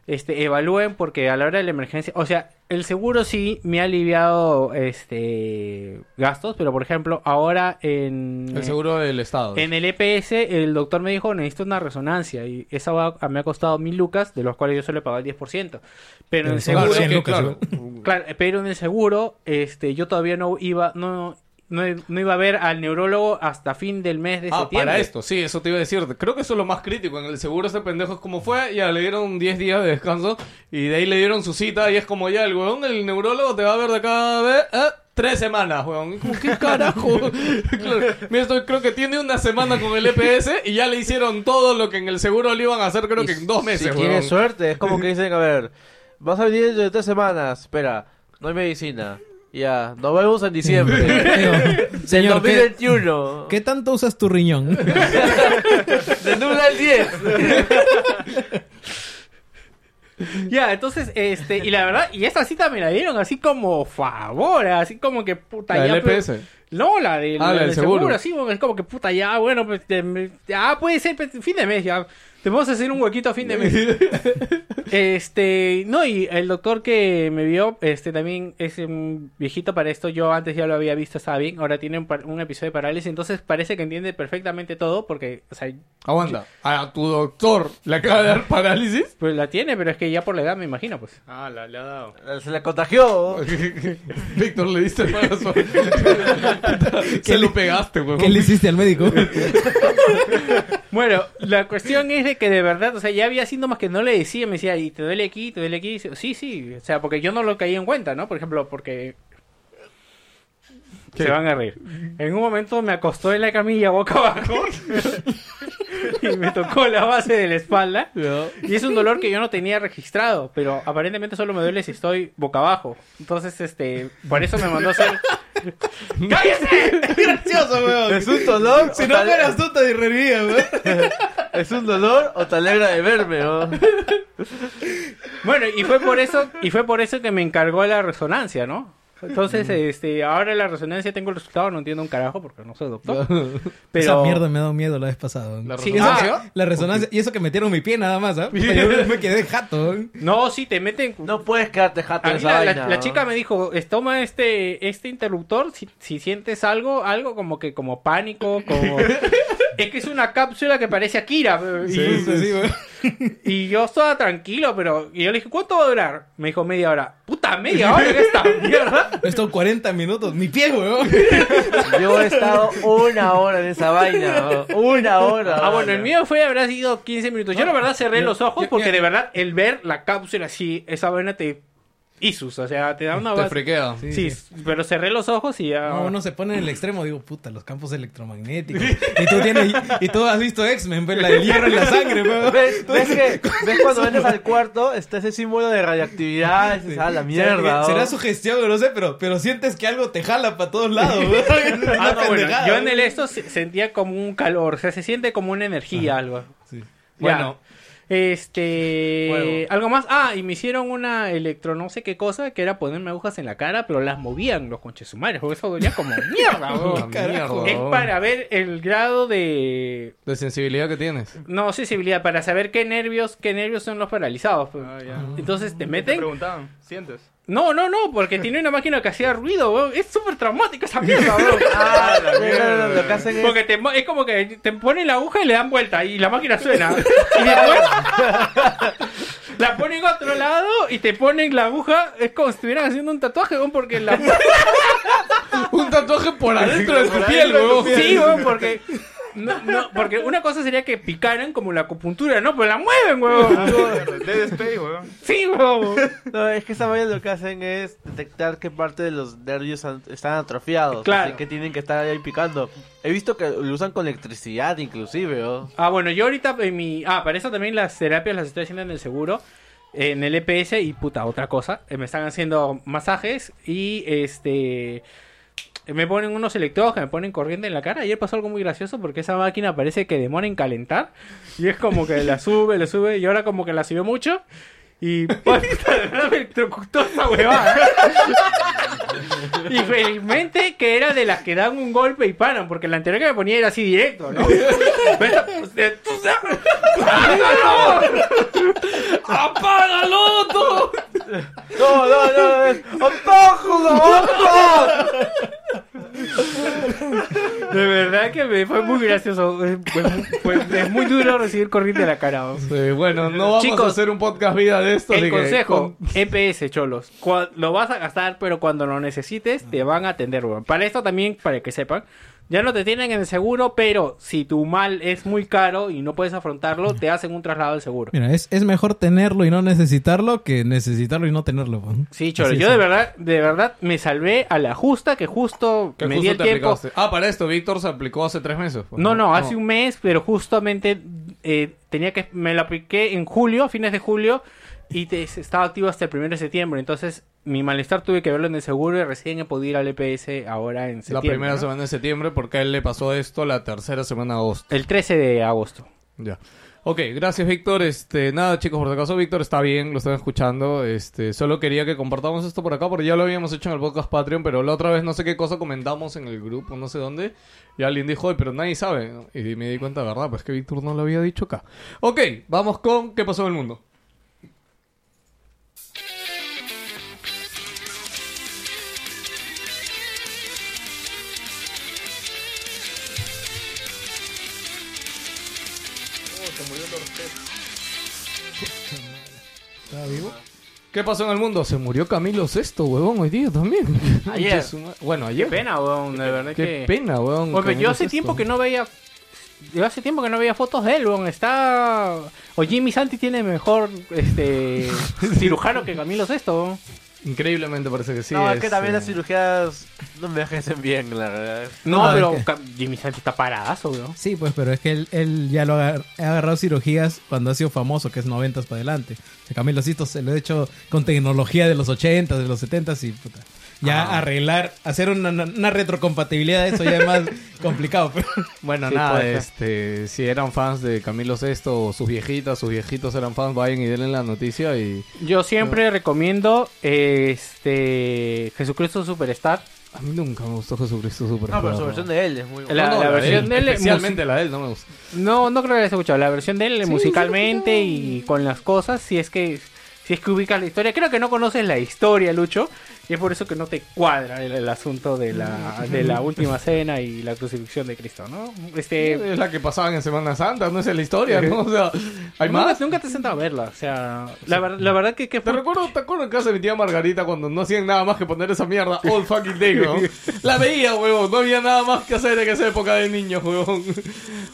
este, evalúen porque a la hora de la emergencia, o sea, el seguro sí me ha aliviado este gastos, pero por ejemplo, ahora en
El seguro del Estado.
En el EPS, el doctor me dijo, necesito una resonancia. Y esa va- me ha costado mil lucas, de los cuales yo solo he pagado el 10%. Pero en
Pero
el seguro...
Claro,
cien
que,
lucas,
claro.
Claro, eh, pero en el seguro, este, yo todavía no iba, no, no, no iba a ver al neurólogo hasta fin del mes de
Ah,
septiembre.
para esto, sí, eso te iba a decir. Creo que eso es lo más crítico. En el seguro ese pendejo es como fue, ya le dieron 10 días de descanso y de ahí le dieron su cita y es como ya el weón, el neurólogo te va a ver de acá vez, eh, tres semanas, weón. Y como, ¿Qué carajo? *laughs* Claro, Mira, esto creo que tiene una semana con el EPS y ya le hicieron todo lo que en el seguro le iban a hacer creo que en dos meses,
Si
weón.
tienes suerte, es como que dicen, a ver, vas a venir dentro de tres semanas, espera, no hay medicina. Ya, nos vemos en
*laughs*
diciembre.
Digo,
Del
señor, ¿qué,
2021.
qué tanto usas tu
*laughs*
riñón?
Del 1 al 10.
Ya, entonces, este, y la verdad, y esa cita me la dieron así como favor, así como que puta
La
ya.
del E
pues-
EPS.
No, la del,
Ah, la
la
del
del seguro.
seguro.
sí, porque es como que puta ya, bueno, pues, te- me- ah, puede ser pues, fin de mes ya. Te vamos a hacer un huequito a
*laughs*
fin de mes. este, no, y el doctor que me vio, este también es un viejito para esto. Yo antes ya lo había visto, estaba bien. Ahora tiene un, par- un episodio de parálisis, entonces parece que entiende perfectamente todo porque, o sea,
Aguanta, a tu doctor le acaba de dar parálisis. *laughs*
pues la tiene, pero es que ya por la edad me imagino, pues.
Ah, la, le ha dado.
Se la contagió.
Víctor le diste para su... Se lo pegaste, weón.
¿Qué le hiciste al médico?
Bueno, la cuestión es de que de verdad, o sea, ya había síntomas que no le decía, me decía, y te duele aquí, te duele aquí, Y dice, sí, sí, o sea, porque yo no lo caí en cuenta, ¿no? Por ejemplo, porque... Se van a reír. En un momento me acostó en la camilla boca abajo *laughs* y me tocó la base de la espalda.
Ya.
Y es un dolor que yo no tenía registrado, pero aparentemente solo me duele si estoy boca abajo. Entonces, este, por eso me mandó a hacer... ¡Cállese!
Gracioso, weón. Es un dolor. o te ale-
tú te reirías, weón.
Es un dolor o te alegra de verme, weón.
Bueno, y fue por eso, y fue por eso que me encargó la resonancia, ¿no? Entonces, este, ahora la resonancia tengo el resultado, no entiendo un carajo porque no soy doctor. Pero
Esa mierda me ha dado miedo la vez pasada.
¿La Ah,
Sí,
resonancia?
¿Ah?
esa- la resonancia. Y eso que metieron mi pie nada más, ¿ah? Puta, Yo me quedé jato. ¿eh?
No, sí, te meten.
No puedes quedarte jato
A
en
mí
esa
la, la-
vaina.
la
¿no?
chica me dijo, "Es- toma este, este interruptor, si, si sientes algo, algo como que como pánico,
*laughs*
como... es que es una cápsula que parece Akira. Y, y yo estaba tranquilo, pero... Y yo le dije, ¿cuánto va a durar? Me dijo, media hora. Puta, media hora en esta mierda.
Estos 40 minutos, mi pie, weón.
Yo he estado una hora en esa vaina. ¿no? Una hora.
Ah, bueno, el
mano.
mío fue, habrá sido 15 minutos. Yo la verdad cerré los ojos porque de verdad el ver la cápsula así, esa vaina te... Isus, o sea, te da una...
Te
vas-
friquea.
Sí, pero cerré los ojos y ya...
No, uno se pone en el extremo, digo, puta, los campos electromagnéticos. Y tú tienes, y tú has visto X-Men, pues, la del hierro en la sangre, weón.
*laughs*
¿Ves, ves que, ves cuando entras al cuarto? Está ese símbolo de radiactividad. dices, "Ah, la mierda. ¿no?".
Será, su gestión, no sé, pero, pero sientes que algo te jala para todos
*laughs*
lados,
*laughs*
weón. Es una
Ah, no, bueno,
pendejada.
yo en el esto se- sentía como un calor, o sea, se siente como una energía, algo.
Sí.
Bueno. Este.
Fuego.
Algo más. Ah, y me hicieron una electro no sé qué cosa que era ponerme agujas en la cara, pero las movían los conchesumares, porque eso dolía como *laughs* mierda,
Ah,
weón.
mierda.
Es para ver el grado de.
De sensibilidad que
*laughs*
tienes.
No, sensibilidad, para saber qué nervios, qué nervios son los paralizados. pues. Entonces te
Te
meten.
preguntaban, ¿sientes?
No, no, no, porque tiene una máquina que hacía ruido, weón. Es súper traumático
*laughs*
esa mierda,
*laughs*
weón.
Ah, la
*laughs*
mierda. Lo que hacen es.
Porque te mo- es como que te ponen la aguja y le dan vuelta y la máquina suena. Y después *laughs* la ponen a otro lado y te ponen la aguja. Es como si estuvieran haciendo un tatuaje, weón, porque la...
Un tatuaje por
*laughs*
adentro de tu
Por
piel,
adentro de tu
weón.
Sí, weón, porque... No, no, porque una cosa sería que picaran como la acupuntura, ¿no? Pero la mueven,
Ah,
weón.
mierda, Dead Space, weón.
Sí, weón.
No, es que esa vaina lo que hacen es detectar qué parte de los nervios han- están atrofiados.
Claro.
Así que tienen que estar ahí picando. He visto que lo usan con electricidad, inclusive. ¿no?
Ah, bueno, yo ahorita en mi... Ah, para eso también las terapias las estoy haciendo en el seguro. En el EPS y puta, otra cosa. Eh, me están haciendo masajes y este... Me ponen unos electrodos que me ponen corriente en la cara. Ayer pasó algo muy gracioso porque esa máquina parece que demora en calentar. Y es como que la sube, la sube y ahora como que la subió mucho. Y *laughs* puta, de verdad me electrocutó esa huevada. ¿eh? Y felizmente que era de las que dan un golpe y paran, porque la anterior que me ponía era así directo, ¿no? Pero esta, pues, de- tú sabes.
¡Apágalo, tú!
No, no, no, es ¡Otóculo, ojo!
De verdad que me fue muy gracioso. Es- fue muy- fue- es muy duro recibir corriente en la cara. ¿no?
Sí, bueno, no vamos
Chicos,
a hacer un podcast vida de esto. así
El
que
consejo, EPS, cholos. Cua- Lo vas a gastar, pero cuando lo necesites, te van a atender, weón. Para esto también, para que sepan, ya no te tienen en el seguro, pero si tu mal es muy caro y no puedes afrontarlo, te hacen un traslado al seguro.
Mira, es, es mejor tenerlo y no necesitarlo que necesitarlo y no tenerlo, weón.
Sí, cholo,
Así
yo
es.
de verdad, de verdad me salvé a la justa que justo
Que
me di
justo
el
te
tiempo.
aplicaste. Ah, para esto, Víctor se aplicó hace tres meses. pues.
No, no, hace un mes, pero justamente eh, tenía que me lo apliqué en julio, a fines de julio y te- estaba activo hasta el 1 de septiembre, entonces mi malestar tuve que verlo en el seguro y recién he podido ir al EPS ahora en
La
septiembre.
primera
¿no?
semana de septiembre, porque a él le pasó esto la tercera semana de agosto.
El 13 de agosto.
Ya. Ok, gracias Víctor. Este, nada chicos, por si acaso Víctor está bien, lo están escuchando. Este, solo quería que compartamos esto por acá porque ya lo habíamos hecho en el podcast Patreon, pero la otra vez no sé qué cosa comentamos en el grupo, no sé dónde. Y alguien dijo, "Oye, pero nadie sabe. Y me di cuenta, ¿verdad? Pues que Víctor no lo había dicho acá. Ok, vamos con ¿Qué pasó en el mundo? ¿Qué pasó en el mundo? Se murió Camilo VI, huevón, hoy día también.
*laughs* Ayer.
Bueno,
Qué
ayer.
pena, weón, de verdad
Qué
que...
pena, huevón.
Oye, pero
Camilo
yo hace
VI.
tiempo que no veía... Yo hace tiempo que no veía fotos de él, weón. Está... O Jimmy Santi tiene mejor
*laughs*
este cirujano que Camilo Sesto, weón.
Increíblemente parece que sí.
no, es que también
este,
las cirugías no envejecen bien, la verdad.
No,
No,
pero
es que-
Cam- Jimmy Santi está paradazo, weón.
Sí, pues, pero es que él, él ya lo ha ha agarrado cirugías cuando ha sido famoso, que es 90 para adelante. O sea, Camilo Sisto se lo ha hecho con tecnología de los 80, de los 70 y puta. ya
Ah.
arreglar, hacer una, una retrocompatibilidad de eso ya
*laughs*
es más complicado. pero-
Bueno,
Sí,
nada,
puede
este, si eran fans de Camilo VI o sus viejitas, sus viejitos eran fans, vayan y denle la noticia y...
Yo siempre recomiendo eh, este Jesucristo Superstar.
A mí nunca me gustó Jesucristo Super.
No, pero su versión de él es muy buena.
La-
No,
la versión de él es
Especialmente la de él, no me gusta.
No, no creo que la hayas escuchado. La versión de él musicalmente y con las cosas, si es que si es que ubicas la historia. Creo que no conoces la historia, Lucho. Y es por eso que no te cuadra el, el asunto de la,
*laughs*
de la última cena y la crucifixión de Cristo, ¿no? Este,
Es la que pasaban en Semana Santa, no Esa es la historia, ¿no? O sea, hay
nunca,
más.
nunca te has sentado a verla. O sea, la, ver- la verdad que, que
Te recuerdo, te acuerdas en casa de mi tía Margarita cuando no hacían nada más que poner esa mierda all fucking day, *laughs* weón. La veía, huevón, no había nada más que hacer en esa época de niño, huevón.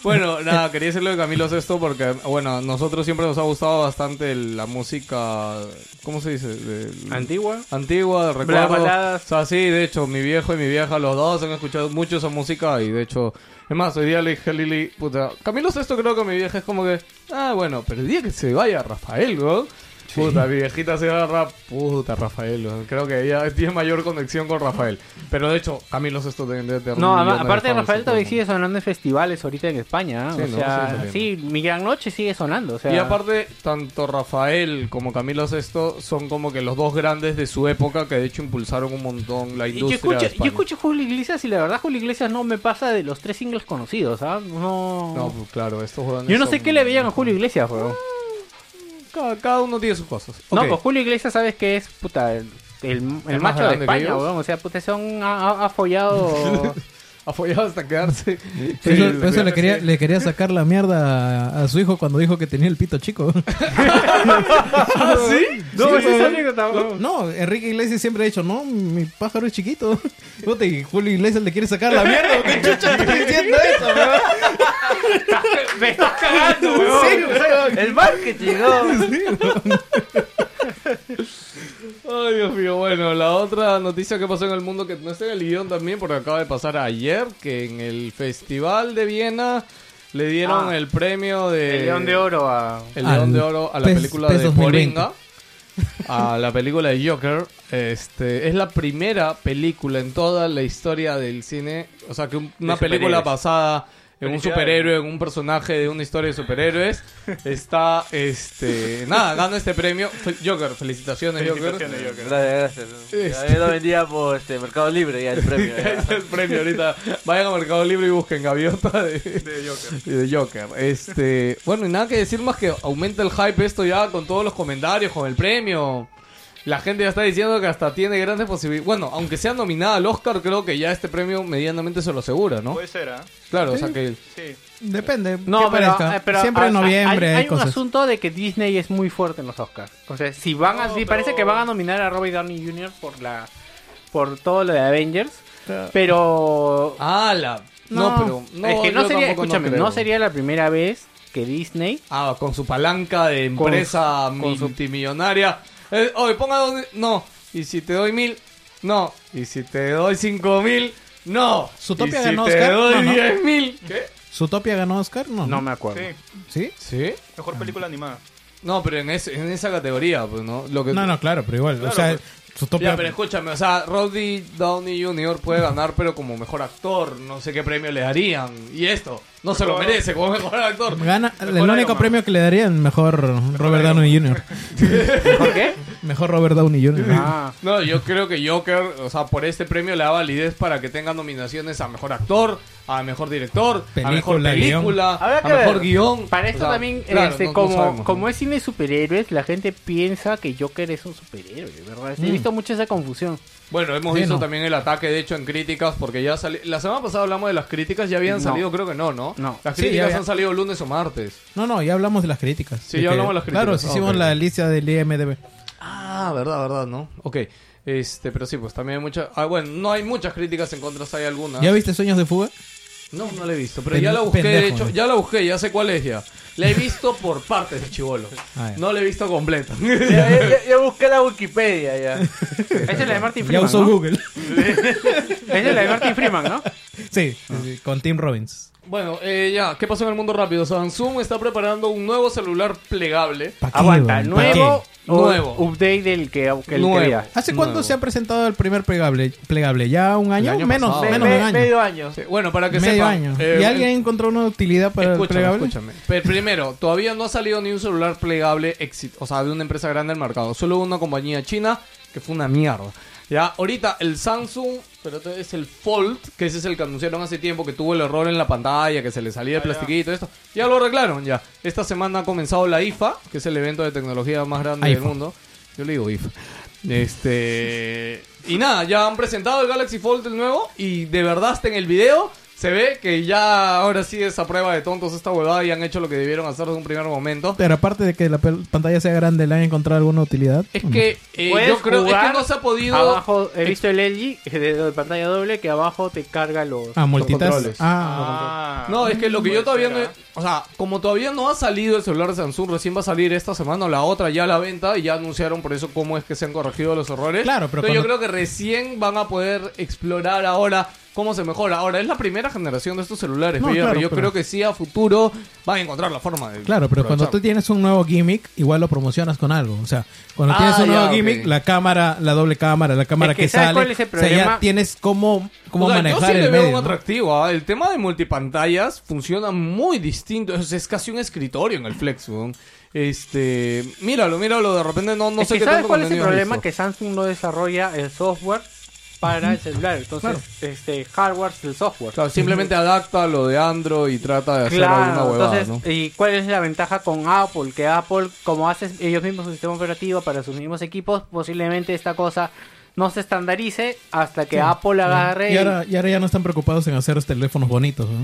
Bueno, nada, quería decirlo de Camilo Sesto porque, bueno, a nosotros siempre nos ha gustado bastante el- la música, ¿cómo se dice? Del-
antigua.
Antigua, recuerdo.
baladas.
O sea, sí, de hecho, mi viejo y mi vieja, los dos han escuchado mucho esa música y de hecho, es más, hoy día le dije a Lili, puta, Camilo Sesto creo que mi vieja es como que, ah, bueno, pero el día que se vaya Rafael, weón. Puta, mi viejita se agarra, puta, Rafael, weón. Creo que ella tiene mayor conexión con Rafael. Pero de hecho, Camilo Sesto debe de, tener
No,
un
ama-
millón
aparte de
fans en
Rafael
todo el
todavía sigue sonando en festivales ahorita en España. ¿eh?
Sí,
o
¿no?
sea,
Sí,
sí, Mi Gran Noche sigue sonando. O sea,
Y aparte, tanto Rafael como Camilo Sesto son como que los dos grandes de su época que de hecho impulsaron un montón la
Y Yo
industria.
escucho,
de
yo
España.
escucho Julio Iglesias y la verdad Julio Iglesias no me pasa de los tres singles conocidos, ¿ah? No...
No, pues claro, estos juegan
Yo no
eso.
sé qué le veían a Julio Iglesias, bro.
Cada, cada uno tiene sus cosas.
No,
Ok.
pues Julio Iglesias sabes que es, puta, el, el- el
más
macho de
grande que
España,
ellos.
bro. O sea, puta, son, ha, ha-
*laughs*
ha follado...
Apoyado hasta quedarse. Sí,
Por eso, por
la
eso le,
verdad
quería,
es que-
le quería sacar la mierda a, a su hijo cuando dijo que tenía el pito chico. *laughs* pues,
¿Ah, sí?
no, eh. esa es anécdota, bro.
No, Enrique Iglesias siempre ha dicho, no, mi pájaro es chiquito. *laughs* Puta, y Julio Iglesias le quiere sacar la mierda. ¿Qué chucha está diciendo eso, weón?
Me estás cagando, bro.
El marketing, ¿no?
Ay, Dios mío. Bueno, la otra noticia que pasó en el mundo que no está en el guión también, porque acaba de pasar ayer, que en el Festival de Viena le dieron
Ah.
el premio de...
El León de Oro a...
el León
Al
de Oro a la
PES-
película
PES
de
2020.
Poringa. A la película de Joker. Este, es la primera película en toda la historia del cine. O sea, que un- una película
superhéroes.
basada en un
Felicidades.
superhéroe, en un personaje de una historia de superhéroes. Está, este. Nada, gana este premio. Fe- Joker, felicitaciones,
Felicitaciones,
Joker.
Joker.
Gracias, gracias. Ya, Yo lo vendía por este Mercado Libre ya el premio. *laughs* ya.
*laughs* Es el premio ahorita. Vayan a Mercado Libre y busquen Gaviota de, y de Joker. Este, bueno, y nada que decir más que aumenta el hype esto ya con todos los comentarios, con el premio. La gente ya está diciendo que hasta tiene grandes posibilidades. Bueno, aunque sea nominada al Oscar, creo que ya este premio medianamente se lo asegura, ¿no?
Pues,
Puede ser, ¿ah?
claro, o sea que...
Sí.
Depende. ¿qué
No, pero,
parezca?
eh, pero
siempre
a-
en
a-
noviembre
hay,
hay,
hay un
cosas.
asunto de que Disney es muy fuerte en los Oscars. O sea, si van a, si parece que van a nominar a Robert Downey Jr. por la por todo lo de Avengers, pero
Ah, la... No, pero... No,
es que no
yo
sería,
tampoco
escúchame, no,
creo.
sería la primera vez que Disney
Ah, con su palanca de
Con-
empresa
con su-
multimillonaria. Eh, oye, ponga donde... No. Y si te doy mil, no. Y si te doy cinco mil, no.
Zootopia
y si
ganó
te
Oscar,
doy
no, ¿no?
diez mil, ¿qué?
¿Zootopia ganó Oscar? No.
no me acuerdo.
Sí.
¿Sí?
¿Sí?
Mejor película animada.
No, pero en, ese- en esa categoría, pues, ¿no? Lo que...
No, no, claro, pero igual. o
Claro,
sea,
pues.
Zootopia...
Ya, pero escúchame, o sea, Roddy Downey Jr. puede ganar, pero como mejor actor, no sé qué premio le darían. Y esto, no se lo
Mejor-
merece como mejor actor.
Gana, el
Iron
único
Man.
premio que le darían mejor Robert Downey
*laughs*
Jr.
¿Por qué?
Mejor Robert Downey Jr.
Ah,
No, yo creo que Joker, o sea, por este premio le da validez para que tenga nominaciones a mejor actor, a mejor director, a mejor
Película, guión.
película,
Habrá
a
que
mejor
ver.
guión.
para esto
O sea,
también
claro,
este,
no- no
como,
sabemos.
como es cine de superhéroes, la gente piensa que Joker es un superhéroe, ¿verdad?
Mm.
He visto mucha esa confusión.
Bueno, hemos
Sí,
visto
no.
también el ataque, de hecho, en críticas, porque ya sali- La semana pasada hablamos de las críticas, ya habían
No.
salido, creo que no, ¿no?
No.
Las
Sí, ya
críticas
había-
han salido lunes o martes.
No, no, ya hablamos de las críticas.
Sí, ya
que-
hablamos de las críticas.
Claro, sí
Ah,
hicimos
ok.
la lista del IMDB.
Ah, verdad, verdad, ¿no? Ok. Este, pero sí, pues también hay muchas... Ah, bueno, no hay muchas críticas en contra, hay algunas.
¿Ya viste Sueños de Fuga?
No, no la he visto, pero
Pen-
ya la busqué, de
pendejo, eh.
hecho,
¿no?
ya la busqué, ya sé cuál es ya. La he visto por partes de Chivolo.
Ah, ya.
No la he visto completa. *laughs*
Ya, ya- ya- ya busqué la Wikipedia ya.
Esa es la de Martin
Ya
Freeman,
usó
¿no?
Google. *laughs*
Esa es la de Martin Freeman, ¿no?
Ah.
Sí, sí, sí, con Tim Robbins.
Bueno, eh, ya, ¿qué pasó en el mundo rápido? Samsung está preparando un nuevo celular plegable.
¿Pa' qué,
Aguanta,
weón? ¿Pa'
nuevo,
qué?
o
Nuevo.
update del que, que el
Nuevo. Ah,
que ya.
qué? ¿Hace cuánto
Nuevo.
se ha presentado el primer plegable? plegable? ¿Ya un año?
año
menos,
pasado.
menos
Me-
de un año.
Medio año.
Sí, Bueno, para que
Medio
sepan.
año.
eh,
¿Y alguien encontró una utilidad para el
Escúchame,
plegable?
escúchame. Pero primero, todavía no ha salido ni un celular plegable éxito, o sea, de una empresa grande al mercado. Solo una compañía china que fue una mierda. Ya, ahorita el Samsung, pero este es el Fold, que ese es el que anunciaron hace tiempo que tuvo el error en la pantalla, que se le salía el plastiquito, esto. Ya lo arreglaron, ya. Esta semana ha comenzado la IFA, que es el evento de tecnología más grande del
IFA.
mundo. Yo le digo IFA. Este. Y nada, ya han presentado el Galaxy Fold el nuevo. Y de verdad, hasta en el video se ve que ya ahora sí es a prueba de tontos esta huevada y han hecho lo que debieron hacer desde un primer momento.
Pero aparte de que la pel- pantalla sea grande, ¿le han encontrado alguna utilidad?
Es que eh,
Puedes
yo creo es que
jugar
no se ha podido.
Abajo, he visto el LG de, de pantalla doble que abajo te carga los.
Ah, multitask.
controles.
Ah,
No, es que lo que yo
Puede
todavía
ser,
no.
¿ah?
O sea, como todavía no ha salido el celular de Samsung, recién va a salir esta semana o la otra ya a la venta y ya anunciaron por eso cómo es que se han corregido los errores.
Claro, pero
Entonces, yo
cuando-
creo que recién van a poder explorar ahora cómo se mejora. Ahora, es la primera generación de estos celulares,
No,
pero yo-
claro,
yo
pero-
creo que sí a futuro van a encontrar la forma de.
Claro, pero cuando tú
aprovechar.
tienes un nuevo gimmick, igual lo promocionas con algo. O sea, cuando
Ah,
tienes un
ya,
nuevo
ok.
gimmick, la cámara, la doble cámara, la cámara
Es que
que,
¿sabes
sale.
cuál es el
O sea,
problema?
ya tienes cómo, cómo
O sea, yo
manejar
sí le
el
veo
medio.
un
¿no?
atractivo. ¿ah? El tema de multipantallas funciona muy distinto. Es, es casi un escritorio en el Flex, weón. Este, míralo, míralo, de repente no, no
Es
sé
que
qué
¿Sabes
tanto
cuál es el
contenido has
problema?
visto.
Que Samsung no desarrolla el software para el celular. Entonces, este hardware es el software.
O sea, simplemente adapta lo de Android y trata de hacer alguna
Claro,
huevada,
entonces, ¿y cuál es la ventaja con Apple? Que Apple, como hacen ellos mismos su sistema operativo para sus mismos equipos, posiblemente esta cosa no se estandarice hasta que Apple agarre.
Y ahora, y ahora ya no están preocupados en hacer los teléfonos bonitos. ¿no?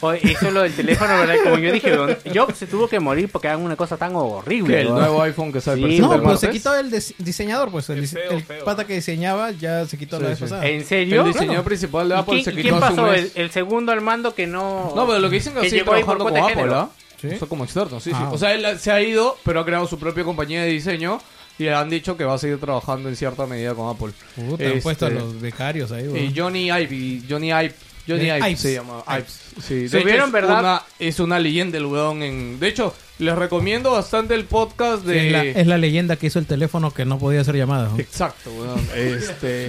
Oye, eso lo del teléfono, ¿verdad? Como yo dije, don- Jobs se tuvo que morir porque hagan una cosa tan
¿no?
horrible.
Que el
¿verdad?
nuevo iPhone que sale
Sí,
presente
No,
el
pero se
martes.
quitó el dis- diseñador, pues. El,
Qué
dis-
feo,
el
feo.
pata que diseñaba ya se quitó
Sí,
la vez
sí.
pasada.
¿En
El
serio?
diseñador
Claro.
principal de
¿Y
Apple
quién,
se quitó
quién
hace un
pasó?
mes.
El, el segundo al mando que no.
No, pues pero lo que dicen que
que
sigue
llegó ahí
trabajando
por
con
cuota de
Apple,
género.
¿ah?
Sí.
O sea, como externo, sí, sí.
Ah.
O sea, él se ha ido, pero ha creado su propia compañía de diseño y han dicho que va a seguir trabajando en cierta medida con Apple.
Puta,
Este,
han puesto a los becarios ahí, weón.
Y Johnny Ive, y Johnny Ive, Johnny
Eh,
Ive
Ives.
se llama Ives. Sí, de
Se
hecho,
vieron,
es
¿verdad?
Una, es una leyenda el weón en... De hecho, les recomiendo bastante el podcast
Sí,
de...
es, la, es la leyenda que hizo el teléfono que no podía hacer llamadas.
*laughs*
¿no?
Exacto, weón. Este...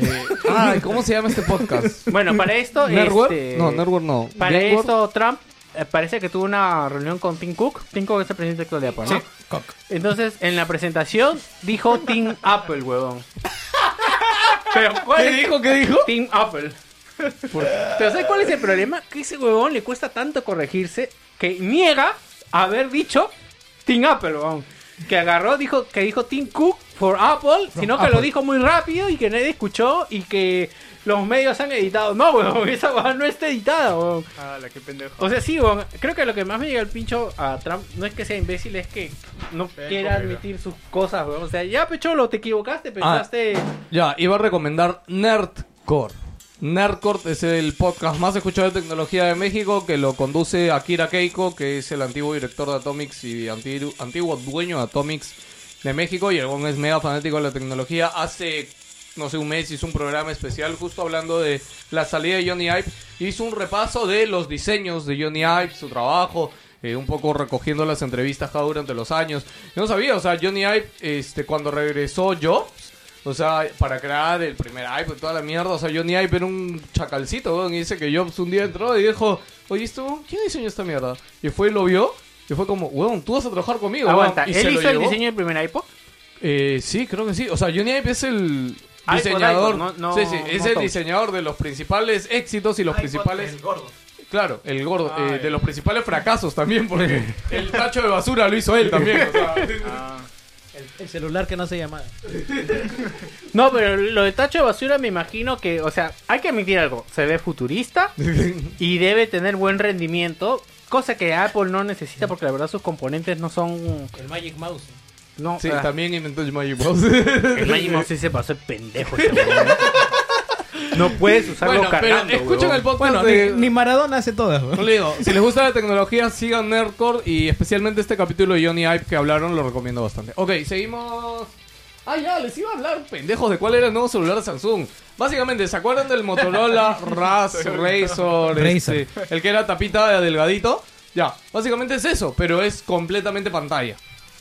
Ay, ¿cómo se llama este podcast?
Bueno,
*laughs*
para esto.
¿Network?
este,
No, Network no.
Para
Network.
esto, Trump eh, parece que tuvo una reunión con Tim Cook. Tim Cook es el presidente actual de Apple, ¿no? Entonces, en la presentación dijo Team
*laughs*
Apple, huevón. Pero, ¿cuál
¿Qué
es
dijo? ¿Qué dijo?
Team Apple? Pero, ¿sabes cuál es el problema? Que ese huevón le cuesta tanto corregirse que niega haber dicho Team Apple, huevón. Que agarró, dijo que dijo Team Cook for Apple, sino que lo dijo muy rápido y que nadie escuchó y que los medios han editado. No, huevón, *laughs* esa huevón no está editada, huevón.
Ah, la que pendejo.
O sea, sí, weón, creo que lo que más me llega el pincho a Trump no es que sea imbécil, es que no quiera
correcto.
admitir sus cosas, weón. O sea, ya, pecholo, te equivocaste, pensaste.
Ya, iba a recomendar Nerdcore. Nerdcore es el podcast más escuchado de tecnología de México que lo conduce Akira Keiko, que es el antiguo director de Atomics y anti- antiguo dueño de Atomics de México. Y el weón es mega fanático de la tecnología. Hace, no sé, un mes hizo un programa especial justo hablando de la salida de Johnny Ive. Hizo un repaso de los diseños de Johnny Ive, su trabajo, eh, un poco recogiendo las entrevistas cada durante los años. Yo no sabía, o sea, Johnny Ive, este, cuando regresó Jobs, o sea, para crear el primer iPod, toda la mierda. O sea, Johnny Ive era un chacalcito, weón. Y dice que Jobs un día entró y dijo, oye, esto, ¿quién diseñó esta mierda? Y fue y lo vio. Y fue como, weón, tú vas a trabajar conmigo.
Aguanta,
weón. Y
¿él
se lo
hizo el
llevó.
diseño del primer iPod?
Eh, sí, creo que sí. O sea, Johnny Ive es el
Ah, iPod,
diseñador.
iPod, no- no-
sí, sí, es
no
el
Touch.
diseñador de los principales éxitos y los principales.
gordo.
Claro, el gordo. eh, de los principales fracasos también, porque el tacho de basura lo hizo él también. O sea,
El celular que no se llamaba.
No, pero lo de tacho de basura me imagino que, o sea, hay que admitir algo. Se
*laughs*
ve futurista y debe tener buen rendimiento. Cosa que Apple no necesita porque la verdad sus componentes no son.
El Magic Mouse.
No,
sí,
ah,
también inventó el Magic Mouse.
el Magic Mouse sí se pasó el pendejo.
*laughs*
este weón. No puedes usarlo
Bueno, pero
cargando.
escuchen
weón.
el podcast
Bueno,
de...
ni, ni Maradona hace todas. ¿no?
No le digo, si les gusta la tecnología, sigan Nerdcore y especialmente este capítulo de Johnny Ive que hablaron, lo recomiendo bastante. Ok, seguimos. Ah, ya, les iba a hablar, pendejos, de cuál era el nuevo celular de Samsung. Básicamente, ¿se acuerdan del *laughs* Motorola Razr Razor? este, el que era tapita delgadito. Ya, básicamente es eso, pero es completamente pantalla.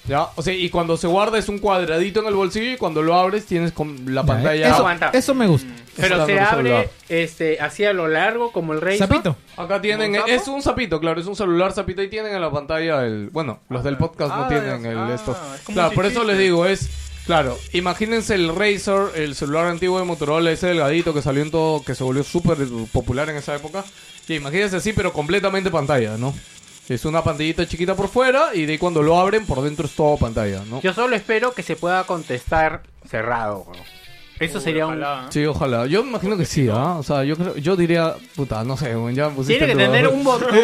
Ya, o sea, y cuando se guarda es un cuadradito en el bolsillo y cuando lo abres tienes con la pantalla.
eso,
aguanta.
eso me gusta.
Pero
Eso
se
no se
abre
hablaba.
este, así a lo largo, como el rey.
Sapito.
Acá tienen,
¿Un sapo?
es un sapito, claro, es un celular sapito y tienen en la pantalla el, bueno, los del podcast no
Ah,
tienen
ya,
el
ah,
esto.
es como
Claro,
un
por eso
chichiste.
les digo, es, claro, imagínense el Razor, el celular antiguo de Motorola, ese delgadito que salió en todo, que se volvió súper popular en esa época. Y imagínense así, pero completamente pantalla, ¿no? Es una pantallita chiquita por fuera y de ahí cuando lo abren por dentro es todo pantalla, ¿no?
Yo solo espero que se pueda contestar cerrado. weón. Eso
Uy,
sería un...
ojalá, ¿eh?
Sí, ojalá. Yo me imagino que sí, ¿ah? O sea, yo creo, yo diría, puta, no sé, ya pusiste
Tiene que
en duda.
tener
*laughs*
un botón,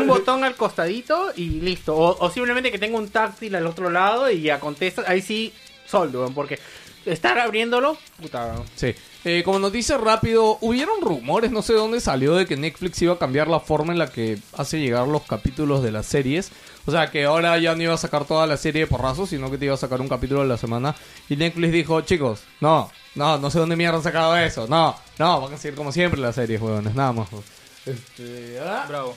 un botón al costadito y listo. O, o simplemente que tenga un táctil al otro lado y ya contestas. Ahí sí, soldo, weón, porque estar abriéndolo, puta. weón.
Sí. Eh, como noticia rápido, hubieron rumores, no sé dónde salió, de que Netflix iba a cambiar la forma en la que hace llegar los capítulos de las series. O sea, que ahora ya no iba a sacar toda la serie de porrazos, sino que te iba a sacar un capítulo a la semana. Y Netflix dijo, chicos, no, no, no sé dónde mierda han sacado eso. No, no, van a seguir como siempre las series, huevones, nada más. huevón. Este, ¿ah?
Bravo.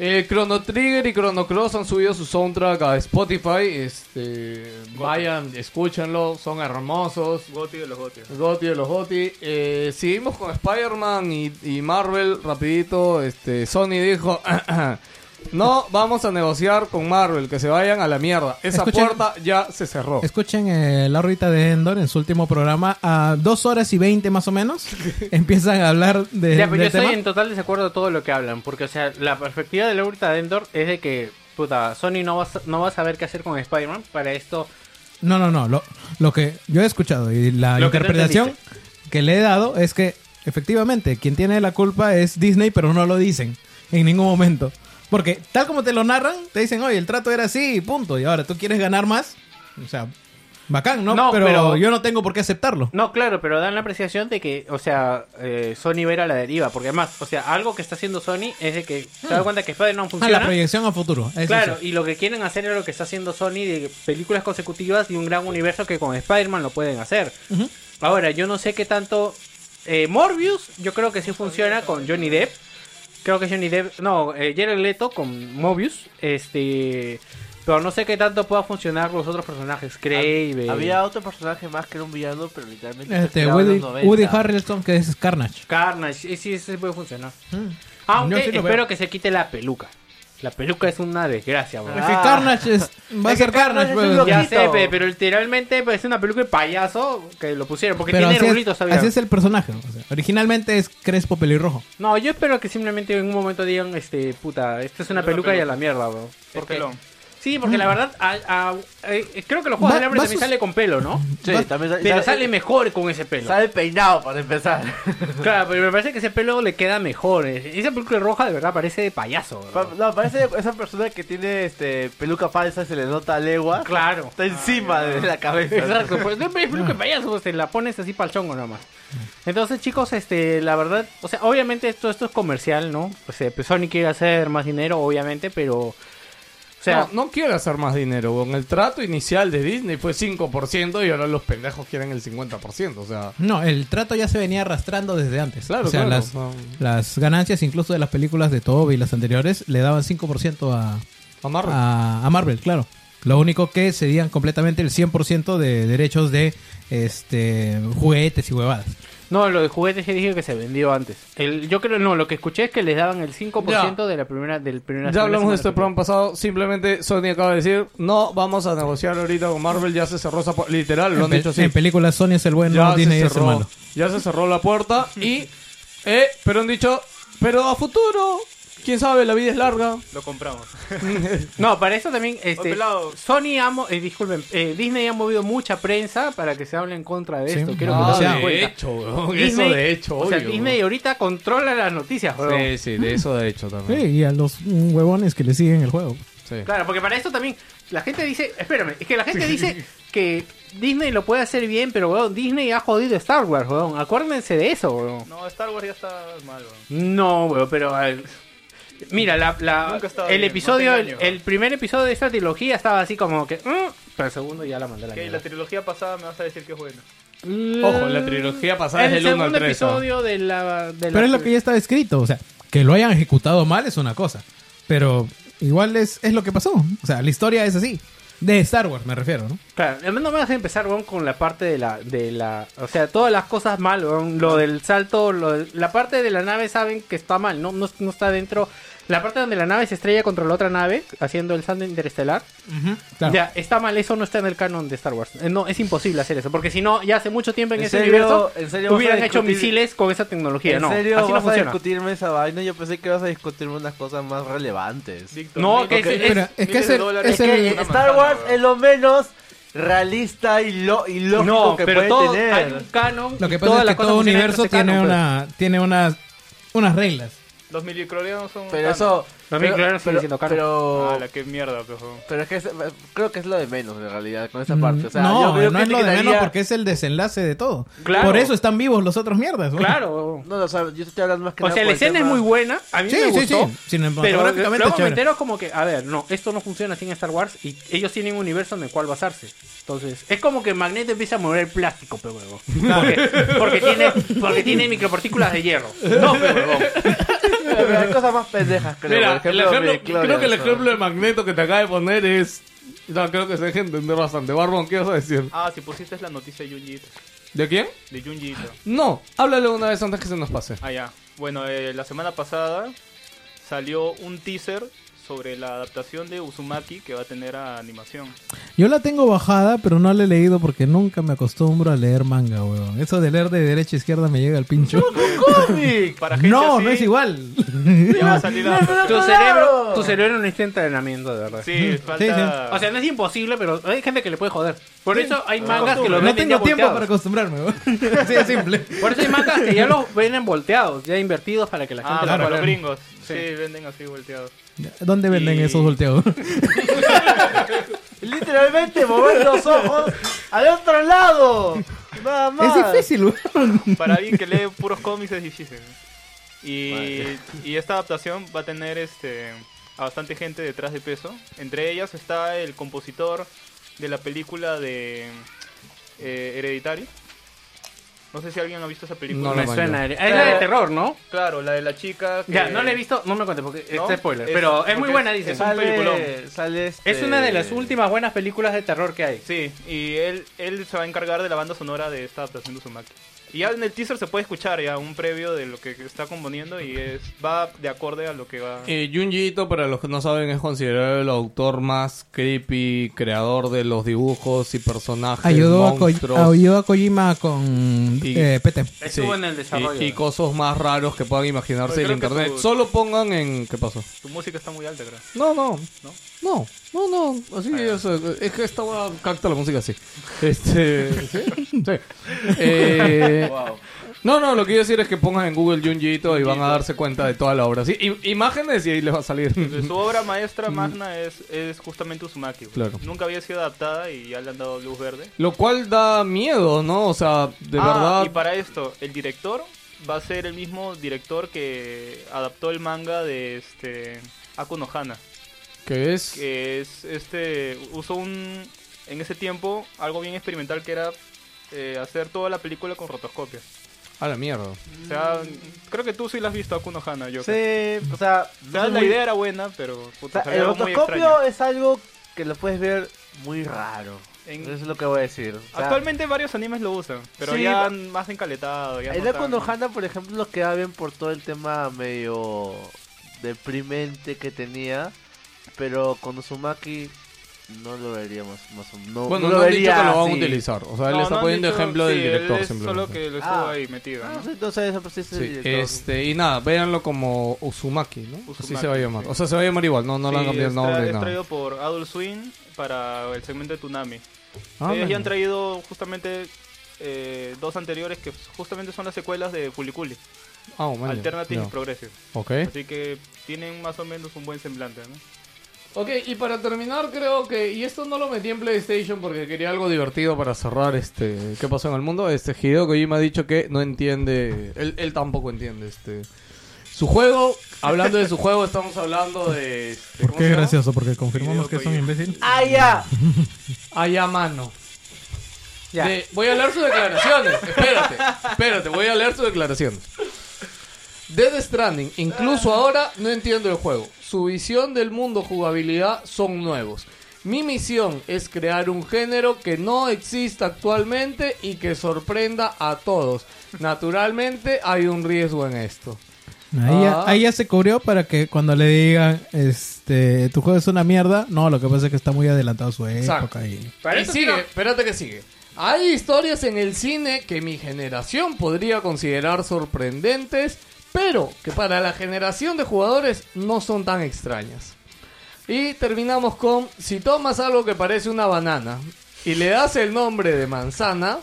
Eh, Chrono Trigger y Chrono Cross han subido su soundtrack a Spotify. Este, vayan, escúchenlo, son hermosos.
Goti de los Gotis.
Goti de los Goti. Eh, seguimos con Spider-Man y, y Marvel rapidito. Este, Sony dijo, *clears throat* no vamos a negociar con Marvel, que se vayan a la mierda. Esa
Escuchen-
puerta ya se cerró.
Escuchen eh, la órbita de Endor en su último programa. A dos horas y veinte más o menos *laughs* empiezan a hablar de,
Ya,
pues,
pero yo
Eh, del tema.
estoy en total desacuerdo de todo lo que hablan, porque, o sea, la perspectiva de la órbita de Endor es de que, puta, Sony no va, a sa- no va a saber qué hacer con Spider-Man. Para esto,
No, no, no. Lo, lo que yo he escuchado y la
Lo que tú
interpretación que le he dado es que efectivamente quien tiene la culpa es Disney, pero no lo dicen en ningún momento. Porque tal como te lo narran, te dicen, oye, el trato era así, y punto. Y ahora tú quieres ganar más. O sea, bacán, ¿no?
No,
pero,
pero-
yo no tengo por qué aceptarlo.
No, claro, pero dan la apreciación de que, o sea, eh, Sony verá la deriva, porque además, o sea, algo que está haciendo Sony es de que se da cuenta que Spider-Man
Ah,
funciona.
la proyección a futuro. Eso
claro,
sí.
y lo que quieren hacer es lo que está haciendo Sony de películas consecutivas y un gran universo que con Spider-Man lo pueden hacer.
Ujú.
Ahora, yo no sé qué tanto. eh, Morbius, yo creo que sí funciona con Johnny Depp. Creo que Johnny Depp. No, eh, Jared Leto con Morbius. Este. Pero no sé qué tanto pueda funcionar los otros personajes. Crave.
Había otro personaje más que era un villano, pero literalmente. se
Este,
esperaba en
Woody,
los 90.
Woody Harrelson, que es Carnage.
Carnage, eh, sí, ese puede funcionar.
Mm.
Aunque
Yo sí lo
espero
veo. Ah,
que se quite la peluca. La peluca es una desgracia, bro.
Es que Carnage es- va a
Es que
ser Carnage,
Carnage es un
pues.
Ya
loquito.
sé, pe, pero literalmente parece una peluca de payaso que lo pusieron. Porque
Pero
tiene
así es-
rulitos, ¿sabía?
así es el personaje. o sea, originalmente es Crespo pelirrojo.
No, yo espero que simplemente en un momento digan, este, puta, esto es una
Es una
peluca y a
peluca.
la mierda, bro.
Por
Porque-
pelón.
Sí, porque la verdad, a- a- eh, creo que los
Mm.
juegos
Va-
del hambre
va
también
sus-
sale con pelo, ¿no?
Sí,
Va-
también sale,
Pero
sale-
eh,
sale mejor con ese pelo.
sale peinado para empezar.
Claro, pero me parece que ese pelo le queda mejor. Eh, Esa peluca roja de verdad parece de payaso. bro.
Pa- No, parece esa persona que tiene este peluca falsa, se le nota a legua.
Claro.
Está encima de la cabeza.
Exacto, pues no es peluca de payaso, pues, te la pones así pa'l chongo nomás. Entonces, chicos, este, la verdad, o sea, obviamente todo esto es comercial, ¿no? O sea, pues Sony quiere hacer más dinero, obviamente, pero. O sea,
no, no quiere hacer más dinero, con el trato inicial de Disney fue 5% y ahora los pendejos quieren el 50%, o sea...
No, el trato ya se venía arrastrando desde antes.
Claro,
o sea,
claro.
Las, las ganancias incluso de las películas de Toby y las anteriores le daban 5% a,
Amarra.
Ah,
a, a Marvel, claro. Lo único que cedían completamente el 100% de derechos de este juguetes y huevadas.
no, lo de juguetes ya dije que se vendió antes. El, yo creo, no, lo que escuché es que les daban el 5% de la primera, del primera
Ya hablamos de
semana
este programa pasado, simplemente Sony acaba de decir, no vamos a negociar ahorita con Marvel, ya se cerró esa pu- literal, lo
En,
han
pe-
dicho así.
en películas Sony es el bueno,
Ya
Disney
se
es el
cerró.
malo.
Ya se cerró la puerta y eh, pero han dicho, pero a futuro, quién sabe, la vida es larga.
Lo compramos.
No, para eso también, este,
pelado.
Sony ha, mo- eh, disculpen, eh, Disney ha movido mucha prensa para que se hable en contra de
Sí.
esto. Quiero
Ah,
que
de
se den cuenta.
hecho, weón,
Disney-
eso de hecho,
O sea,
obvio,
Disney ahorita controla las noticias,
weón.
weón.
Sí, sí, de eso de hecho también.
Sí, y a los mm, huevones que le siguen el juego.
sí.
Claro, porque para esto también la gente dice, espérame, es que la gente dice que Disney lo puede hacer bien, pero weón, Disney ha jodido Star Wars, weón. Acuérdense de eso, weón.
No, Star Wars ya está mal, weón.
No, weón, pero al- mira, la, la-
Nunca ha estado
el
bien,
episodio,
no te
el,
engaño.
el primer episodio de esta trilogía estaba así como que, "Mm", pero el segundo ya la mandé a la
Que
mierda.
la trilogía pasada me vas a decir que es buena.
Ojo, la trilogía pasada es
el
del 1 al
segundo
3. ¿ah?
episodio de la, de la-
Pero es lo que ya estaba escrito. O sea, que lo hayan ejecutado mal es una cosa. Pero igual es, es lo que pasó. O sea, la historia es así. De Star Wars me refiero, ¿no?
Claro, al menos no me vas a empezar, weón, con la parte de la, de la... O sea, todas las cosas mal, weón. Lo del salto, lo del- la parte de la nave saben que está mal, ¿no? No, no está dentro... La parte donde la nave se estrella contra la otra nave, haciendo el salto interestelar.
Claro.
Ya, está mal, eso no está en el canon de Star Wars. Eh, No, es imposible hacer eso, porque si no, ya hace mucho tiempo en,
¿En
ese
serio?
universo
¿En serio vas a
hubieran hecho
discutir-
misiles con esa tecnología.
¿En
no,
serio
así no
vas a
funciona.
discutirme esa vaina? Yo pensé que vas a discutirme unas cosas más relevantes.
Víctor,
No,
miles-
que es-
miles
Pero
de
es que es el-
dólares.
es el-
una
Star
manzana,
Wars
weón.
es lo menos realista y, lo, y lógico
No,
que
pero
puede
todo,
tener.
hay un canon.
Lo que
y
pasa
todas
es
las
que
cosas
todo
funcionan
universo
dentro de ese
tiene,
canon, pues.
una, tiene unas, unas reglas.
Los milicrorianos son.
Pero eso...
Los
pero-
microorganismos siguen
pero-
siendo caros.
pero-
Ah, la que mierda, pejo.
Pero es que es- creo que es lo de menos en realidad con esa parte. O sea,
Mm, no,
yo creo
no
que
es lo de menos
quitaría-
porque es el desenlace de todo.
Claro.
Por eso están vivos los otros mierdas. ¿no?
Claro, weón.
No, no, o sea, yo estoy hablando más que
O
nada
sea, la
por el
escena es
tema-
muy buena. A mí
Sí,
me
sí,
gustó.
sí.
Pero
Cinematográficamente
luego me
chévere.
entero como que, a ver, no, esto no funciona sin Star Wars y ellos tienen un universo en el cual basarse. Entonces, es como que Magneto empieza a mover plástico, pero huevo. Porque, porque tiene, porque tiene micropartículas de hierro. No, pero huevo.
*laughs* Pero hay cosas más pendejas, creo.
Mira,
por
el
ejemplo,
ejemplo,
Midichlorians,
creo que el
¿no? *laughs*
ejemplo de Magneto que te acaba de poner es. No, creo que se deja entender bastante. Barbón, ¿qué vas a decir?
Ah, si pusiste la noticia de Junji Ito.
¿De quién?
De Junji Ito.
No, háblale una vez antes que se nos pase.
Ah, ya. Bueno, eh, la semana pasada salió un teaser sobre la adaptación de Uzumaki que va a tener a animación.
Yo la tengo bajada, pero no la he leído porque nunca me acostumbro a leer manga, weón. Eso de leer de derecha a izquierda me llega al
*laughs*
pincho.
Para gente
no,
así,
no es igual.
Ya va a salir la
Tu cerebro, tu cerebro necesita entrenamiento, de verdad.
Sí, falta.
O sea, no es imposible, pero hay gente que le puede joder. Por eso hay mangas que lo
No
venden ya
tengo tiempo
volteados.
para acostumbrarme, weón. *laughs* Así de simple.
Por eso hay mangas que ya los venden volteados, ya invertidos para que la gente
Ah,
lo
para
pueda
los
leer.
gringos. Sí, venden así volteados.
¿Dónde venden
Y-
esos
*laughs*
volteados?
Literalmente mover los ojos al otro lado. Nada más.
es difícil, weón.
Para alguien que lee puros cómics es difícil. Y, y esta adaptación va a tener este a bastante gente detrás de peso. Entre ellas está el compositor de la película de eh, Hereditary. No sé si alguien ha visto esa película.
No la
Me
mango.
suena. Es la de terror, ¿no?
Claro, la de la chica. que-
Ya, no la he visto, Eh, no me cuentes porque
¿No?
este es spoiler.
Es-
pero es muy
porque
buena,
es-
dice.
es un peliculón.
sale este-
Es una de las últimas buenas películas de terror que hay.
Sí, y él, él se va a encargar de la banda sonora de esta adaptación de Uzumaki. Y ya en el teaser se puede escuchar ya un previo de lo que está componiendo y es va de acorde a lo que va.
Eh, Junji Ito, para los que no saben, es considerado el autor más creepy, creador de los dibujos y personajes,
Ayudó a, Ko-
monstruos
ayudó a Kojima con
Y-
eh, PT.
Estuvo en el desarrollo.
y, y cosas más raros que puedan imaginarse
Oye,
en
creo que
internet.
tu-
Solo pongan en... ¿Qué pasó?
Tu música está muy alta, creo.
No, no.
¿No?
No, no, no. Así es. eh, Es que esta hueá capta la música así. Este. ¿Sí? Sí. Eh, No, no, lo que quiero decir es que pongan en Google Junji Ito y van a darse cuenta de toda la obra. Sí, im- imágenes y ahí les va a salir.
Entonces, su obra maestra magna es, es justamente Uzumaki. güey.
Mm. Claro.
Nunca había sido adaptada y ya le han dado luz verde.
Lo cual da miedo, ¿no? O sea, de
Ah, Y
verdad.
para esto, el director va a ser el mismo director que adaptó el manga de este Akuno Hana.
Que es.
que es este usó un en ese tiempo algo bien experimental que era eh, hacer toda la película con rotoscopia.
A la mierda.
O sea, creo que tú sí la has visto Akuno Hana, yo. creo.
Mm. Sí, o sea,
Entonces, la idea era buena, pero
o
puta,
sea,
salió
el
algo muy
rotoscopio
extraño.
es algo que lo puedes ver muy raro.
En-
Eso es lo que voy a decir. O sea,
Actualmente varios animes lo usan, pero
Sí,
ya
va-
más encaletado, ya
Ahí
no
da
tan-
cuando Hanna, por ejemplo, lo queda bien por todo el tema medio deprimente que tenía. Pero con Uzumaki no lo veríamos más o no,
Bueno,
no
no
lo
han dicho
vería
que lo van a
así.
utilizar. O sea, él
No,
está
no han
poniendo
dicho-
ejemplo del
sí, él
director
es
simplemente.
solo que lo estuvo
Ah.
ahí metido.
Ah,
¿no?
no sé, no sé, eso pues sí es el
Sí,
director.
este, y nada, véanlo como Uzumaki, ¿no? Así
Uzumaki,
se va a llamar.
sí.
O sea, se va a llamar igual, no, no le han
Sí,
cambiado
es
el
tra-
nombre.
es
nada.
traído por Adult Swim para el segmento de Tsunami.
Ah,
Ellos ya han
bueno.
traído justamente eh, dos anteriores que justamente son las secuelas de Fuliculi,
Ah, bueno,
Alternative
ya. ¿Eh?
y Progressive.
Ok.
Así que tienen más o menos un buen
*laughs*
semblante, ¿no?
Ok, y para terminar creo que, y esto no lo metí en PlayStation porque quería algo divertido para cerrar este, ¿qué pasó en el mundo? Este Hideo Kojima ha dicho que no entiende, él, él tampoco entiende este, su juego, hablando de su juego estamos hablando de... este,
¿Por
¿cómo se
qué
llama?
Ah,
gracioso? Porque confirmamos que
Video
son imbéciles.
¡Ah, ya!
Ayamano.
Ya.
De- voy a leer sus declaraciones. espérate, espérate, voy a leer sus declaraciones. Dead Stranding, incluso ahora no entiendo el juego. Su visión del mundo, jugabilidad son nuevos. Mi misión es crear un género que no exista actualmente y que sorprenda a todos. Naturalmente hay un riesgo en esto.
Ahí, ya,
Ah.
ahí ya se cubrió para que cuando le digan, este, tu juego es una mierda, no, lo que pasa es que está muy adelantado su
Exacto.
época. Y...
y sigue, espérate que sigue. Hay historias en el cine que mi generación podría considerar sorprendentes, pero que para la generación de jugadores no son tan extrañas. Y terminamos con, si tomas algo que parece una banana y le das el nombre de manzana,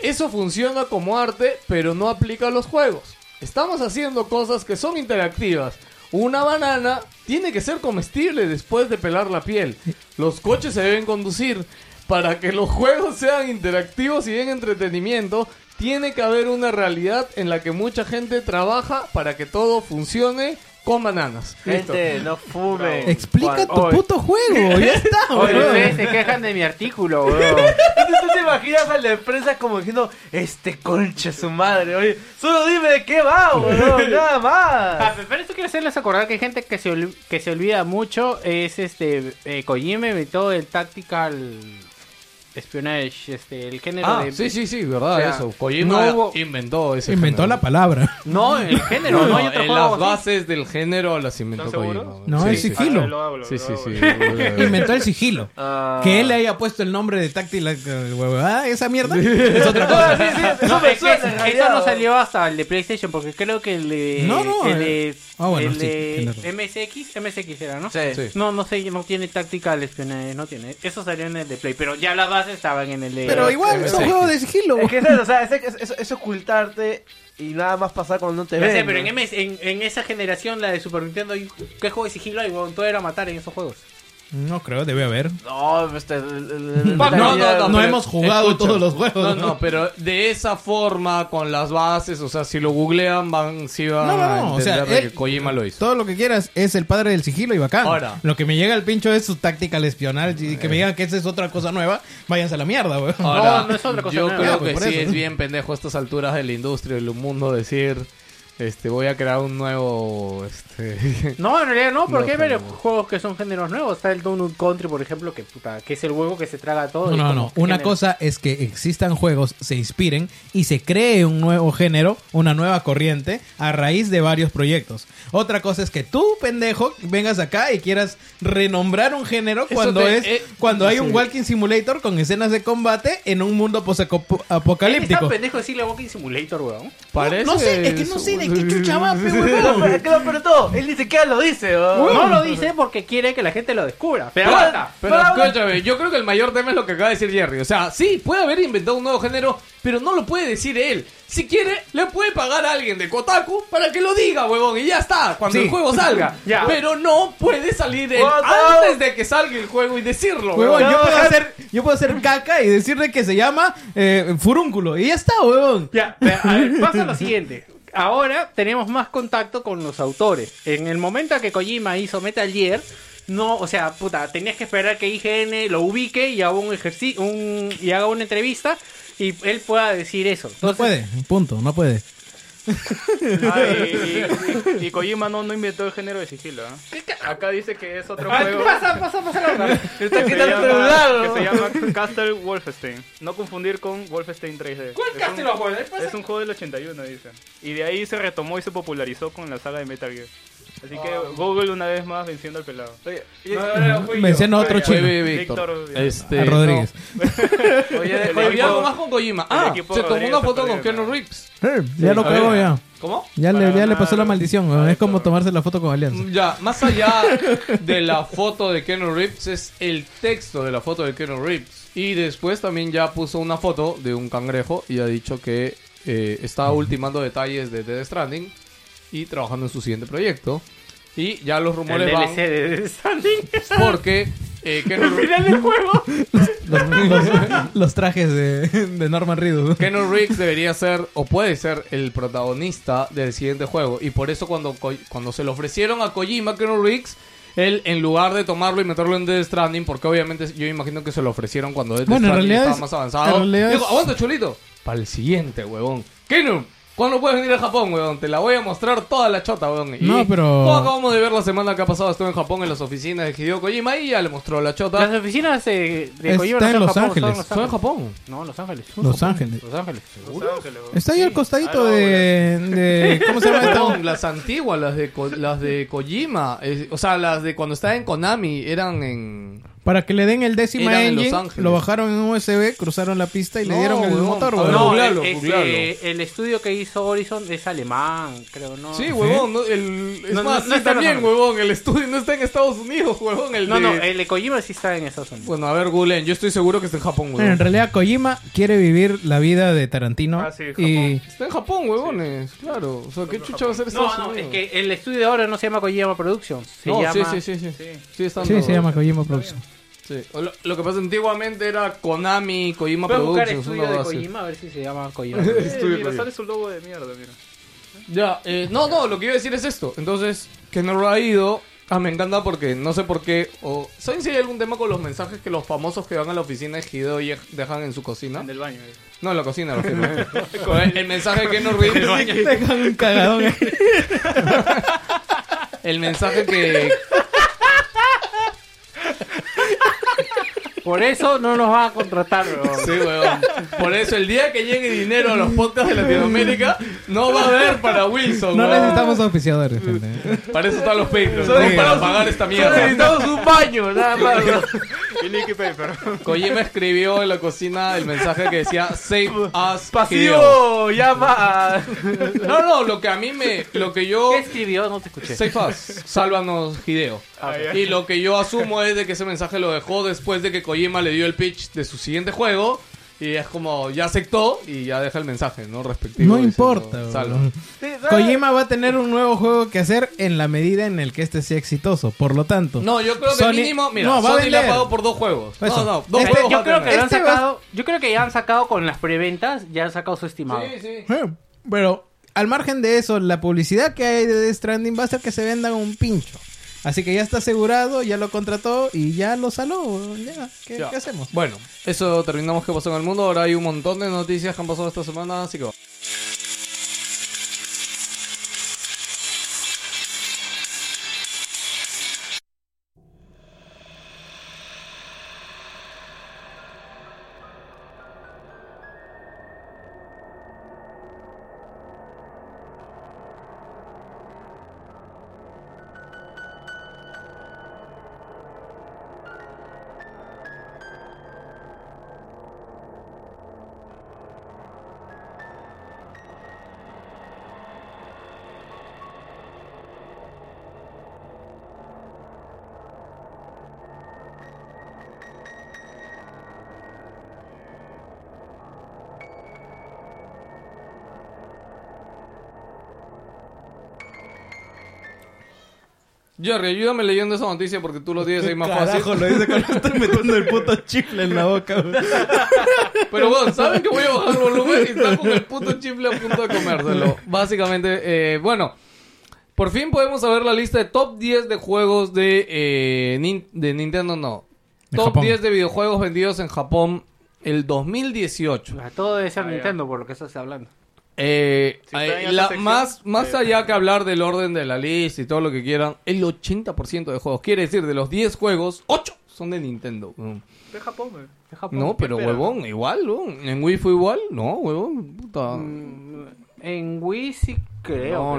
eso funciona como arte, pero no aplica a los juegos. Estamos haciendo cosas que son interactivas. Una banana tiene que ser comestible después de pelar la piel. Los coches se deben conducir. Para que los juegos sean interactivos y den entretenimiento, tiene que haber una realidad en la que mucha gente trabaja para que todo funcione con bananas. Listo.
Gente, no fume.
Explica tu puto juego,
*laughs*
ya está,
Oye,
bro.
ustedes se quejan de mi artículo, weón.
¿Tú te imaginas a la empresa como diciendo, este conche su madre? Oye, solo dime de qué
*laughs*
va, weón, nada
Ah,
más.
Pero esto quiero hacerles acordar que hay gente que se, ol- que se olvida mucho. Es este. Eh, Kojima inventó el Tactical Espionage. Este, el género
Ah,
de.
sí, sí, sí, verdad,
O sea,
eso. Kojima
no hubo-
inventó ese
Inventó
género.
la
*laughs*
palabra.
No, el género, no, hay otro
en
juego
las
así.
bases del género las inventó
¿Están
Kojima.
seguros?
No,
Sí,
el
sí,
Ah,
sigilo.
lo hablo,
Sí,
lo
sí,
hablo.
sí.
*laughs* Inventó el sigilo.
Ah.
Que él le haya puesto el nombre de táctil, eh, huevada, esa mierda, es *laughs* otra cosa.
Sí, sí, eso
No,
me
es que
suena, en
eso
realidad,
no
weón.
salió hasta el de PlayStation, porque creo que el de.
No, no,
el
eh.
de.
Ah, bueno,
el
sí,
de
tienes razón.
MSX, MSX era, ¿no?
Sí.
Sí.
No, no sé, no tiene Tactical Espionage, no tiene. Eso salió en el de Play, pero ya las bases estaban en el de.
Pero igual, son juegos de sigilo.
Es que es eso, o sea, es, es- es ocultarte y nada más pasar cuando no te
Ya
ven.
sé, pero en,
¿no?
MS en, en esa generación, la de Super Nintendo, hay- ¿qué juego de sigilo hay? weón? Todo era matar en esos juegos.
No creo, debe haber.
No, este... el- el- el-
No, no,
la-
*laughs*
no,
No
pero-
hemos jugado
escucha.
todos los juegos.
No, no, pero de esa forma, con las bases, o sea, si lo googlean, van, sí van
No, no,
a
no, o sea,
Ah, entender de
él-
que Kojima lo hizo.
Todo lo que quieras es el padre del sigilo y bacán.
Ahora.
Lo que me llega al pincho es su táctica al espionar y que me digan que esa es otra cosa nueva. Váyanse a la mierda, weón.
Ahora,
no es otra cosa
Yo
nueva.
creo
Ah, pues,
que
por
sí
eso.
es bien pendejo a estas alturas de la industria y del mundo decir, este, voy a crear un nuevo, este... *laughs*
No, en realidad no, porque
No,
hay varios
pero-
juegos que son géneros nuevos. Está el Donut Country, por ejemplo, que puta, que es el huevo que se traga todo.
No,
y
no,
como
no. Una
género.
cosa es que existan juegos, se inspiren y se cree un nuevo género, una nueva corriente a raíz de varios proyectos. Otra cosa es que tú, pendejo, vengas acá y quieras renombrar un género
Eso
cuando
te-
es
eh,
cuando hay
sí.
un walking simulator con escenas de combate en un mundo
¿Quién es tan
posapocalíptico.
pendejo decirle a Walking Simulator, weón?
Parece
No sé, es que no sé de qué chucha
*laughs*
va, pe,
Pero,
*laughs*
huevón.
pero, es que lo peor de todo, él ni siquiera lo dice, weón.
No lo dice porque quiere que la gente lo descubra. Pero
Pero-
aguanta.
Pero
Para-
escúchame, yo creo que el mayor tema es lo que acaba de decir Jerry. O sea, sí, puede haber inventado un nuevo género, pero no lo puede decir él. Si quiere, le puede pagar a alguien de Kotaku para que lo diga, huevón, y ya está, cuando
Sí.
el juego salga.
Ya.
Pero no puede salir él
What the-
antes de que salga el juego y decirlo.
Huevón,
huevón.
yo puedo hacer, yo puedo hacer caca y decirle que se llama eh, furúnculo. Y ya está, huevón.
Ya, pero, a ver, pasa lo siguiente. Ahora tenemos más contacto con los autores. En el momento que Kojima hizo Metal Gear, no, o sea, puta, tenías que esperar que IGN lo ubique y haga un ejercicio un, y haga una entrevista y él pueda decir eso.
No
Entonces,
puede, punto, no puede.
Ah, y, y- y Kojima no, no inventó el género de sigilo. ¿ah? Acá dice que es otro
Ah,
juego.
pasa, pasa, pasa la verdad.
Está
que se
quitando el
llama-
celular,
que se
weón.
llama Castle Wolfenstein. No confundir con Wolfenstein 3D.
¿Cuál
Es un-
Castle of
¿eh?
Wolf?
Es un juego del 81, dice. Y de ahí se retomó y se popularizó con la saga de Metal Gear. Así que Google una vez más venciendo al pelado.
Venciendo a otro
Oye,
chino,
Oye, Víctor,
Víctor,
este,
a Rodríguez.
Oye,
El
no. Oye,
equipo-
algo más con Kojima. Ah, se
equipo
tomó
Rodríguez
una foto
se
con
perdió,
Keanu
¿no?
Reeves.
Eh, Ya lo
a
cago
ver.
ya.
¿Cómo?
Ya,
Para
le, ya le
ganar.
pasó la maldición, weón. es como tomarse la foto con
*laughs*
Alianza.
Mm, Ya, más allá de la foto de Keanu Reeves es el texto de la foto de Keanu Reeves. Y después también ya puso una foto de un cangrejo y ha dicho que eh, está ultimando detalles de Dead Stranding y trabajando en su siguiente proyecto. Y ya los
El
rumores van
DLC de de *laughs* Stranding.
porque eh,
*laughs*
Keanu, Reeves,
Final del juego.
Los, los- los trajes de, de Norman Reedus.
Keanu Reeves debería ser o puede ser el protagonista del siguiente juego. Y por eso cuando, Ko- cuando se le ofrecieron a Kojima Keanu Reeves, él en lugar de tomarlo y meterlo en Death Stranding, porque obviamente yo imagino que se lo ofrecieron cuando Death
Bueno, en
Stranding
realidad
estaba
es-
más
en
avanzado.
realidad
Digo,
es-
aguanta, chulito. Para el siguiente, huevón. Kenu, ¿cuándo puedes venir a Japón, huevón? Te la voy a mostrar toda la chota, huevón. Y
No, pero-
todo acabamos de ver la semana que ha pasado, estuve en Japón en las oficinas de Hideo Kojima y ya le mostró la chota.
Las oficinas eh, de
Está
Kojima
en
no
Los
son Japón,
Ángeles.
son
Estuve en Japón.
No, Los Ángeles. son
Los
Japón.
Ángeles.
Los Ángeles.
Los Ángeles, weón.
Está ahí al costadito
Ah, no,
de, de- ¿Cómo se llama
Perdón,
esta?
las antiguas, las de, Ko- las de Kojima. eh, o sea, las de cuando estaba en Konami eran en.
Para que le den el décima
Eran en
engine,
Los Ángeles.
lo bajaron en USB, cruzaron la pista y le
No,
dieron el
weón.
motor,
A
weón.
ver,
No,
googlealo,
es- es,
googlealo.
eh, el estudio que hizo Horizon es alemán, creo, ¿no?
Sí, huevón. no, el, es
Ah, No, no,
más,
no
sí,
está en
también,
Los Ángeles.
huevón. El estudio no está en Estados Unidos, huevón. El
No,
de-
no, eh. el de Kojima sí está en Estados Unidos.
Bueno, a ver, Gulen, yo estoy seguro que está en Japón,
Bueno, en
huevón.
realidad Kojima quiere vivir la vida de Tarantino
Ah, sí,
y
Japón.
Está en Japón, huevones. Claro. O sea, ¿qué chucha va a hacer Estados
No, no, es
Unidos?
que el estudio de ahora no se llama Kojima Productions. Se
No,
llama...
sí, sí, sí, sí.
Sí.
Sí, está
sí,
en-
se llama Kojima *laughs* Productions.
Sí. O Lo, lo que pasa antiguamente era Konami, Kojima
Voy a buscar
Productions,
estudio
una
de
cosa así.
Kojima a ver si se llama Kojima.
Eh,
Estudio
mira,
Kojima.
sale su logo de mierda, mira.
Ya, eh, no, no, lo que iba a decir es esto. Entonces, que no lo ha ido. Ah, me encanta porque no sé por qué. O, ¿Saben si hay algún tema con los mensajes que los famosos que van a la oficina de Hideo y dejan en su cocina?
En el baño. eh.
No, en la cocina, lo firmo. el, el mensaje que no Reeves.
Dejan un cagadón ahí.
El mensaje que.
Por eso no nos van a contratar, weón.
Sí, weón. Por eso, el día que llegue dinero a los podcasts de Latinoamérica, no va a haber para Wilson.
No
weón.
necesitamos *laughs* auspiciadores, gente.
Para eso están los Patreons.
Solo
¿no? Para
necesitamos-
pagar esta
*laughs* Solo
mierda.
necesitamos un baño, nada más. weón.
*laughs* Y Licky *laughs* Paper.
Kojima escribió en la cocina el mensaje que decía: Save us. Hideo".
Pasivo, llama a...
No, no, lo que a mí me. Lo que yo.
¿Qué escribió? No te escuché.
Safe us, sálvanos Hideo. Y lo que yo asumo es de que ese mensaje lo dejó después de que Kojima le dio el pitch de su siguiente juego. Y es como, ya aceptó y ya deja el mensaje, ¿no? Respectivo.
No
diciendo,
importa. bro.
"Salva".
Kojima va a tener un nuevo juego que hacer en la medida en el que este sea exitoso. Por lo tanto,
No, yo creo que
Sony-
mínimo, mira,
no, va a
Sony le ha
vender.
pagado por dos juegos. No,
Eso.
no, dos
Este-
juegos. va
Yo
a
creo que
tener.
lo han
Este va-
sacado... Yo creo que ya han sacado con las preventas, ya han sacado su estimado.
Sí, sí.
Eh, Pero al margen de eso, la publicidad que hay de Death Stranding va a ser que se venda un pincho. Así que ya está asegurado, ya lo contrató y ya lo saló. Ya, ¿qué,
Ya.
qué hacemos?
Bueno, eso terminamos que pasó en el mundo. Ahora hay un montón de noticias que han pasado esta semana, así que va. Jerry, ayúdame leyendo esa noticia porque tú lo tienes ahí más fácil.
Carajo, lo hice cuando estoy metiendo el puto chifle en la boca. güey.
Pero bueno, saben que voy a bajar el volumen y está con el puto chifle a punto de comérselo.
*laughs*
Básicamente, eh, bueno, por fin podemos saber la lista de top 10 de juegos de, eh, nin- de Nintendo, no.
De
top
Japón.
10 de videojuegos vendidos en Japón el 2018.
A Todo debe ser
Ah, ya.
Nintendo por lo que estás hablando.
Eh,
Si traen
eh,
esa
la-
sección-
más más
Eh.
allá que hablar del orden de la lista y todo lo que quieran, el 80% de juegos, quiere decir, de los 10 juegos, 8 son de Nintendo. weón.
De Japón, weón.
De Japón.
No, pero
espera?
huevón, igual, weón. En Wii fue igual, no, huevón, puta.
Mm,
En Wii sí creo.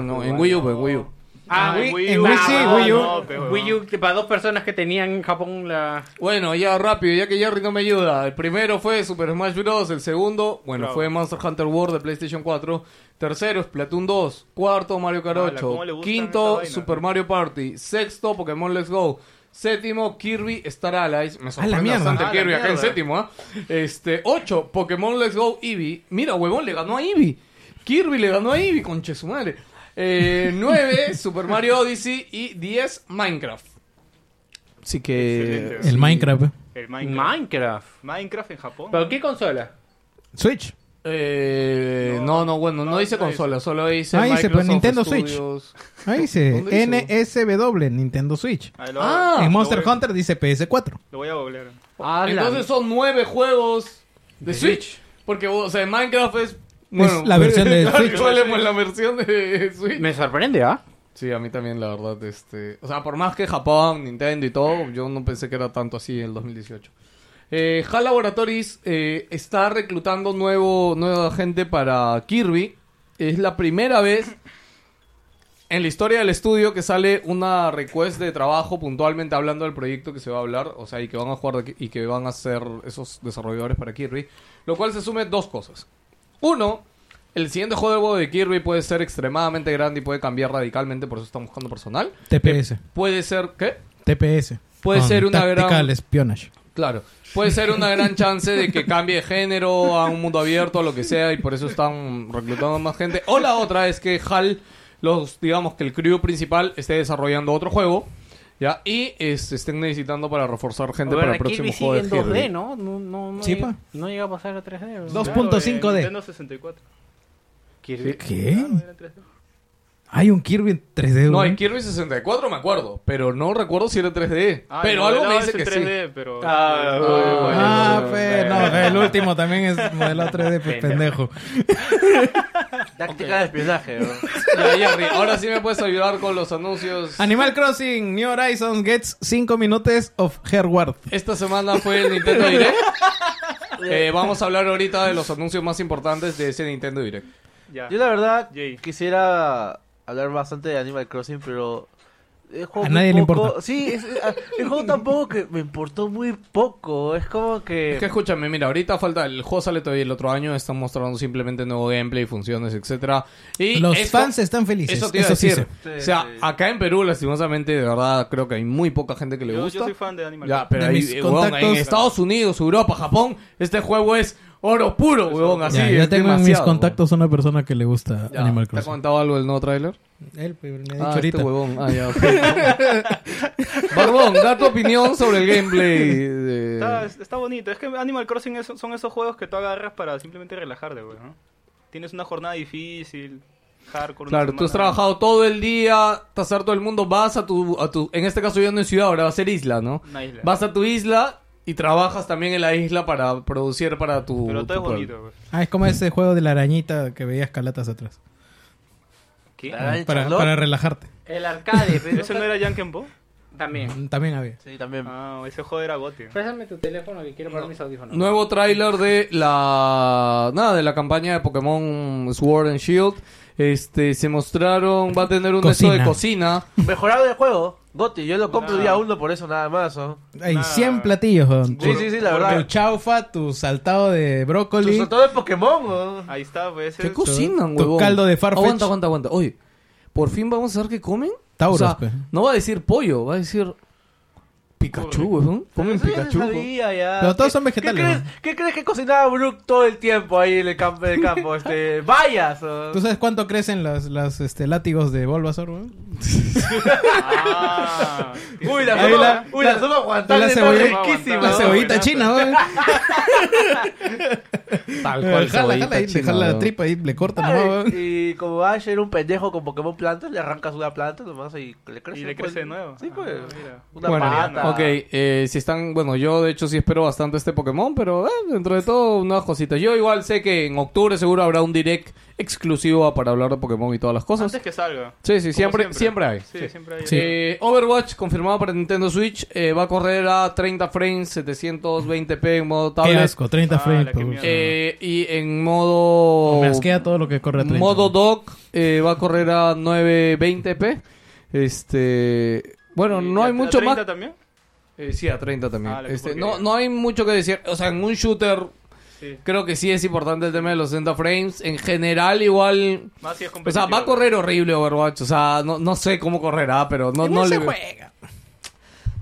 No,
que
no,
fue
en
igual.
Wii U, en Wii U.
Ah,
No,
Wii,
en Wii sí,
no,
Wii U.
no,
pe, weón.
Wii U que para dos personas que tenían en Japón la...
Bueno, ya rápido, ya que Jerry no me ayuda. El primero fue Super Smash Bros. El segundo, bueno,
Bravo.
fue Monster Hunter World de PlayStation 4. Tercero, Splatoon 2. Cuarto, Mario Kart
Ala,
8.
¿cómo le gustan esta
Quinto,
vaina?
Super Mario Party. Sexto, Pokémon Let's Go. Séptimo, Kirby Star Allies. Me sorprende
mierda.
bastante
A la
Kirby acá en
mierda.
séptimo, ¿ah? Este, ocho, Pokémon Let's Go Eevee. Mira, huevón, le ganó a Eevee. Kirby le ganó a Eevee, conche su madre. Eh, nueve, *laughs* Super Mario Odyssey. Y diez, Minecraft. Así que...
Excelente.
El Minecraft.
El
Minecraft.
Minecraft. Minecraft en Japón.
¿Pero qué consola?
Switch.
Eh, no, no, bueno, no,
No,
dice
no dice.
consola, solo dice
Ahí dice, pues,
Microsoft
Nintendo Switch.
Studios. *laughs*
Ahí dice
¿Dónde dice?
NSW, Nintendo Switch.
Ahí lo-
Ah,
lo
en Monster
voy-
Hunter dice PS4.
Lo voy a googlear.
Ah, la-
Entonces son nueve juegos de Switch. Porque, o sea, Minecraft es... Bueno,
la versión
*laughs*
de
claro,
Switch.
igual es la versión de Switch.
me sorprende, ¿ah?
Sí, a mí también, la verdad, este... O sea, por más que Japón, Nintendo y todo, yo no pensé que era tanto así en el 2018. Eh, HAL Laboratories eh, está reclutando nuevo, nueva gente para Kirby. Es la primera vez en la historia del estudio que sale una request de trabajo puntualmente hablando del proyecto que se va a hablar, o sea, y que van a jugar de- y que van a ser esos desarrolladores para Kirby, lo cual se sume dos cosas. Uno, el siguiente juego de Kirby puede ser extremadamente grande y puede cambiar radicalmente, por eso estamos buscando personal.
TPS.
Puede ser, ¿qué?
TPS.
Puede
Con
ser una gran-
Tactical Espionage.
Claro. Puede ser una gran chance de que cambie de género a un mundo abierto, a lo que sea, y por eso están reclutando más gente. O la otra es que HAL, los, digamos que el crew principal esté desarrollando otro juego, ¿ya? Y es- se estén necesitando para reforzar gente
A ver,
para el
aquí
próximo
sigue
juego de
en
Kirby.
2D, ¿no? No, no, no,
Sí,
llega,
pa.
no llega a pasar a 3D. ¿no?
2.5D.
Claro, en Nintendo 64.
Kirby.
¿Qué?
Claro, era Ah, en 3D.
Hay un Kirby en 3D.
No,
güey.
en Kirby 64 me acuerdo, pero no recuerdo si era 3D.
Ah,
pero
el
algo me
modelado
dice
es en
que sí.
3D, pero...
Ah,
pero-
bueno, bueno.
Ah,
Bueno,
fe,
bueno.
no, fe, el último también es modelo 3D, pues, pendejo.
Táctica de espionaje, bro.
Ya, Jerry, ahora sí me puedes ayudar con los anuncios.
Animal Crossing New Horizons gets 5 minutes of her worth.
Esta semana fue el Nintendo
*laughs*
Direct. Eh, vamos a hablar ahorita de los anuncios más importantes de ese Nintendo Direct.
Ya.
Yo la verdad *laughs*
Jay.
quisiera hablar bastante de Animal Crossing, pero... el juego
A
muy
nadie le
poco-
importa.
Sí, es, es- a- el juego tampoco que me importó muy poco. Es como que...
Es que escúchame, mira, ahorita falta, el juego sale todavía el otro año, están mostrando simplemente nuevo gameplay, funciones, etcétera. Y
Los
esto-
fans están felices.
Eso te iba a
sí
decir.
sí.
o sea,
Sí, sí.
acá en Perú, lastimosamente, de verdad, creo que hay muy poca gente que le
Yo,
gusta.
yo soy fan de Animal
Ya,
Crossing.
pero
De
ahí,
mis
eh, huevón,
contactos-
en Estados Unidos, Europa, Japón, este juego es oro puro, huevón, así.
Ya,
es
yo tengo en mis
demasiado.
contactos una persona que le gusta
Ya,
Animal
¿Te ha
Crossing.
comentado algo del nuevo tráiler?
Él, pues, me ha dicho
Ah,
ahorita.
este huevón. Ah,
*laughs*
ya, ok. Barbón, da tu opinión sobre el gameplay. de-
Está, está bonito. Es que Animal Crossing es- son esos juegos que tú agarras para simplemente relajarte, güey, ¿no? Tienes una jornada difícil, hardcore. una
Claro, tú has
semana.
trabajado todo el día, estás harto del mundo, vas a tu, a tu... En este caso yo no en ciudad, ahora va a ser isla, ¿no?
Una isla.
Vas a tu isla y trabajas también en la isla para producir para tu...
Pero todo
tu
es
pueblo.
bonito, güey.
Ah, es como ese juego de la arañita que veías calatas atrás.
¿Qué?
Ah, el
Para,
Charlotte.
para relajarte.
El arcade,
*laughs*
pero
E, ¿Ese no era Janken Po?
También.
También había.
Sí, también.
Ah, ese juego era Gotti.
Préstame tu teléfono que quiero poner mis audífonos.
Nuevo tráiler de la... Nada, de la campaña de Pokémon Sword and Shield. Este, se mostraron, va a tener un eso de
Cocina.
cocina.
Mejorado el juego. Goti, yo lo compro
Nah.
día uno por eso nada más, ¿no?
Hay
Nada.
100 platillos, weón.
Sí, sí, sí, la
Tu
verdad.
chaufa, tu saltado de
Tu
brócoli.
soltado de Pokémon, ¿no?
Ahí está, pues. Ese
¿Qué cocinan,
tu
huevón?
caldo de Farfetch.
Aguanta, aguanta, aguanta. Oye, ¿por fin vamos a ver qué comen?
Tauros,
o sea,
pe.
no va a decir pollo, va a decir... Pikachu, huevón. Comen
Eso ya se
Pikachu. huevón.
sabía, ya.
Pero todos
¿Qué-
son vegetales,
¿Qué crees, ¿Qué crees que cocinaba Brook todo el tiempo ahí en el campo? en
*laughs*
el campo? Este, vayas. ¿no?
¿Tú sabes cuánto crecen las, las este, látigos de Bulbasaur, weón?
Ah,
Uy, la
Ahí
sopa,
la-
uy, la, sopa guantán
la
está
cebolla-
riquísima.
La
no,
¿no?
cebollita
buenazo.
china, weón. Jala,
Tal
jala,
cebollita
ahí, le
china,
jala la
huevón.
tripa ahí, le corta
Ay,
nomás, weón.
y como Ash era un pendejo con Pokémon plantas, le arrancas una planta nomás y le crece.
y le
pues.
crece de nuevo.
Sí, pues.
Ah, mira.
Una
bueno,
pata.
ok, eh, si están, bueno, yo de hecho sí espero bastante este Pokémon, pero eh, dentro de todo, unas cositas. Yo igual sé que en octubre seguro habrá un direct exclusivo para hablar de Pokémon y todas las *laughs* cosas.
Antes que salga.
Sí, sí,
Como
siempre, siempre. hay.
Sí,
Sí.
siempre hay.
Eh, Overwatch, confirmado para Nintendo Switch, eh, va a correr a 30 frames, 720p en modo
Qué
tablet.
asco, 30
Ah,
frames
la que
por
mierda.
Eh, y en modo...
Me asquea todo lo que corre a 30.
Modo dock eh, va a correr a 920p. Este... Bueno,
¿Y
no
la-
hay
la
mucho
30
más...
también?
Eh, sí, a 30 también.
Ah, la que
Este,
porquería.
no, no hay mucho que decir. O sea, en un shooter
Sí.
creo que sí es importante el tema de los 60 frames. En general, igual...
Más si es
O sea,
competitivo,
va a correr horrible Overwatch. O sea, no, no sé cómo correrá, pero no, no le veo-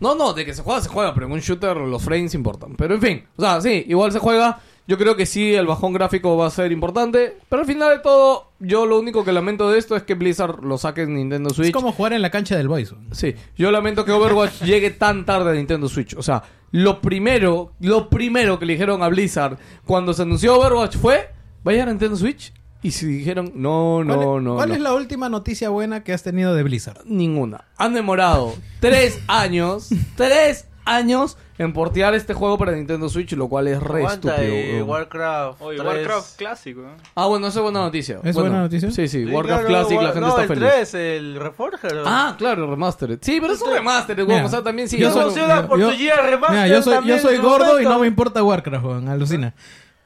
No, no, de que se juega, se juega, pero en un shooter los frames importan. Pero en fin, o sea, sí, igual se juega. Yo creo que sí, el bajón gráfico va a ser importante. Pero al final de todo, yo lo único que lamento de esto es que Blizzard lo saque en Nintendo Switch.
Es como jugar en la cancha del Boys. weón.
Sí, yo lamento
*laughs*
que Overwatch llegue tan tarde a Nintendo Switch. O sea, lo primero, lo primero que le dijeron a Blizzard cuando se anunció Overwatch fue Vayan a Nintendo Switch y si dijeron, no, no,
¿Cuál, es-
no.
¿Cuál
no.
es la última noticia buena que has tenido de Blizzard?
Ninguna. Han demorado tres años, tres años en portear este juego para Nintendo Switch, lo cual es re
Aguanta,
estúpido.
eh,
weón.
Warcraft.
Oye,
3.
Warcraft clásico. ¿eh?
Ah, bueno, eso es buena noticia.
¿Es
Bueno,
buena noticia?
Sí, sí,
Sí,
Warcraft
claro,
Classic, la
War-
gente
no,
está
el
feliz.
3, el Reforger.
Ah, claro, remastered. Sí, pero es un remastered, weón.
Mira,
O sea, también sí.
yo
es un-
soy una
yo-
oportunidad remaster.
Mira, yo soy, yo
también
soy
en su
gordo y no
momento.
me importa Warcraft, Juan. Alucina.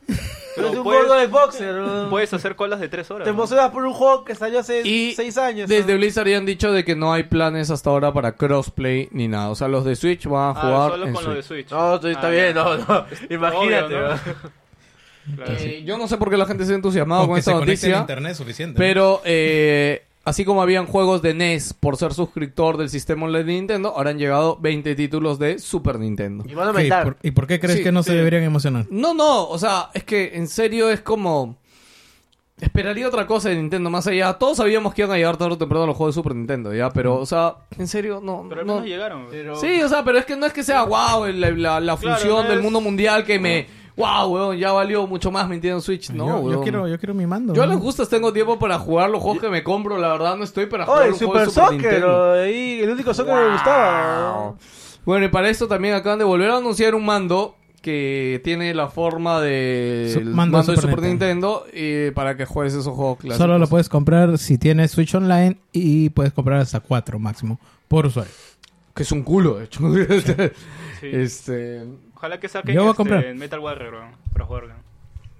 Ah,
Pero es
Pero
un
puedes-
gordo de boxer. weón.
Puedes hacer colas de tres horas.
Ah. Te
¿no?
emocionas por un juego que salió hace
Y
6 años.
Desde
weón.
Blizzard ya han dicho de que no hay planes hasta ahora para crossplay ni nada. O sea, los de Switch van a
Ah,
jugar
solo
en
con lo de
Switch.
Switch.
No, estoy- está
Ah,
bien,
ya.
no, no. Imagínate,
*laughs* Obvio, ¿no?
weón.
*laughs* Claro.
Eh, yo no sé por qué la gente se ha entusiasmado con
Porque
esta
se conecte en
noticia.
internet es suficiente.
*laughs* Pero eh, así como habían juegos de NES por ser suscriptor del sistema online de Nintendo, ahora han llegado 20 títulos de Super Nintendo.
Y van a
¿Qué? ¿Y
aumentar.
por, y por qué crees
Sí,
que no se
sí.
deberían emocionar?
No, no, o sea, es que en serio es como... Esperaría otra cosa de Nintendo más allá. Todos sabíamos que iban a llegar tarde o temprano los juegos de Super Nintendo, ¿ya? Pero, o sea, en serio, no...
Pero al
no-
menos llegaron.
Pero-
Sí, o sea, pero es que no es que sea wow la, la, la
Claro,
función
no
del
es-
mundo mundial que me... Wow, weón, ya valió mucho más mi Nintendo Switch. No,
yo, yo
weón.
quiero, yo quiero mi mando.
Yo a
¿no?
los gustos tengo tiempo para jugar los juegos que me compro. La verdad no estoy para jugar
Oye,
los juegos
Oh, Super
de Super
Soccer.
Nintendo.
oh, ahí, el único soccer que me gustaba.
Bueno, y para esto también acaban de volver a anunciar un mando que tiene la forma de
Su-
el
mando de
de
Super
Super Nintendo, y para que juegues esos juegos clásicos.
Solo lo puedes comprar si tienes Switch Online y puedes comprar hasta 4 máximo por usuario.
Que es un culo, de hecho. *laughs* Este,
Sí.
este,
Ojalá que saquen
Yo voy a
este,
comprar.
en Metal Warrior weón, para jugarlo.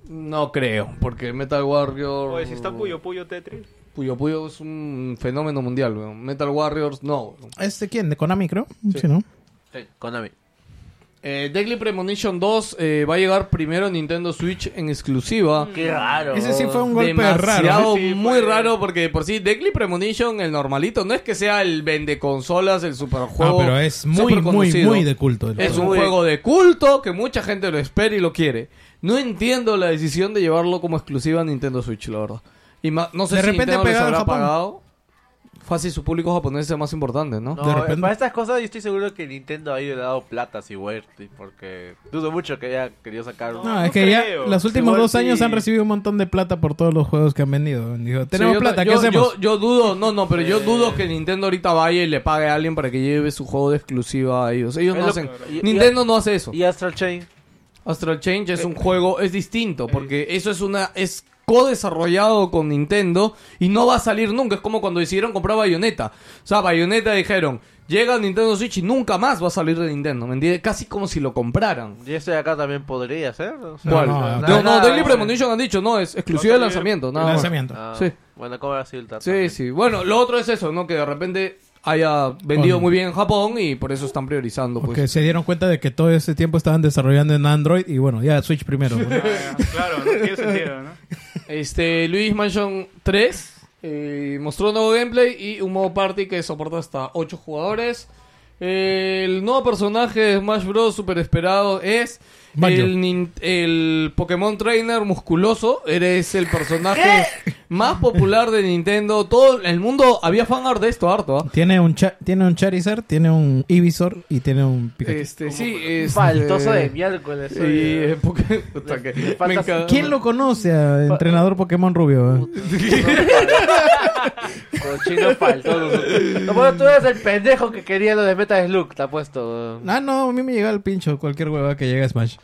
no creo, porque Metal Warrior...
Oye, si está Puyo Puyo
*laughs*
Tetris.
Puyo Puyo es un fenómeno mundial, weón. Metal Warriors, no.
¿Este quién? ¿De Konami, creo? Sí, ¿no?
Konami.
Eh, Deadly Premonition 2 eh, va a llegar primero en Nintendo Switch en exclusiva.
Qué raro.
Ese sí fue un golpe raro.
demasiado
Mm. Sí, sí,
muy
fue-
raro porque por sí Deadly Premonition el normalito no es que sea el vende consolas el superjuego
No, Ah, pero es muy,
súper
muy,
conocido.
muy de culto. el
es
juego.
un
Muy-
juego de culto que mucha gente lo espera y lo quiere no entiendo la decisión de llevarlo como exclusiva a Nintendo Switch la verdad y ma- no sé
De
si
repente
Nintendo les
pegado en
habrá
Japón.
pagado fácil su público japonés es el más importante no,
No,
De repente-
Para estas cosas yo estoy seguro que Nintendo ha ido dado plata si huerte, porque dudo mucho que haya querido sacar
No,
No
es que
creo.
ya los últimos
Igual
dos años
sí.
han recibido un montón de plata por todos los juegos que han vendido. Dijo, tenemos
Sí, yo-
plata,
yo,
¿qué hacemos?
Yo, yo dudo, no, no, pero yo dudo que Nintendo ahorita vaya y le pague a alguien para que lleve su juego de exclusiva a ellos. Ellos
Es
no
lo
hacen.
que- y-
Nintendo no hace eso.
y Astral Chain.
Astral Change es un juego, es distinto, porque eso es una, es co-desarrollado con Nintendo y no va a salir nunca. Es como cuando decidieron comprar Bayonetta. O sea, Bayonetta dijeron, llega a Nintendo Switch y nunca más va a salir de Nintendo, ¿me entiendes? Casi como si lo compraran.
Y esto de acá también podría ser. o sea,
¿Cuál?
no,
nada,
no,
No,
nada,
no, Daily
sí.
Premonition han dicho, no, es exclusivo de lanzamiento, nada más.
Lanzamiento.
Ah,
Sí.
Bueno, ¿cómo ha sido el trato?
Sí, sí. Bueno, lo otro es eso, ¿no? Que de repente haya vendido
Oye.
muy bien en Japón y por eso están priorizando, pues.
Porque se dieron cuenta de que todo ese tiempo estaban desarrollando en Android y bueno, ya Switch primero.
*laughs*
¿no?
Ah, ya, claro, no tiene
*laughs*
sentido, ¿no?
Este, Luis Mansion 3 eh, mostró un nuevo gameplay y un modo party que soporta hasta 8 jugadores. El nuevo personaje de Smash Bros. super esperado es
Banjo.
el, nin- el Pokémon Trainer musculoso. Eres el personaje más popular de Nintendo. Todo el mundo había fanart de esto harto. ¿ah?
tiene, un Cha- tiene un Charizard, tiene un Ivysaur y tiene un Pikachu.
Eh,
Este, sí, es
Faltoso de miércoles.
Sí,
oye.
eh, porque- puta, que me
falta-
encanta.
¿Quién lo conoce a entrenador Pokémon Rubio? eh?
Cochino faltoso. No, bueno, tú eres el pendejo que quería lo de Meta Slug, te ha puesto.
Ah, no, a mí me llega el pincho cualquier hueva que llegue a Smash.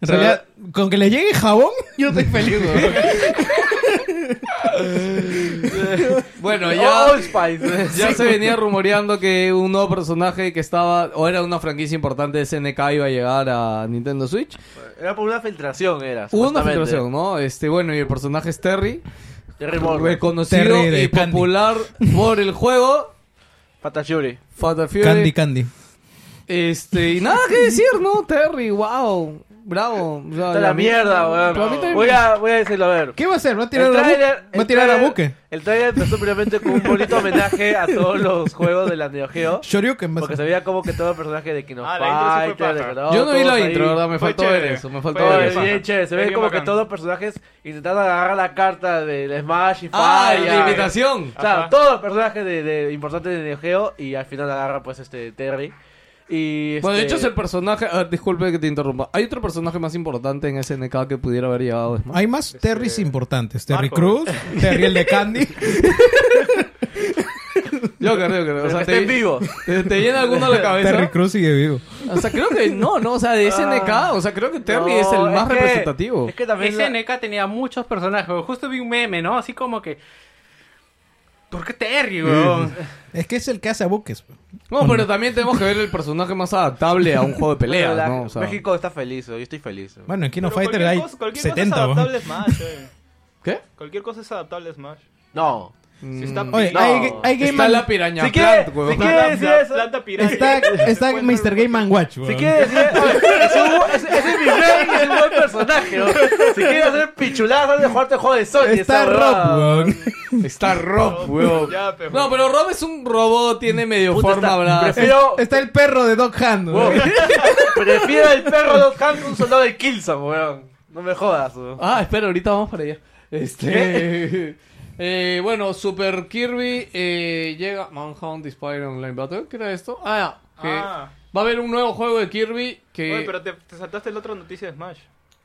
En
sea,
realidad, con que le llegue jabón, yo estoy feliz. güey.
*laughs* Bueno, ya,
All Spice.
ya se venía rumoreando que un nuevo personaje que estaba, o era una franquicia importante de SNK, iba a llegar a Nintendo Switch.
Era por una filtración, era.
Hubo una
supuestamente.
filtración, ¿no? Este, bueno, y el personaje es Terry,
Terry Moore.
reconocido
Terry de
y
Candy.
popular por el juego.
Fatal Fury.
Fatal Fury.
Candy, Candy.
Este, y nada que decir, ¿no? Terry, wow, bravo. O sea,
Está
y a
la
mí-
mierda, weón.
Pero a mí también
Voy a, voy a decirlo, a ver.
¿Qué va a hacer? ¿Va a tirar, a, Bu-
tráiler-
¿Va
el
a, tirar a
tráiler-
buque?
El trailer empezó primeramente con un bonito homenaje a todos los juegos de la Neo Geo.
Shoryuken va a
Porque se
ser.
veía como que todo el personaje de Kino
Ah, la intro sí fue
Fighter, de
paja.
Dragon,
Yo no vi la
todos
intro,
ahí.
¿verdad? Me
Fue
faltó
chévere,
ver eso, me faltó
fue
ver
Todo
bien
es
eso.
paja.
bien chévere, se
Es
ve
bien
como que
bacán.
todos los personajes intentando agarrar la carta del Smash y
Ah,
Fire.
y la invitación.
O sea,
Ajá.
todos los personajes de, de- importantes de Neo Geo y al final agarra pues este Terry.
Y,
Bueno, de
este,
hecho es el personaje... ah, disculpe que te interrumpa. ¿Hay otro personaje más importante en SNK que pudiera haber llegado después?
Hay más
Este,
Terrys importantes. Terry
Marco.
Cruz, Terry el de
*laughs*
Candy.
Yo creo que... O sea,
está en vivo.
¿Te, te llena alguno la cabeza?
Terry Cruz sigue vivo.
O sea, creo que no, no, o sea, de SNK, o sea, creo que *laughs* Terry
Ah. No,
es el más
es que-
representativo.
Es que también. la-
SNK E tenía muchos personajes. weón. Justo vi un meme, ¿no? Así como que. ¿Por qué Terry, weón?
Es que es el que hace a pues. buques.
No, pero también tenemos que ver el personaje más adaptable a un juego de
pero
peleas,
la-
¿no? O sea,
México está feliz, yo estoy feliz.
Bueno, en Kino
Pero
Fighter
cualquier
hay
cosa- cualquier cosa
70.
es
weón.
adaptable a Smash, eh.
¿Qué?
Cualquier cosa es adaptable a Smash.
No.
Si está
Oye,
pi-
hay, hay Game
Está
Man-
la piraña
Si quiere-
plant,
si
huevón.
quiere-
planta,
decir
pla-
eso?
planta pirata. *laughs*
Está, está Mr. Game Man Watch.
Si
weón.
quieres decir. Oye, ese hubo- Ese ese es mi rey, es un buen personaje. ¿no? Si quieres hacer pichuladas, antes de jugarte el juego de Sony.
Está
esa huevada.
Rob, weón.
Está Rob, huevón.
Ya, pe,
No, pero Rob es un robot, tiene medio
Puta,
forma,
está-
¿verdad?
prefiero- Pero-
Está el perro de Doc Hand. weón.
Weón, *laughs* Prefiero el perro de Ockham que un soldado de Kilson, weón. No me jodas, weón.
Ah, espera, ahorita vamos para allá. Este. *laughs* eh, bueno, Super Kirby eh, llega. Manhunt Inspired Online Battle. ¿Qué era esto? Ah, que
Ah.
va a haber un nuevo juego de Kirby. Que...
Oye, pero te, te saltaste la otra noticia de Smash.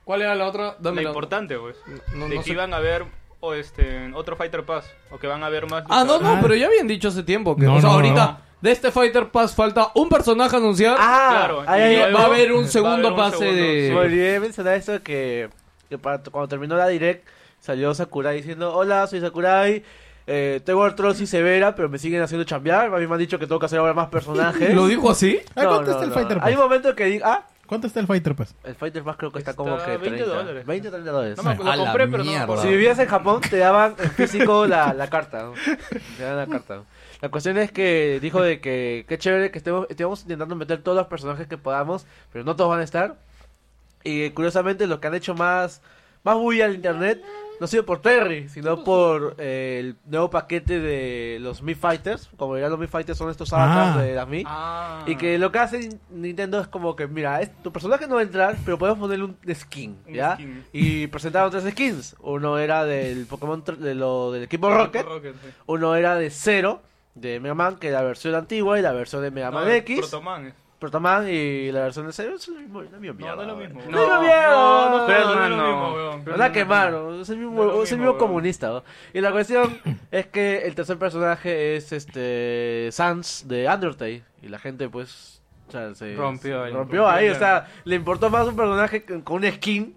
¿Cuál era la otra?
Lo
Dame la otra.
importante, pues.
No-
de
no
que
sé.
iban a haber o este, otro Fighter Pass. O que van a haber más.
Ah, no, no,
Ah.
pero ya habían dicho hace tiempo que.
No,
o sea,
no,
ahorita
no.
de este Fighter Pass falta un personaje anunciado.
Claro,
Ah,
y
ahí
luego
va a haber un segundo
un
pase de-
Me
sí.
olvidé de mencionar eso que, que para- cuando terminó la direct salió Sakurai diciendo Hola, soy Sakurai, eh, tengo artrosis severa, pero me siguen haciendo chambear. A mí me han dicho que tengo que hacer ahora más personajes.
*laughs* ¿Lo dijo así?
Ah,
No,
¿Cuánto
no,
está el
no.
Fighter
Hay
Pass?
un momento que diga, ah,
¿Cuánto está el Fighter pues? Pass?
el Fighter Pass creo que está,
Está
como que
20
30.
dólares.
20 o 30 dólares.
No me acuerdo,
A
lo
la
compré, pero no me
mierda.
acuerdo.
Si vivías en Japón, te daban en físico la,
*laughs*
la carta. ¿no? Te daban la carta. La cuestión es que dijo de que qué chévere que estemos, estemos intentando meter todos los personajes que podamos, pero no todos van a estar. Y eh, curiosamente, los que han hecho más, más bulla al internet no ha sido por Terry, sino por eh, el nuevo paquete de los Mi Fighters. Como verán, los Mi Fighters son estos avatars
Ah.
de las Mi.
Ah.
Y que lo que hace Nintendo es como que, mira, es- tu personaje no va a entrar, pero podemos ponerle un skin,
Un
¿ya?
skin.
Y presentaron tres skins. Uno era del Pokémon, tr- de lo, del equipo Rocket.
sí.
Uno era de Zero, de Mega Man, que es la versión antigua, y la versión de Mega
No,
Man
el
X.
Protoman, eh.
Protoman y la versión de Zero. Es la misma la misma
No, no es lo
mierda,
mismo.
weón.
weón.
No es la mierda.
No, no, no,
Pero,
no es lo
hermano,
mismo, weón.
Pero la quemaron, es el mismo,
No es lo
es el
mismo,
mismo
weón.
comunista. ¿no? Y la cuestión es que el tercer personaje es este Sans de Undertale. Y la gente, pues, o sea, se
Rompió
se
ahí.
rompió ahí. O sea, le importó más un personaje con con un skin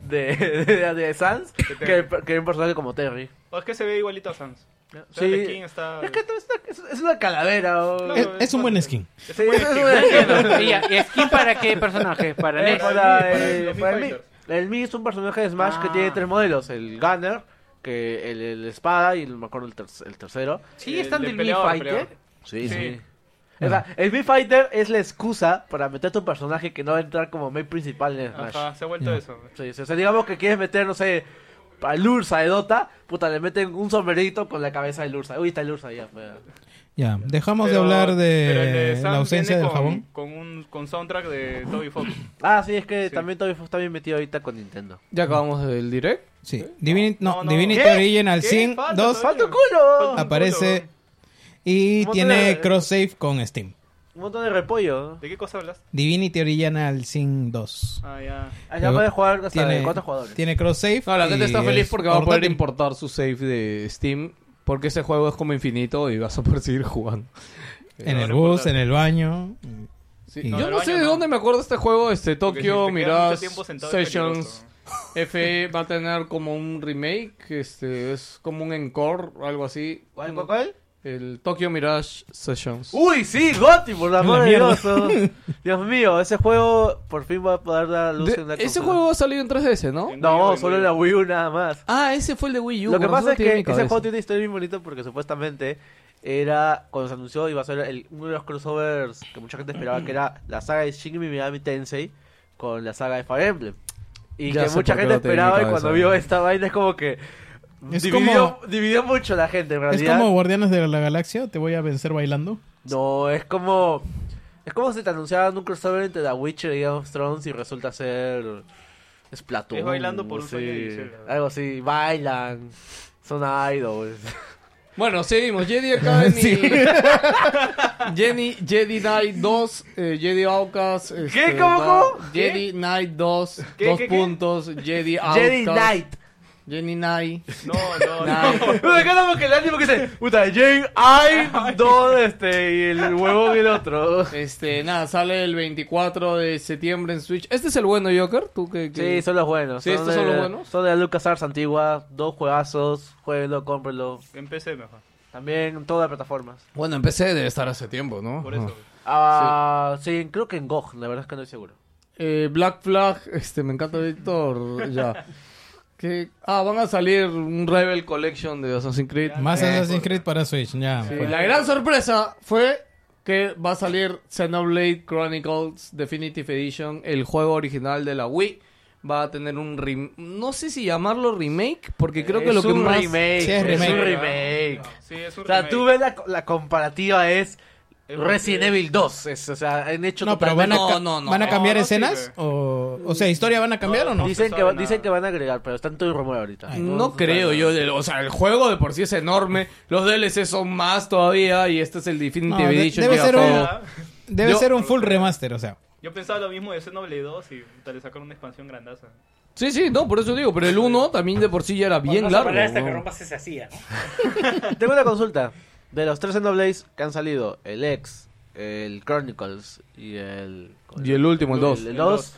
de, de, de Sans que, que un personaje como Terry.
O es que se ve igualito a Sans.
¿no?
O sea, el
Sí,
skin está...
es que es una, es- es una calavera. ¿no?
Claro,
Es,
es
es un buen skin.
Sí, es una-
y, ¿Y skin para qué personaje? Para E
Eh,
Ness.
para,
Para
eh,
los Mii
para el
Fighters.
Mii. El Mii es un personaje de Smash que
Ah.
tiene tres modelos: el Gunner, que el, el espada y el, me acuerdo el, terc- el tercero.
Sí, están
El
del Mii
peleador,
Fighter.
¿eh?
peleador.
Sí,
Sí.
sí. O sea, el Mii Fighter es la excusa para meter a un personaje que no va a entrar como main principal en Smash.
Ajá, se ha vuelto
Ya.
eso. weón.
Sí, sí, o sea, digamos que quieres meter, no sé, a Lursa de Dota, puta, le meten un sombrerito con la cabeza de Lursa. Uy, está Lursa ya. pues.
Ya, dejamos
Pero-
de hablar
pero el
de,
Sans
la ausencia
viene
del
con,
jabón.
Con un con soundtrack de Toby Fox.
Ah, sí, es que
Sí.
también Toby Fox está bien metido ahorita con Nintendo.
Ya acabamos el direct.
Sí. Divini- no,
No, no.
Divinity
¿Qué?
Original
¿Qué?
100,
Falta
2
todavía.
¡Falta un culo!
Falta-
aparece
culo,
y
¿Cómo te
tiene
la-
cross save con Steam.
Un montón de repollo.
¿De qué cosa hablas?
Divinity Original Sin 2.
Ah, ya.
Allá puedes jugar hasta de
Tiene,
cuatro jugadores.
tiene cross save.
No, Ah, la gente
y
está feliz
es
porque va a poder
portátil.
importar su save de Steam. Porque ese juego es como infinito y vas a poder seguir jugando.
En el
Ahora
bus,
importa.
en el baño. Y-
Yo
del
no sé
baño
de
no.
dónde me acuerdo este juego. Este Tokyo
Porque si te quedas mucho
Mirage
tiempo sentado es
Sessions FE va a tener como un remake. Este es como un encore, algo así.
¿Cuál, cuál, cuál? Uh,
El Tokyo Mirage Sessions.
Uy, sí, Gotti, por la
La
amor de
mierda.
Dios. oh.
*laughs*
Dios mío, ese juego por fin va a poder dar luz
De-
en la
ese
consola.
juego ha salido en 3DS, ¿no?
En Wii U,
No,
en
solo
Wii
en
U.
la Wii U nada más.
Ah, ese fue el de Wii U.
Lo que
con razón
pasa es
tiene
que
mi
ese
cabeza.
juego tiene una historia bien bonita porque supuestamente era, cuando se anunció, iba a ser el- uno de los crossovers que mucha gente esperaba, que era la saga de Shin Megami Tensei con la saga de Fire Emblem. Y
Ya
que
sé
mucha
por qué
gente
lo tenía en mi
esperaba y
cabeza.
cuando vio esta vaina es como que...
Es
dividió, dividió mucho la gente en
Es
realidad.
como Guardianes de la Galaxia, te voy a vencer bailando.
No, es como. Es como si te anunciaban un crossover entre The Witcher y Game of Thrones y resulta ser. Splatoon.
Es bailando por un
sí.
sueño de Gisela.
*laughs* Algo así, bailan. Son idols.
Bueno, seguimos.
*laughs*
Jedi Academy.
Sí.
Jenny, *laughs* Jedi Knight 2, eh, Jedi Outcast. este,
¿Cómo,
da-
cómo?
Jedi Knight 2,
¿Qué,
dos
qué, qué?
puntos. Jedi Outcast.
Jedi Knight.
Jedi Knight.
No,
*laughs*
no,
Knight.
no.
Me encanta porque el último que dice, puta, Jane, *laughs* I, Don, este, y el huevón y el otro.
Este, nada, sale el 24 de septiembre en Switch. ¿Este es el bueno, Joker? ¿Tú que,
Sí, son los buenos.
Sí, estos
de-
son los buenos.
Son de LucasArts antigua, dos juegazos, jueguelo, cómprenlo.
Empecé mejor.
También en todas las plataformas.
Bueno, empecé debe estar hace tiempo, ¿no?
Por eso.
Ah, sí. creo que en GOG, la verdad es que no estoy seguro.
Eh, Black Flag, este, me encanta Víctor, ya. Que, ah, van a salir un Rebel Collection de Assassin's Creed.
Más
Eh,
Assassin's Creed para Switch, ya.
sí,
pues.
la gran sorpresa fue que va a salir Xenoblade Chronicles Definitive Edition, el juego original de la Wii. Va a tener un rem- no sé si llamarlo remake, porque creo que
es
lo que
un
más...
remake,
Sí, es
es, un
remake.
remake.
Sí, es un
O sea,
remake.
tú ves la, la comparativa es
Es
Resident
porque-
Evil 2. es- o sea, han hecho
No, pero van a,
totalmente-
ca-
no, no,
¿van a
no,
cambiar
no
escenas?
sirve.
o, o sea, ¿historia van a cambiar
No,
o no?
no.
Dicen,
se
que,
sabe
va- dicen
nada.
que van a agregar, pero está en todo el rumor ahorita.
No creo yo, de- o sea, el juego de por sí es enorme, los DLC son más todavía y este es el Definitive
No, de-
Edition.
debe
que ya
ser
todo-
un- Debe
Yo-
ser un full remaster, o sea.
Yo pensaba lo mismo de Xenoblade 2 y puta, le sacaron una expansión grandaza.
Sí, sí, no, por eso digo, pero el 1 también de por sí ya era bien
Vamos a
largo.
parar hasta que
¿no?
rompas ese hacía, ¿no?
*laughs* Tengo una consulta. De los tres Xenoblades que han salido, el X, el Chronicles y el...
Y el último, el 2.
El 2,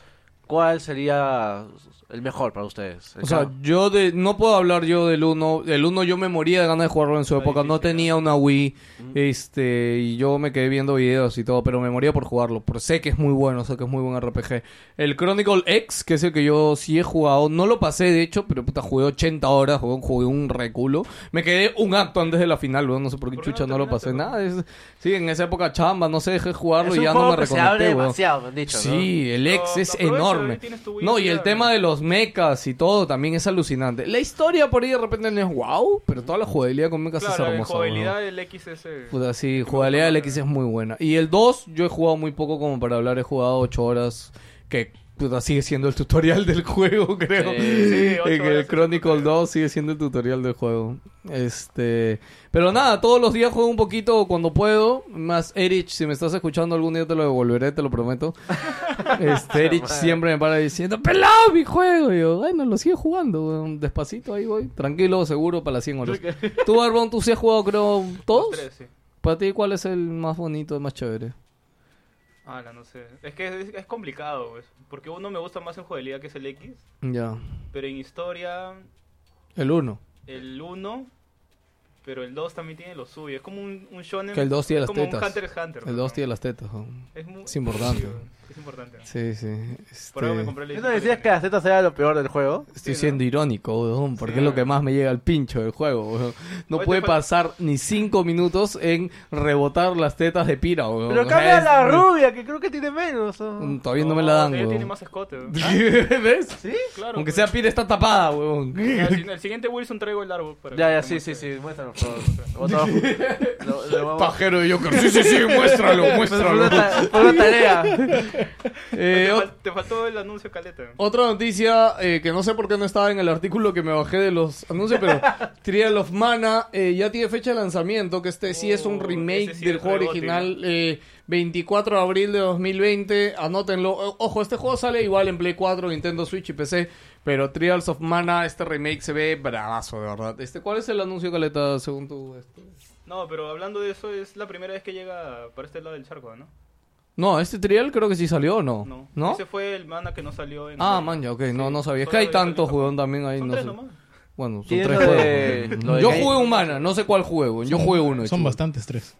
¿cuál sería el mejor para ustedes?
O sea, yo de, no puedo hablar yo del 1. El 1 yo me moría de ganas de jugarlo en su
Está
época. No
difícil, Mm.
tenía una Wii. Este, y yo me quedé viendo videos y todo, pero me moría por jugarlo. Pero sé que es muy bueno, sé que es muy buen RPG. El Chronicle X, que es el que yo sí he jugado, no lo pasé de hecho, pero puta, jugué 80 horas, jugué, jugué un reculo. Me quedé un acto antes de la final, weón, no sé por qué
¿Por qué no
chucha no, lo pasé.
terminaste,
Nada, es- sí, en esa época chamba, no sé, dejé de jugarlo
es
y
un
ya
juego
no me
que se abre
reconecté, weón.
demasiado, me han dicho, ¿no?
Sí, el ex
No,
es
aprovecha,
enorme.
ahí tienes tu Wii,
No, y el
claro.
tema de los mechas y todo también es alucinante. La historia por ahí de repente no es wow, pero toda la jugabilidad con mechas es
Claro, la
hermosa.
jugabilidad
weón.
del X es... eh,
Puta, sí, jugabilidad del X es muy buena. Y el 2, yo he jugado muy poco como para hablar, he jugado 8 horas, que puta, sigue siendo el tutorial del juego, *laughs* creo.
sí, ocho
en
horas
el
es
Chronicle
tutorial.
2 sigue siendo el tutorial del juego. Este, pero nada, todos los días juego un poquito cuando puedo. Más Erich, si me estás escuchando algún día te lo devolveré, te lo
*laughs*
prometo. Este, Erich siempre me para diciendo, pelado mi juego. Y yo, bueno, lo sigue jugando, weón. despacito ahí voy. Tranquilo, seguro, para las 100
*laughs*
horas. Tú, Barbón, tú sí has jugado, creo, todos.
los tres, sí.
Para ti, ¿cuál es el más bonito, el más chévere?
Ah, no sé. Es que es, es complicado, pues, Porque uno me gusta más en jugabilidad que es el X,
Ya.
pero en historia
El 1.
el 1, pero el 2 también tiene lo suyo. Es como un, un shonen.
Que el 2 tiene las
es como un
tetas.
Hunter x Hunter.
El 2 tiene las tetas. ¿no?
Es, muy-
es importante.
sí, es importante.
Sí, sí.
Por algo me
este,
compré el
¿Tú
X.
no decías que la Z sea lo peor del juego?
Estoy
Sí, ¿no?
siendo irónico, weón, porque
Sí.
es lo que más me llega al pincho del juego. weón. No
Oye,
puede
te fal-
pasar ni 5 minutos en rebotar las tetas de Pira. weón.
Pero
O sea,
cambia
es-
la rubia, que creo que tiene menos. ¿o?
Mm, Todavía no, me la dan.
ella
weón. *laughs*
tiene más escote. weón.
¿Ves?
Claro,
Aunque
pues.
sea Pira, está tapada, weón.
Ya, El, el siguiente Wilson traigo el árbol para
Ya,
que
ya, sí,
te
sí,
muestre.
sí, muéstranos,
*laughs*
por favor. Lo botamos. Lo- lo
*laughs*
vamos-
Pajero de Joker. Sí, sí, sí,
*laughs*
muéstralo,
Pues
Por una,
muéstralo.
ta- por una tarea.
Eh,
te,
ot-
fal- te faltó el anuncio caleta.
Otra noticia eh, que no sé por qué no estaba en el artículo que me bajé de los anuncios,
*laughs*
pero Trial of Mana eh, ya tiene fecha de lanzamiento, que este sí es un
Oh,
remake
ese sí
del
es
juego
rebote,
original, eh, 24 de abril de 2020, anótenlo. O- Ojo, este juego sale igual en Play 4, Nintendo Switch y PC, pero Trials of Mana, este remake se ve bravazo, de verdad. Este, ¿Cuál es el anuncio, Caleta, según tú? este?
No, pero hablando de eso, es la primera vez que llega para este lado del charco, ¿no?
No, este Trial creo que sí salió o no.
No.
¿No?
Ese fue el mana que no salió en.
Ah, man, ya, ok, no,
Sí.
no sabía. Es que
Solo
hay
salió en
tantos,
Japón.
weón, también ahí.
Son
no
tres
sé.
nomás.
Bueno, son
Tiene
tres
lo
juegos.
de- lo de
yo
Game-
jugué Humana, no sé cuál jugué, weón. Yo jugué uno.
Son
chulo.
bastantes tres.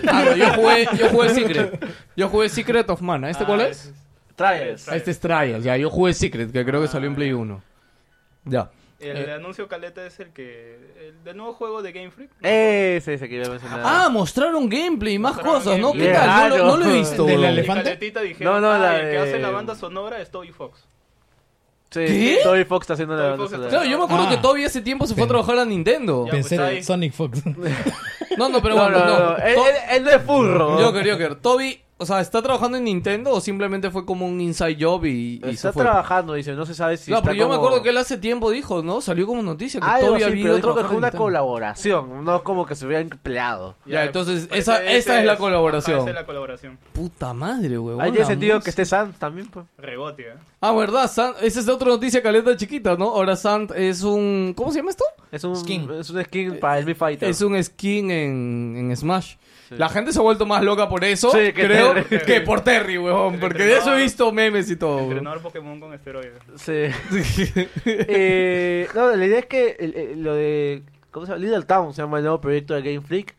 Claro, yo jugué, yo
*laughs*
jugué Secret. Yo jugué Secret of Mana. ¿Este
Ah,
cuál es?
Trials. Ah,
Trials.
Este es Trials, ya. Yo jugué Secret, que creo que salió en Play 1. Ya.
El
Eh.
anuncio caleta es el que. El del nuevo juego de Game Freak.
Eh,
Ese, ese que iba a mencionar.
Ah, mostraron gameplay, más
Mostraron
cosas, ¿no? ¿Qué
gameplay.
tal? No lo,
Claro.
no lo he visto,
*laughs*
Del
weón.
Y
elefante.
caletita dijeron.
No, no,
"Ah,
la
el
de-
que hace la banda sonora es Toby Fox.
Sí,
¿Qué?
Toby Fox está haciendo la
Toby Fox
banda
está-
Claro, yo me acuerdo
Ah.
que Toby hace tiempo se fue a trabajar a Nintendo.
Ya, pues,
Pensé
está ahí.
Sonic Fox.
No, no, pero
No,
bueno,
no,
no.
no, Eh, no. Él,
To-
él- él no es furro.
Joker, Joker. Toby O sea, ¿está trabajando en Nintendo o simplemente fue como un inside job y, y
está
se fue?
trabajando, dice, no se sabe si
no,
está
pero yo me
como- Ah,
acuerdo que él hace tiempo dijo, ¿no? Salió como noticia que
Algo
todavía
así,
había
pero
ido
creo que fue
trabajando
una
en Nintendo.
colaboración, no como que se hubiera empleado.
Ya, entonces,
Parece-
esa, esa es la colaboración.
Ah, esa pues, es la colaboración.
Puta madre, weón.
Ahí
la
tiene sentido que
música.
esté Sans también, pues.
Rebote, ¿eh?
Ah, ¿verdad? Sant, esa es de otra noticia caleta chiquita, ¿no? Ahora Sant es un... ¿Cómo se llama esto?
Es un
Skin.
skin, es un skin para el Mi Fighter.
Es un skin en, en Smash. La gente se ha vuelto más loca por eso,
Sí, que
creo,
Terry.
que por Terry, weón. Porque de eso he visto memes y todo. weón.
Entrenador Pokémon con esteroides.
Sí.
*laughs*
Eh, no, la idea es que el- el- lo de. ¿Cómo se llama? Little Town se llama el nuevo proyecto de Game Freak.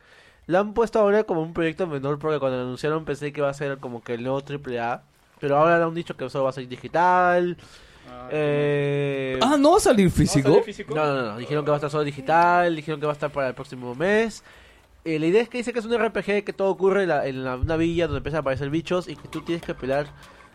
Lo han puesto ahora como un proyecto menor porque cuando lo anunciaron pensé que iba a ser como que el nuevo AAA. Pero ahora han dicho que solo va a ser digital.
Ah,
Eh,
Ah, ¿no va a salir físico?
¿no sale físico?
no, no, no. Dijeron que va a estar solo digital. Dijeron que va a estar para el próximo mes. Eh, la idea es que dice que es un RPG que todo ocurre en, la- en la- una villa donde empiezan a aparecer bichos y que tú tienes que pelear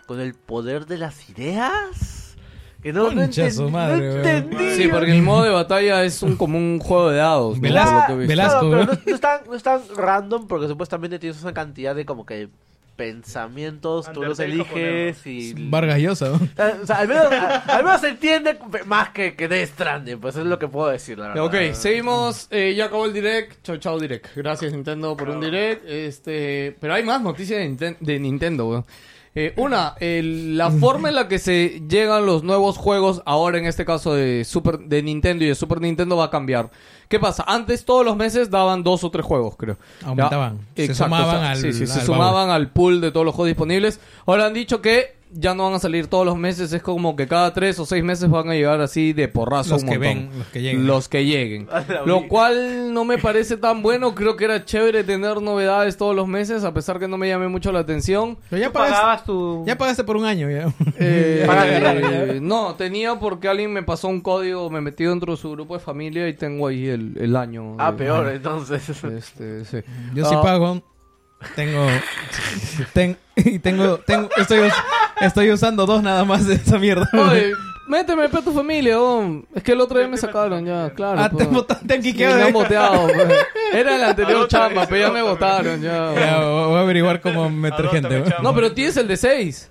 con el poder de las ideas. Que no, no,
Concha
enten-
su
no
madre, weón.
entendí.
Sí, porque el modo de batalla es un, como un juego de dados. ¿no?
Velasco,
Por lo
Claro,
que he visto.
Velasco.
pero
weón.
no, no es tan, no es tan random porque supuestamente tienes una cantidad de como que pensamientos, tú los
Undertale
*laughs*
eliges y... Eh,
Vargas Llosa. ¿no?
O sea, al, menos, al menos se entiende más que, que de Stranding, pues es lo que puedo decir, la verdad.
Ok, seguimos. Eh, ya acabó el direct. Chao, chao, direct. Gracias, Nintendo, por un direct. Este, pero hay más noticias de, Ninten- de Nintendo, weón. Eh, una, el- la forma en la que se llegan los nuevos juegos, ahora en este caso de Super de Nintendo y de Super Nintendo, va a cambiar. ¿Qué pasa? Antes todos los meses daban dos o tres juegos, creo.
Aumentaban. Se sumaban al-
sí, sí, se
al
sumaban al pool de todos los juegos disponibles. Ahora han dicho que ya no van a salir todos los meses, es como que cada tres o seis meses van a llegar así de porrazo
Los
un
que
montón.
ven, los que lleguen.
Los que lleguen. Lo cual no me parece tan bueno. Creo que era chévere tener novedades todos los meses, a pesar que no me llamé mucho
*laughs*
la atención.
Pero ya
Tú
pagaste,
Pues, pagabas tu...
ya pagaste por un año, ya.
Eh,
Para-
no, tenía porque alguien me pasó un código, me metí dentro de su grupo de familia y tengo ahí el, el año.
Ah,
de-
peor, entonces. *laughs*
Este, sí.
Yo sí
Ah,
pago. Tengo. *laughs* ten- *laughs* y tengo. tengo estoy, us- estoy usando dos nada más de esa mierda.
Oye, méteme para tu familia, weón. Es que el otro día me
Méteme
sacaron ya, claro.
ah, te
pues.
botaste aquí
Me han boteado, pues. Era la anterior
Adóptame,
chamba, pero ya me
adóptame.
votaron ya. weón.
voy a averiguar cómo meter
Adóptame,
gente.
chamo.
weón.
No, pero tienes el de 6.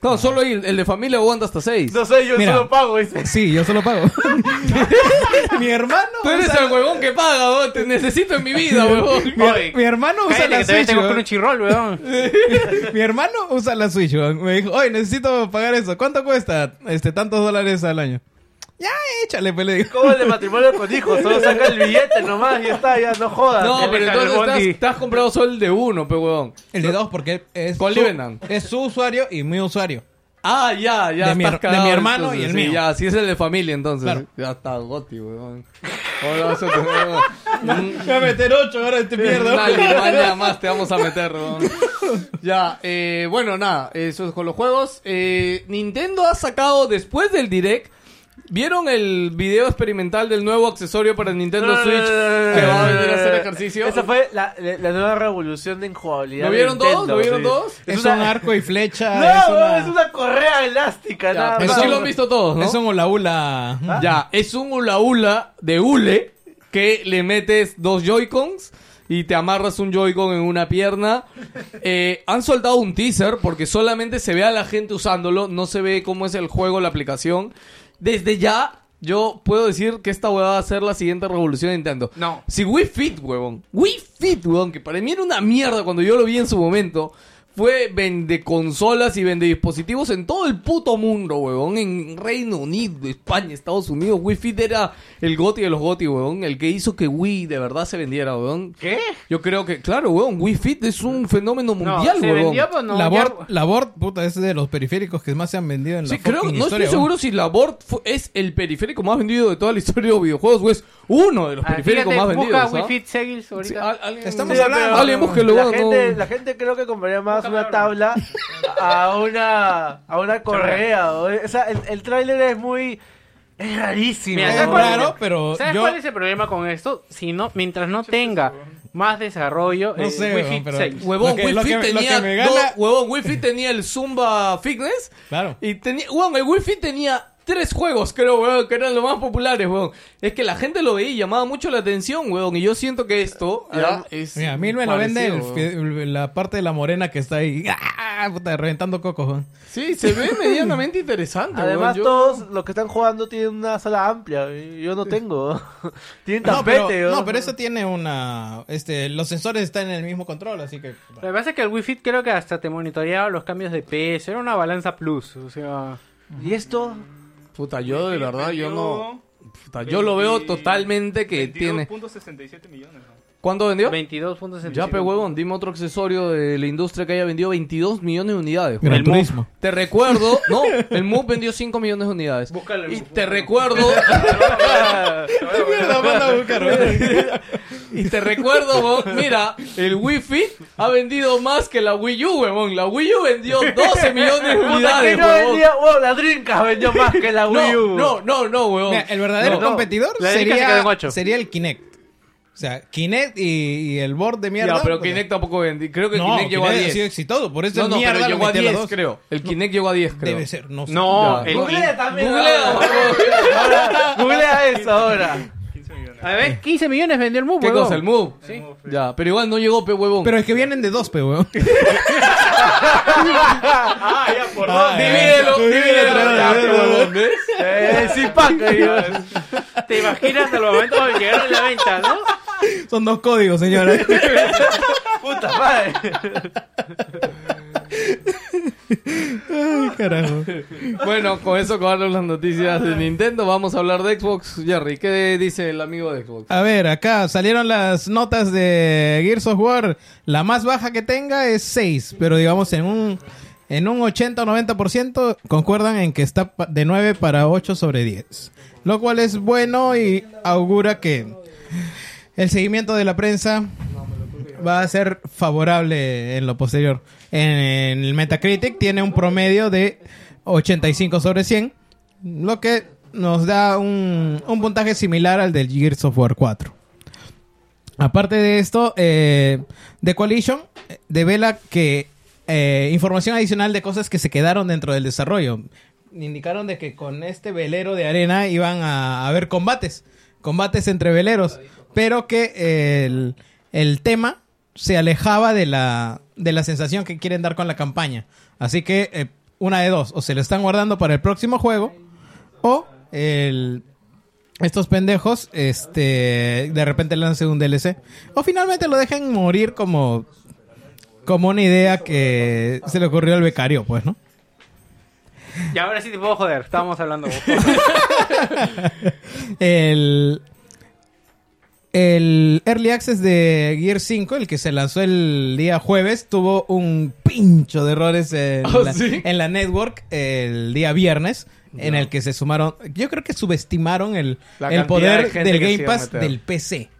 No, solo el, el de familia aguanta hasta 6.
No sé, yo
Mira.
solo pago, dice.
Sí, yo solo pago. *laughs* mi hermano.
Tú eres
usa-
el huevón que paga, weón. Te necesito en
*laughs*
mi vida, weón.
mi, her- mi hermano usa
Cállate,
la
que todavía
Switch.
tengo
weón.
Crunchyroll, weón.
Mi hermano usa la Switch. weón. Me dijo, oye, necesito pagar eso. ¿Cuánto cuesta? Este, tantos dólares al año. Ya, échale, pues le digo.
Como el de matrimonio con hijos, solo saca el billete nomás y ya está, ya no jodas.
No, pero entonces
Bondi.
estás, estás comprado solo el de uno, pe huevón.
El de dos, porque es
Con
su,
Liebenman.
es su usuario y mi usuario.
Ah, ya, ya.
De mi
estás
her- de mi hermano y el
sí,
mío.
Ya, si es el de familia, entonces.
Claro.
Ya está, goti, weón. Ahora *laughs* vas a tener, weón.
Voy a meter ocho este horas te *laughs*
Una limaña más te vamos a meter, weón. *laughs* Ya, eh, bueno, nada, eso es con los juegos. Eh, Nintendo ha sacado después del direct. ¿Vieron el video experimental del nuevo accesorio para el Nintendo Switch que va a venir a hacer ejercicio?
Esa fue la, la- la nueva revolución en jugabilidad.
¿Lo
de
vieron todos?
Nintendo,
¿Lo vieron
sí.
todos?
Es,
Es una-
un arco y flecha.
No,
Ah, es
es
una...
una, correa elástica,
Ya,
nada
pero
más.
sí lo han visto todos, ¿no?
Es un hula hula.
Ya, es un hula hula de hule que le metes dos Joy-Cons y te amarras un Joy-Con en una pierna. Eh, han soltado un teaser porque solamente se ve a la gente usándolo, no se ve cómo es el juego, la aplicación. Desde ya, yo puedo decir que esta huevada va a ser la siguiente revolución de Nintendo.
No.
Si Wii Fit, huevón. Wii Fit, huevón, que para mí era una mierda cuando yo lo vi en su momento. Fue vende consolas y vende dispositivos en todo el puto mundo, huevón. En Reino Unido, España, Estados Unidos. Wii Fit era el goti de los goti, huevón. El que hizo que Wii de verdad se vendiera, huevón.
¿Qué?
Yo creo que, claro, huevón, Wii Fit es un fenómeno
No,
mundial,
se
huevón.
vendió, pues no.
la,
ya-
board, la board, puta, es de los periféricos que más se han vendido en la
Sí, creo,
fucking
no estoy
historia,
seguro si la Board fu- es el periférico más vendido de toda la historia de los videojuegos o es uno de los
Ah,
periféricos
fíjate,
más vendidos.
busca
¿ah?
Wii Fit Segils
Sí, ah,
ahorita.
al- alguien,
Estamos
Sí,
hablando.
Alguien búsquelo,
la,
weón,
gente,
no.
la gente creo que compraría más una tabla a una, a una correa. o-
e,
o sea, el, el tráiler es muy... Es rarísimo.
Mira,
¿no?
¿sabes
Es
cuál es
raro,
el-
pero
¿Sabes
yo...
cuál es el problema con esto? Si no, mientras no tenga más desarrollo,
No
eh,
sé,
Wii
weón,
Fit
pero-
6.
Huevón,
Lo que-
Wii
lo
Fit
que me- lo
tenía
que me
dos-
gana-
huevón, Wii Fit tenía el Zumba Fitness
Claro.
y tenía, huevón, el Wii Fit tenía tres juegos, creo, weón, que eran los más populares, weón. Es que la gente lo veía y llamaba mucho la atención, weón. Y yo siento que esto. ya, es
Mira, a mí me lo vende el
parecido, weón.
fi- el- la parte de la morena que está ahí ¡ah! puta, reventando cocos. weón.
Sí, se ve medianamente interesante,
Además,
weón. Yo-
todos los que están jugando tienen una sala amplia. y Yo no tengo. *laughs* tienen
No,
tapete.
pero,
¿no?
no, pero eso tiene una... Este, los sensores están en el mismo control, así que...
Lo que pasa es que el Wii Fit creo que hasta te monitoreaba los cambios de peso. Era una balanza plus. O sea,
¿Y esto?
Puta, yo de verdad, yo no. Puta, yo lo
20,
veo totalmente que tiene.
22.67 millones. ¿no?
¿Cuánto vendió?
22.75.
Ya, pe huevón, dime otro accesorio de la industria que haya vendido 22 millones de unidades.
Gran
El Move.
Turismo.
Te recuerdo, no, el MUV vendió 5 millones de unidades. y te recuerdo,
Mierda, manda a buscar, weón.
*laughs* y te recuerdo, huevón, mira, el Wii Fit ha vendido más que la Wii U, huevón. La Wii U vendió 12 millones de
Puta, que
unidades,
no
huevón.
vendía. Wow, la Dreamcast vendió más que
*laughs*
la Wii U.
No, no, no, no, huevón.
Mira, el verdadero
No, no.
competidor
La dedica se quedó en
sería,
ocho.
sería el Kinect. O sea, Kinect y, y el board de mierda.
Ya, pero
puta.
Kinect tampoco vendió. Creo que el
no,
Kinect llegó a
ha sido
10.
exitoso. Por eso
No,
es
no,
mierda
pero
lo
llegó a
metí las
10,
dos.
creo. El Kinect llegó a 10, creo.
Debe ser, no sé.
No,
Ya.
el
Googlea también.
*laughs* Googlea,
*laughs*
ahora. Ahora, Googlea eso ahora.
15 millones.
A ver, 15 millones vendió Eh. el Move,
¿Qué
huevón.
cosa? El Move. Ya, pero igual no llegó, pe huevón.
Pero es que vienen de dos, pe, weón.
Ah, ya, por
Ah,
dónde.
Divídelo, divídelo. Ya, pe huevón, ¿ves?
*laughs*
Eh, sí, paca, digo.
Te imaginas al momento de llegar a la venta, ¿no?
Son dos códigos, señora.
Puta madre.
Ay, carajo.
Bueno, con eso acabaron las noticias
Ah.
de Nintendo. Vamos a hablar de Xbox. Jerry, ¿qué dice el amigo de Xbox?
A ver, acá salieron las notas de Gears of War. La más baja que tenga es 6, pero digamos en un en un 80 o 90% concuerdan en que está pa- de 9 para 8 sobre 10. Lo cual es bueno y augura que el seguimiento de la prensa va a ser favorable en lo posterior. En el Metacritic tiene un promedio de 85 sobre 100, lo que nos da un, un puntaje similar al del Gears of War 4. Aparte de esto, eh, The Coalition eh, devela que eh, información adicional de cosas que se quedaron dentro del desarrollo. Indicaron de que con este velero de arena iban a haber combates, combates entre veleros, pero que eh, el, el tema se alejaba de la, de la sensación que quieren dar con la campaña. Así que eh, una de dos, o se lo están guardando para el próximo juego, o el, estos pendejos, este, de repente lancen un DLC. O finalmente lo dejan morir como, como una idea que se le ocurrió al becario, pues, ¿no?
Y ahora sí te puedo joder. Estábamos hablando. *laughs* vos.
El, el Early Access de Gear 5, el que se lanzó el día jueves, tuvo un pincho de errores en,
¿Ah,
la,
sí?
en la network el día viernes. En el que se sumaron, yo creo que subestimaron el,
La
el
cantidad de
poder
gente
del
que se
Game
iba a
Pass
meter.
del PC.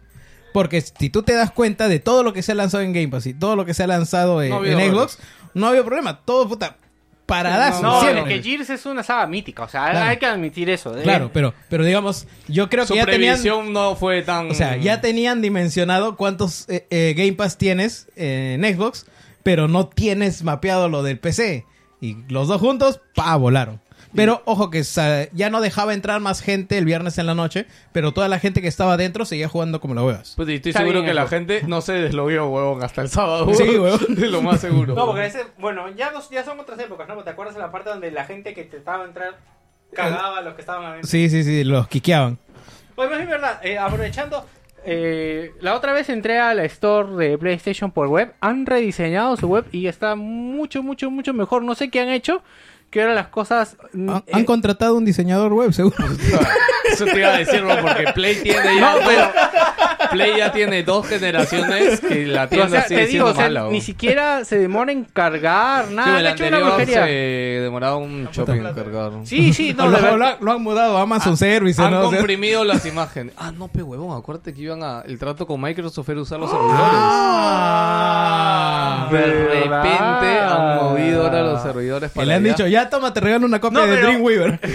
Porque si tú te das cuenta de todo lo que se ha lanzado en Game Pass y todo lo que se ha lanzado en,
No ha habido
en
errores.
Xbox, no había problema. Todo puta paradas.
No,
siempre.
es que Gears es una saga mítica. O sea,
Claro.
hay que admitir eso. ¿eh?
Claro, pero, pero digamos, yo creo
Su
que ya tenían
previsión no fue tan...
O sea,
Mm.
ya tenían dimensionado cuántos eh, eh, Game Pass tienes eh, en Xbox, pero no tienes mapeado lo del PC. Y los dos juntos, pa, volaron. Pero ojo que sa- ya no dejaba entrar más gente el viernes en la noche, pero toda la gente que estaba adentro seguía jugando como la huevas.
Pues, y estoy
Está
seguro
bien,
que la
eso.
gente no se deslogueó, huevón, hasta el sábado. *laughs*
Sí,
Es lo más seguro.
No, porque ese, bueno, ya, dos- ya son otras épocas, ¿no? ¿Te acuerdas de la parte donde la gente que trataba de entrar cagaba a los que estaban adentro?
Sí, sí, sí, los quiqueaban.
Pues más bien, verdad, eh, aprovechando, eh, la otra vez entré a la store de PlayStation por web, han rediseñado su web y está mucho, mucho, mucho mejor. No sé qué han hecho, que ahora las cosas... mm,
Han,
eh,
Ah, han contratado un diseñador web, seguro. *laughs*
Eso te iba a decir, huevón, porque Play tiene ya... Play ya tiene dos generaciones que la
o
tienda
sea,
sigue
te digo,
siendo
o sea,
mala, huevón.
ni siquiera se demora en cargar,
Sí,
nada,
el
han hecho una
anterior
brujería. Ah,
se demoraba un shopping en cargar.
Sí, sí,
*laughs*
no,
lo,
la verdad- Ah,
lo han- lo han mudado a Amazon Service,
Han
¿no? O sea,
comprimido las imágenes. Ah, no, pe huevón, acuérdate que iban a... El trato con Microsoft era
Ah.
usar los servidores. De repente han
¿verdad?
movido ahora los servidores
que
para
le han
allá.
dicho, ya toma, te regalo una copia
No,
de
pero-
Dreamweaver. *laughs*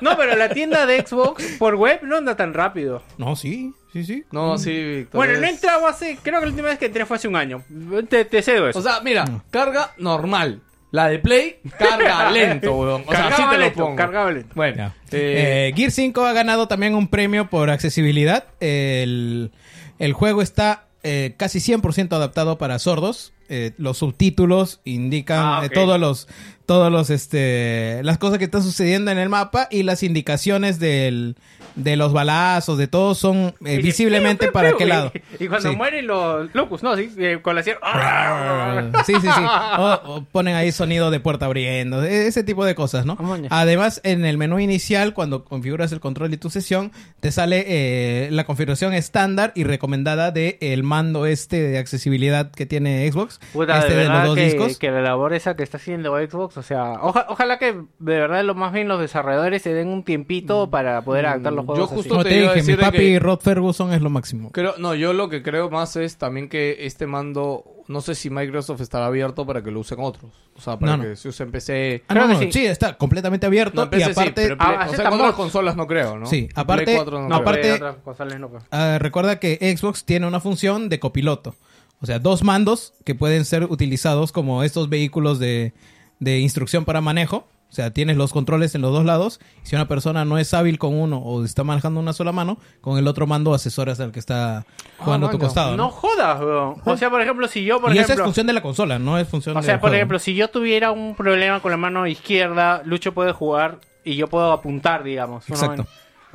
No, pero la tienda de Xbox por web no anda tan rápido.
No, sí, sí, sí.
No, sí, Víctor.
Bueno,
es-
no he
Mm.
entrado hace, creo que la última vez que entré fue hace un año. Te, te cedo eso.
O sea, mira, carga normal. La de Play
*laughs*
carga lento, weón. O sea, así
Cargaba
te lo
lento,
pongo.
cargaba lento.
Bueno,
Ya.
eh,
Eh, Gear 5 ha ganado también un premio por accesibilidad. El, el juego está eh, casi 100% adaptado para sordos. Eh, los subtítulos indican
Ah,
eh,
ok.
todos los todos los este las cosas que están sucediendo en el mapa y las indicaciones del, de los balazos de todo son eh,
Y-
visiblemente
¡Piu, piu,
para
piu!
qué
Y- *laughs*
lado
Y cuando
Sí.
mueren los locus, ¿no? Sí, eh, con la ¡ah! sierra.
Sí, sí, sí. O, o ponen ahí sonido de puerta abriendo, e- ese tipo de cosas, ¿no?
Amoña.
Además, en el menú inicial, cuando configuras el control de tu sesión, te sale eh, la configuración estándar y recomendada del el mando este de accesibilidad que tiene Xbox.
Puta,
este
de verdad que, que la labor esa que está haciendo Xbox, o sea, oja- ojalá que de verdad lo más bien los desarrolladores se den un tiempito para poder adaptar los
Mm. yo
juegos. así.
justo
Como
te
te,
iba a
dije, mi
decir de
papi
que-
Rod Ferguson es lo máximo.
creo, no, yo lo que creo más es también que este mando, no sé si Microsoft estará abierto para que lo usen otros. O sea, para
No, no.
que se use en PC.
Ah,
creo
no,
que
no,
sí.
sí. está completamente abierto
No, en
y
PC sí,
aparte...
pero en Play-
Ah,
o sea,
aceptan
en otras
mods.
consolas no creo, ¿no?
Sí,
En Play
aparte-
4 no
No,
creo.
aparte-
pero de otras consolas no creo.
Ah, recuerda que Xbox tiene una función de copiloto. O sea, dos mandos que pueden ser utilizados como estos vehículos de, de instrucción para manejo. O sea, tienes los controles en los dos lados. Si una persona no es hábil con uno o está manejando una sola mano, con el otro mando asesoras al que está jugando a tu
maño.
costado. ¿no?
Ah, No jodas, weón. O sea, por ejemplo, si yo, por
Ah. y esa es
ejemplo...
función de la consola, no es función
O sea,
del
por
juego.
ejemplo, si yo tuviera un problema con la mano izquierda, Lucho puede jugar y yo puedo apuntar, digamos. ¿no?
Exacto.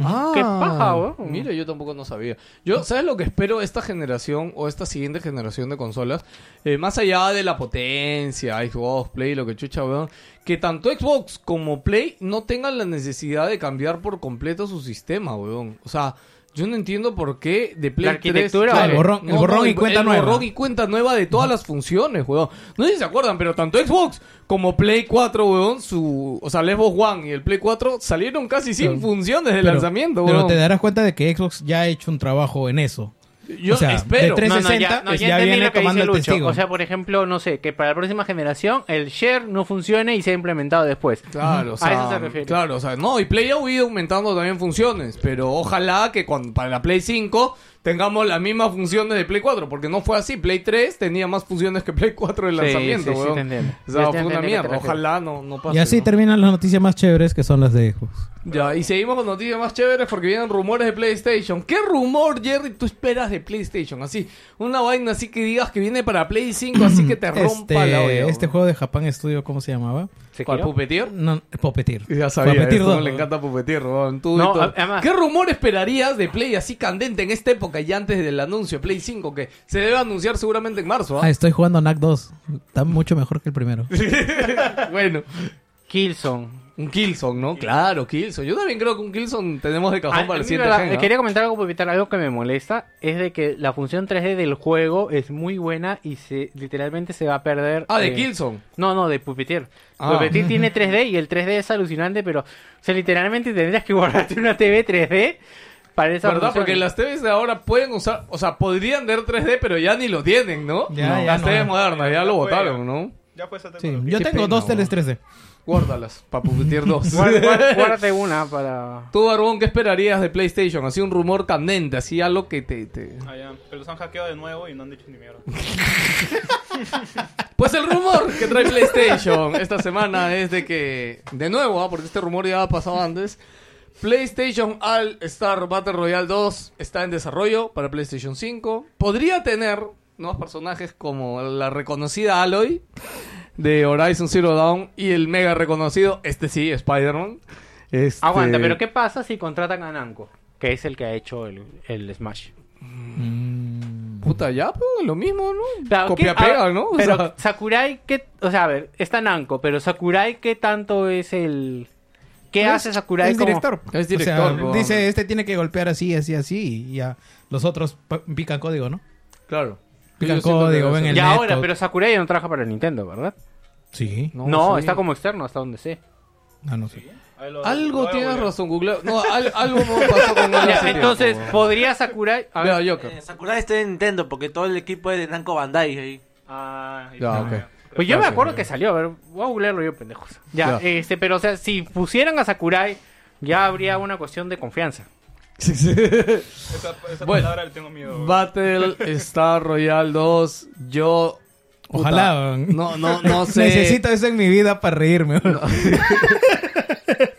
Ah,
Qué paja, weón.
Mira, yo tampoco no sabía. Yo, ¿sabes lo que espero esta generación o esta siguiente generación de consolas? Eh, más allá de la potencia, Xbox, Play, lo que chucha, weón. Que tanto Xbox como Play no tengan la necesidad de cambiar por completo su sistema, weón. O sea, yo no entiendo por qué de Play
La
3,
arquitectura,
claro,
el
borrón- el borrón y cuenta
el
nueva.
borrón y cuenta nueva de todas las funciones, weón. No sé si se acuerdan, pero tanto Xbox como Play 4, weón, su, o sea, el Xbox One y el Play 4 salieron casi sin funciones de
Pero-
lanzamiento,
Pero
weón.
te darás cuenta de que Xbox ya ha hecho un trabajo en eso.
Yo
o sea,
espero.
de tres- 360,
no,
pues
ya
ya
entendí
viene
lo que
tomando
dice
el
Lucho.
testigo.
O sea, por ejemplo, no sé, que para la próxima generación el share no funcione y sea implementado después.
Claro, o sea,
A eso se refiere.
Claro, o sea, no, y Play ha ido aumentando también funciones, pero ojalá que cuando, para la Play 5 tengamos las mismas funciones de Play 4, porque no fue así. Play 3 tenía más funciones que Play 4 de
Sí,
lanzamiento,
sí, sí,
weón.
te entiendo.
O sea,
Ya te
fue una
entendí a qué te
mierda.
refieres.
Ojalá no, no
Pues
pase.
y así
¿no?
terminan las noticias más chéveres que son las de Xbox.
Ya, y seguimos con noticias más chéveres porque vienen rumores de PlayStation. ¿Qué rumor, Jerry, tú esperas de PlayStation? Así, una vaina así que digas que viene para Play 5, así *clears throat* que te rompa la olla.
Este, este
weón.
juego de Japan Studio, ¿cómo se llamaba?
¿Cuál, Puppeteer?
No, Puppeteer.
Ya sabía,
Puppeteer
esto
2.
no le encanta Puppeteer, weón. Tú y
No,
todo.
a- además-
¿Qué rumor esperarías de Play así candente en esta época y antes del anuncio de Play 5 que se debe anunciar seguramente en marzo?
Ah,
¿ah?
estoy jugando NAC 2. Está mucho mejor que el primero.
bueno,
Killzone.
un Killzone, ¿no? Claro, Killzone. Yo también creo que un Killzone tenemos de cajón
Ah,
para el
mira,
siguiente
la-
gen, ¿ah?
Quería comentar algo, Pupitar, algo que me molesta es de que la función 3D del juego es muy buena y se literalmente se va a perder.
Ah, de
eh,
Killzone.
No, no, de Puppeteer.
Ah. *laughs*
Puppeteer tiene 3D y el 3D es alucinante, pero, o sea, literalmente tendrías que guardarte una TV 3D para esa
¿Verdad?
función.
Porque las TVs de ahora pueden usar, o sea, podrían tener 3D, pero ya ni lo tienen, ¿no?
Ya,
No.
ya
las
no.
TVs modernas ya lo
Ya fue,
botaron, ¿no?
Ya pues esa
Sí,
tecnología.
yo
qué
tengo
pena,
dos teles 3D.
Guárdalas, para Puppeteer 2.
Guarda-
*laughs*
guarda- Guárdate una para.
Tú, Barbón, ¿qué esperarías de PlayStation? Así un rumor candente, así algo que te... te-
Ah, ya. Pero los han hackeado de nuevo y no han dicho ni mierda.
Pues el rumor que trae PlayStation esta semana es de que... De nuevo, ah, porque este rumor ya ha pasado antes. PlayStation All Star Battle Royale 2 está en desarrollo para PlayStation 5. Podría tener nuevos personajes como la reconocida Aloy de Horizon Zero Dawn y el mega reconocido, este sí, Spider-Man. Este-
Aguanta, pero ¿qué pasa si contratan a Namco? Que es el que ha hecho el, el Smash.
Puta, ya, pues, lo mismo, ¿no?
Claro,
Copia
¿qué-
pega,
ah,
¿no? O
Pero
sea-
Sakurai, ¿qué? O sea, a ver, está Namco, pero Sakurai, ¿qué tanto es el. ¿Qué hace Sakurai
Es
como-
director.
Es
O sea,
director, po.
dice, este tiene que golpear así, así, así. Y ya los otros pa- pican código, ¿no?
Claro.
Pican
Yo siento que
código,
debe
ven
ser.
el-
Ya
Neto.
ahora, pero Sakurai no trabaja para Nintendo, ¿verdad?
Sí.
No,
sí.
está como externo, hasta donde sé.
Ah, no sé.
Ahí lo-
Algo
lo hago,
tienes
weón.
razón, Google. No, al- algo me pasó con Google.
*laughs* Ya,
hace
entonces,
tiempo,
¿podría Sakurai.? A
weón.
ver,
Vea,
*laughs*
Joker.
Eh, Sakurai está en Nintendo porque todo el equipo es de Namco Bandai. ahí.
Ah, ahí
Ya,
está,
ok.
pues yo me
Gracias,
acuerdo
ya.
que salió, a ver, voy a googlearlo yo, pendejos. Ya,
Ya.
este, pero o sea, si pusieran a Sakurai, ya habría una cuestión de confianza.
Esa, esa
Bueno.
palabra le tengo miedo. weón.
Battle Star Royale 2. Yo
Ojalá. weón.
No, no,
*laughs*
no sé.
Necesito eso en mi vida para reírme. weón.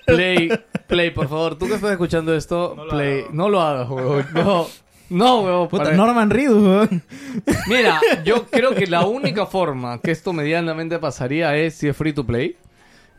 Play, Play, por favor, tú que estás escuchando esto,
No lo
Play,
hagas.
no lo hagas, huevón. No, no, huevón.
Puta,
para-
Norman Reedus, weón.
Mira, yo creo que la única forma que esto medianamente pasaría es si es free to play.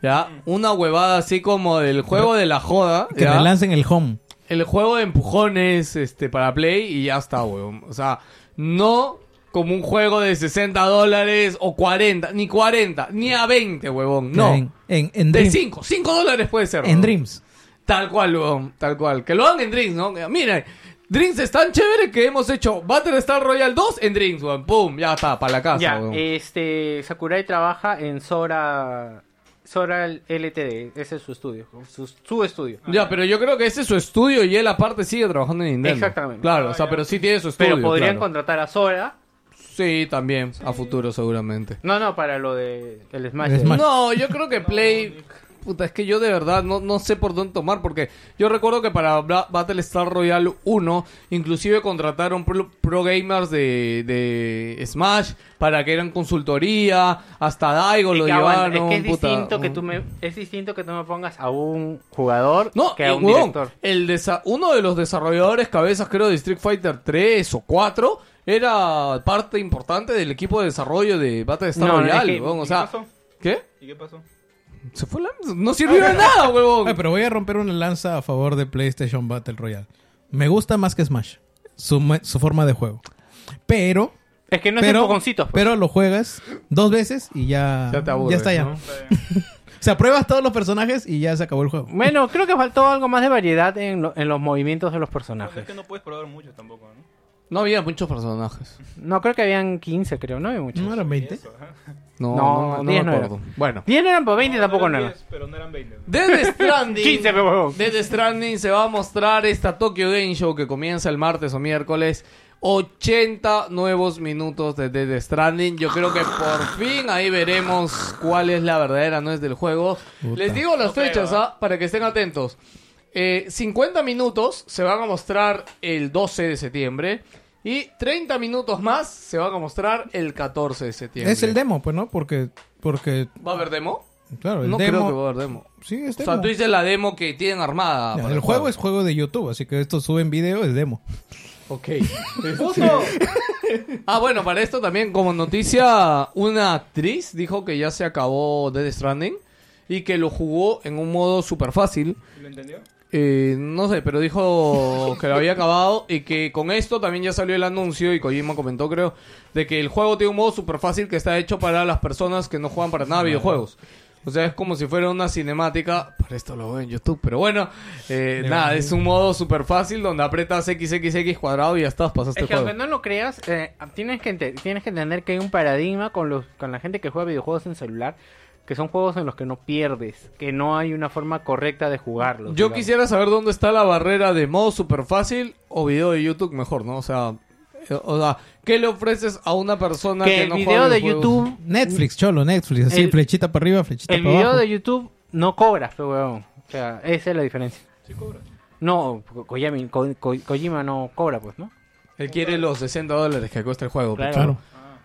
Ya,
Mm.
una huevada así como del juego de la joda.
Que
¿ya?
me lancen el home.
El juego de empujones este, para Play y ya está, huevón. O sea, no como un juego de 60 dólares o 40, ni 40, ni a 20, huevón. No.
En, en, en
De
Dream-
5, 5 dólares puede ser.
en
huevón.
Dreams.
Tal cual, huevón, tal cual. Que lo hagan en Drinks, ¿no? Mira, Drinks es tan chévere que hemos hecho Battlestar Royale 2 en Drinks, huevón. Pum, ya está, para la casa,
Ya,
huevón.
este, Sakurai trabaja en Sora, Sora LTD, ese es su estudio, su, su estudio.
Ya, pero yo creo que ese es su estudio y él aparte sigue trabajando en Nintendo.
Exactamente. Ah,
Claro, o sea, pero sí tiene su estudio.
Pero podrían
claro.
contratar a Sora,
Sí, también, a futuro seguramente.
no, no, para lo de el Smash. *laughs*
El Smash.
No, yo creo que Play... Puta, es que yo de verdad no, no sé por dónde tomar, porque yo recuerdo que para Bla- Battlestar Royale 1, inclusive contrataron pro, pro gamers de, de Smash para que eran consultoría, hasta Daigo
Es
lo
que aguanta,
llevaron.
es que es
puta.
distinto que tú me es distinto que tú me pongas a un jugador
No,
que a
y,
un
huevón,
director.
el desa- uno de los desarrolladores cabezas, creo, de Street Fighter 3 o 4, era parte importante del equipo de desarrollo de Battlestar
No, es
Royale,
que-
huevón, o
¿Y
sea... Ah,
qué pasó?
¿Qué?
¿Y qué pasó?
Se fue la... No sirvió de nada, huevón.
Ay, pero voy a romper una lanza a favor de PlayStation Battle Royale. Me gusta más que Smash. Su, ma- su forma de juego. Pero.
Es que no es
pero,
empujoncitos. pues.
pero lo juegas dos veces y ya.
Ya te aburres,
está ya.
¿no?
*laughs* O sea, pruebas todos los personajes y ya se acabó el juego.
Bueno, creo que faltó algo más de variedad en, lo- en los movimientos de los
Pues es
personajes.
que no puedes probar mucho tampoco, ¿no?
No había muchos personajes.
No, creo que habían 15, creo, no había muchos.
¿No eran 20?
No,
No,
no, no,
10
me
no era.
acuerdo.
*laughs*
Bueno.
10 no eran, pero 20 tampoco no
eran
eran.
10, pero no eran 20. ¿no?
Dead Stranding.
15, pero pues, huevón.
Dead Stranding se va a mostrar esta Tokyo Game Show que comienza el martes o miércoles. 80 nuevos minutos de Dead Stranding. Yo creo que por fin ahí veremos cuál es la verdadera nuez del juego. Les digo las fechas ¿ah? para que estén atentos. Eh, 50 minutos se van a mostrar el 12 de septiembre. Y 30 minutos más se van a mostrar el 14 de septiembre.
Es el demo, pues, ¿no? Porque. Porque.
¿Va a haber demo?
Claro, el
No creo
demo.
que va a haber demo.
Sí, es
O
demo.
sea, tú dices la demo que tienen armada.
Ya,
para
el juego es juego de YouTube, así que esto suben video, es demo.
Ok. *laughs* Justo. ah, bueno, para esto también, como noticia, una actriz dijo que ya se acabó Dead Stranding y que lo jugó en un modo súper fácil.
¿Lo entendió?
Eh, no sé, pero dijo que lo había acabado y que con esto también ya salió el anuncio y Kojima comentó, creo, de que el juego tiene un modo súper fácil que está hecho para las personas que no juegan para nada videojuegos. O sea, es como si fuera una cinemática. Para esto lo veo en YouTube, pero bueno. eh, nada, es un modo súper fácil donde apretas XXX cuadrado y ya estás, pasaste
Es
el este
que
juego.
aunque no lo creas, eh, tienes, que ente- tienes que entender que hay un paradigma con, los, con la gente que juega videojuegos en celular, que son juegos en los que no pierdes, que no hay una forma correcta de jugarlos.
Yo
digamos.
quisiera saber dónde está la barrera de modo super fácil o video de YouTube mejor, ¿no? O sea, eh, o sea ¿qué le ofreces a una persona
que
que,
el
no
video
juega
de
videojuegos?
YouTube,
Netflix, cholo, Netflix. Así,
El-
flechita para arriba, flechita
el
para
video
abajo.
de YouTube no cobras, pero weón. O sea, esa es la diferencia. No, Ko- Koyami- Ko- Ko- Kojima no cobra, pues, ¿no?
Él quiere los 60 dólares que cuesta el juego.
Claro.
Claro.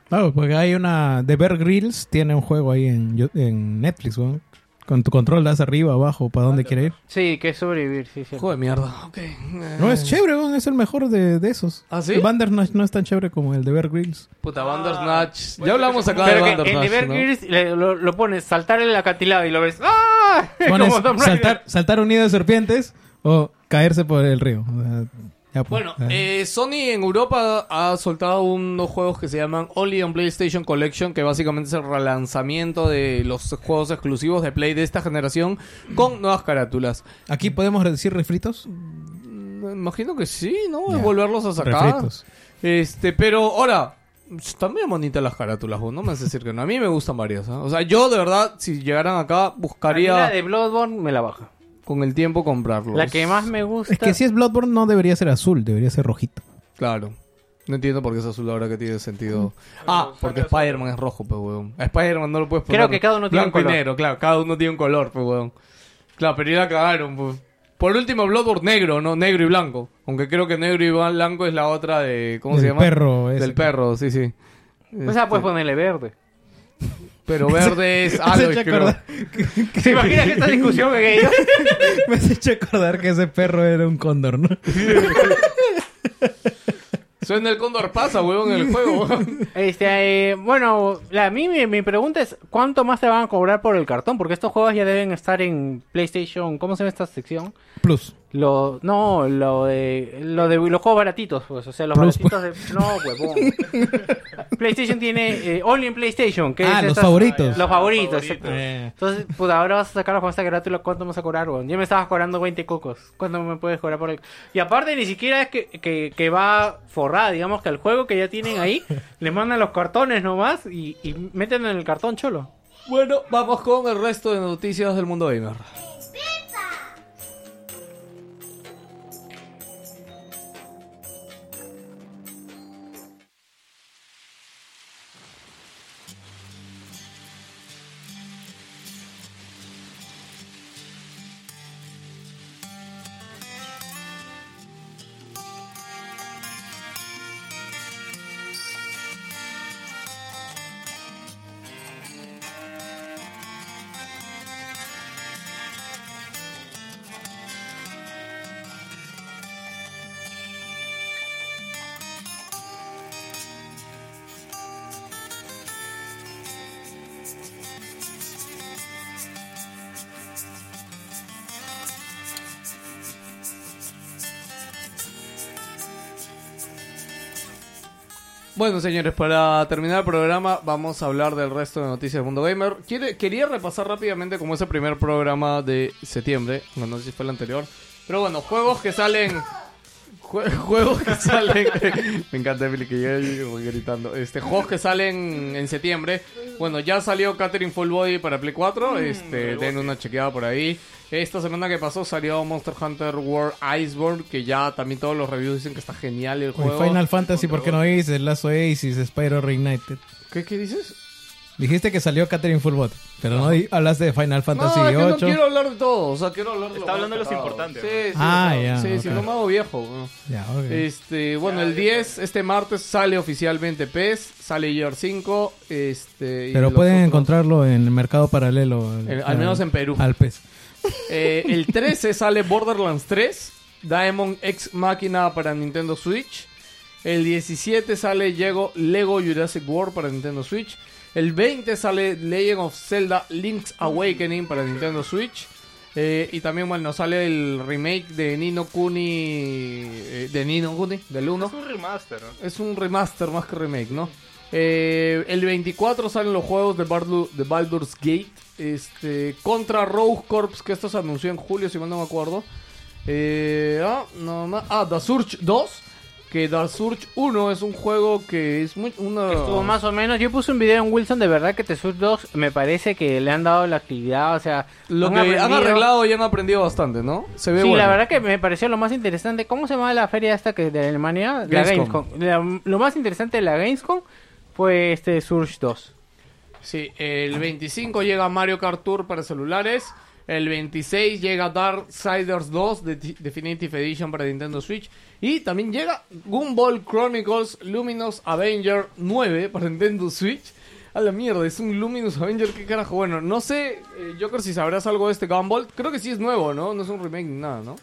Claro, porque hay una. The Bear Grylls tiene un juego ahí en, Yo- en Netflix, weón. Con tu control das arriba, abajo, para dónde quiere ir.
Sí, que es sobrevivir, sí, sí.
Juego de mierda. Ok. Eh,
No, es chévere, weón. Es el mejor de, de esos.
¿Ah, sí?
El Bandersnatch no es tan chévere como el de Bear
*laughs*
Grylls.
Puta, Bandersnatch.
bueno,
ya hablamos
pero
acá de
Pero que en The
Bandersnatch.
Bear
¿no?
Grylls le- lo, lo pones saltar en el acantilado y lo ves. ¡Ah! *laughs*
Bueno,
Como
es
Tomb Raider.
saltar, saltar un nido de serpientes o caerse por el río. O sea, ya, pues,
Bueno,
ya.
eh, Sony en Europa ha soltado unos juegos que se llaman Only on PlayStation Collection, que básicamente es el relanzamiento de los juegos exclusivos de Play de esta generación con nuevas carátulas.
Aquí podemos decir refritos.
Me imagino que sí, ¿no?
Ya.
Volverlos a sacar.
Refritos.
Este, pero ahora, están bien bonitas las carátulas, vos, no me haces decir que no. A mí me gustan varias. ¿ah? O sea, yo de verdad, si llegaran acá,
A mí La
buscaría
de Bloodborne me la baja.
con el tiempo comprarlos.
La que más me gusta.
Es que si es Bloodborne no debería ser azul, debería ser rojito.
Claro. No entiendo por qué es azul ahora que tiene sentido. Ah, porque Spider-Man es rojo, pues, weón. A Spider-Man no lo puedes poner.
Creo que cada uno tiene un
blanco y
color.
negro, claro. Cada uno tiene un color, pues, weón. Claro, pero ya la cagaron, pues. Por último, Bloodborne negro, ¿no? Negro y blanco. Aunque creo que negro y blanco es la otra de... ¿Cómo se
Del
llama?
perro ese.
Del perro, sí, sí.
O sea,
este.
puedes
*laughs*
ponerle verde.
Pero *laughs* verde es Aloy,
hecho
Ah, creo.
acordar *laughs* que- que-
¿Te imaginas que esta discusión
*laughs*
en ellos?
Me has hecho acordar que ese perro era un cóndor, ¿no?
Suena el cóndor pasa, huevón, *laughs* en el juego. huevón.
Este, eh, bueno, la, a mí mi, mi pregunta es ¿cuánto más te van a cobrar por el cartón? Porque estos juegos ya deben estar en PlayStation, ¿cómo se llama esta sección?
Plus.
Lo, no, lo de, lo de los juegos baratitos, pues, o sea, los
Plus,
baratitos de... No,
*laughs*
huevón. PlayStation tiene eh, Only en PlayStation, que
Ah,
es
los
estas-
favoritos.
Los favoritos,
Favoritos.
exacto.
Eh,
Entonces, pues ahora vas a sacar con esta carátula, ¿cuánto me vas a cobrar, weón? Yo me estabas cobrando 20 cocos. ¿Cuánto me puedes cobrar por el.? Y aparte, ni siquiera es que, que, que va forrada, digamos que al juego que ya
*laughs*
tienen ahí, le mandan los cartones nomás y, y meten en el cartón cholo.
Bueno, vamos con el resto de noticias del mundo gamer. Bueno, señores, para terminar el programa, vamos a hablar del resto de noticias del mundo gamer. Quiere- quería repasar rápidamente como es el primer programa de septiembre. No, no sé si fue el anterior. Pero bueno, juegos que salen. jue- *laughs* juegos que salen. *laughs* me encanta, Billy, que yo ahí voy gritando. Este, juegos que salen en septiembre. Bueno, ya salió Catherine Full Body para Play 4. Este, den una chequeada por ahí. Esta semana que pasó salió Monster Hunter World Iceborne. Que ya también todos los reviews dicen que está genial el
oye,
juego.
Final Fantasy, ¿por qué no dices? Lazo Aces, Spyro Reignited.
¿Qué, ¿Qué dices?
Dijiste que salió Catherine Fullbot, pero no di- hablaste de Final Fantasy
no, es que no
8.
quiero hablar de todo, o sea, quiero hablar de
Está
más
hablando de los
destacado.
importantes,
Sí, sí,
Ah,
no,
ya,
sí,
ok.
sí, no me hago viejo. ¿no?
Ya, ok.
Este, bueno, el 10, este martes sale oficialmente PES, sale Gear 5, este... y
pero
los
pueden
otros.
encontrarlo en el mercado paralelo. el-
El- Eh, al menos en Perú.
Al PES.
Eh, el 13 sale Borderlands 3, Diamond X Máquina para Nintendo Switch. El 17 sale Lego, Lego Jurassic World para Nintendo Switch. El 20 sale Legend of Zelda Link's Awakening para Nintendo Switch. Eh, y también, bueno, sale el remake de Nino Kuni. eh, de Nino Kuni, del 1.
Es un remaster, ¿no?
Es un remaster más que remake, ¿no? Eh, el 24 salen los juegos de, Bardu- de Baldur's Gate. Este, contra Rogue Corps, que esto se anunció en julio, si mal no me acuerdo. Eh, ah, no, ma- ah, The Surge 2. Que The Surge 1 es un juego que es muy. Una...
Estuvo más o menos. Yo puse un video en Wilson, de verdad que te sub 2 me parece que le han dado la actividad, o sea.
Lo
han
que han
aprendido-
arreglado y han aprendido bastante, ¿no? Se ve
Sí,
bueno.
la verdad que me pareció lo más interesante. ¿Cómo se llama la feria esta que de Alemania? La
Gamescom.
Gamescom. La- lo más interesante de la Gamescom fue este Surge 2.
Sí, el 25 llega Mario Kart Tour para celulares. El 26 llega Darksiders 2 de T- Definitive Edition para Nintendo Switch. Y también llega Gumball Chronicles Luminous Avenger 9 para Nintendo Switch. A la mierda, es un Luminous Avenger, qué carajo. Bueno, no sé, eh, Joker, si sabrás algo de este Gumball. Creo que sí es nuevo, ¿no? No es un remake ni nada, ¿no?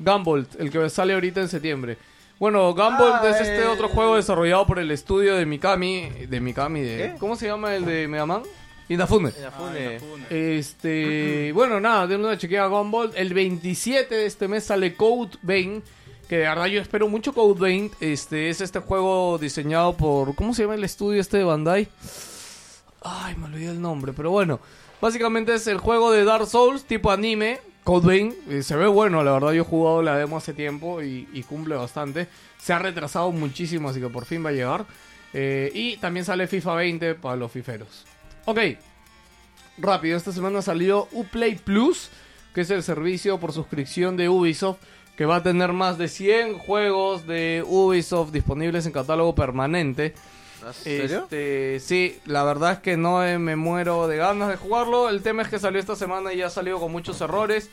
Gumball, el que sale ahorita en septiembre. Bueno, Gumball es este otro juego desarrollado por el estudio de Mikami. De Mikami, de, ¿cómo se llama el de Mega Man? Inafune.
Ay,
Inafune.
la funa.
Este, bueno, nada, de una chequea Gumball. El 27 de este mes sale Code Vein. Que de verdad yo espero mucho Code Vein. Este, es este juego diseñado por. ¿Cómo se llama el estudio este de Bandai? Ay, me olvidé el nombre, pero bueno. Básicamente es el juego de Dark Souls tipo anime. Code Vein. Eh, se ve bueno, la verdad. Yo he jugado la demo hace tiempo y, y cumple bastante. Se ha retrasado muchísimo, así que por fin va a llegar. Eh, y también sale FIFA 20 para los fiferos. Ok, rápido. Esta semana salió Uplay Plus, que es el servicio por suscripción de Ubisoft, que va a tener más de 100 juegos de Ubisoft disponibles en catálogo permanente.
¿Ah,
¿En serio?
Este, sí, la verdad es que no eh, me muero de ganas de jugarlo. El tema es que salió esta semana y ya ha salido con muchos errores.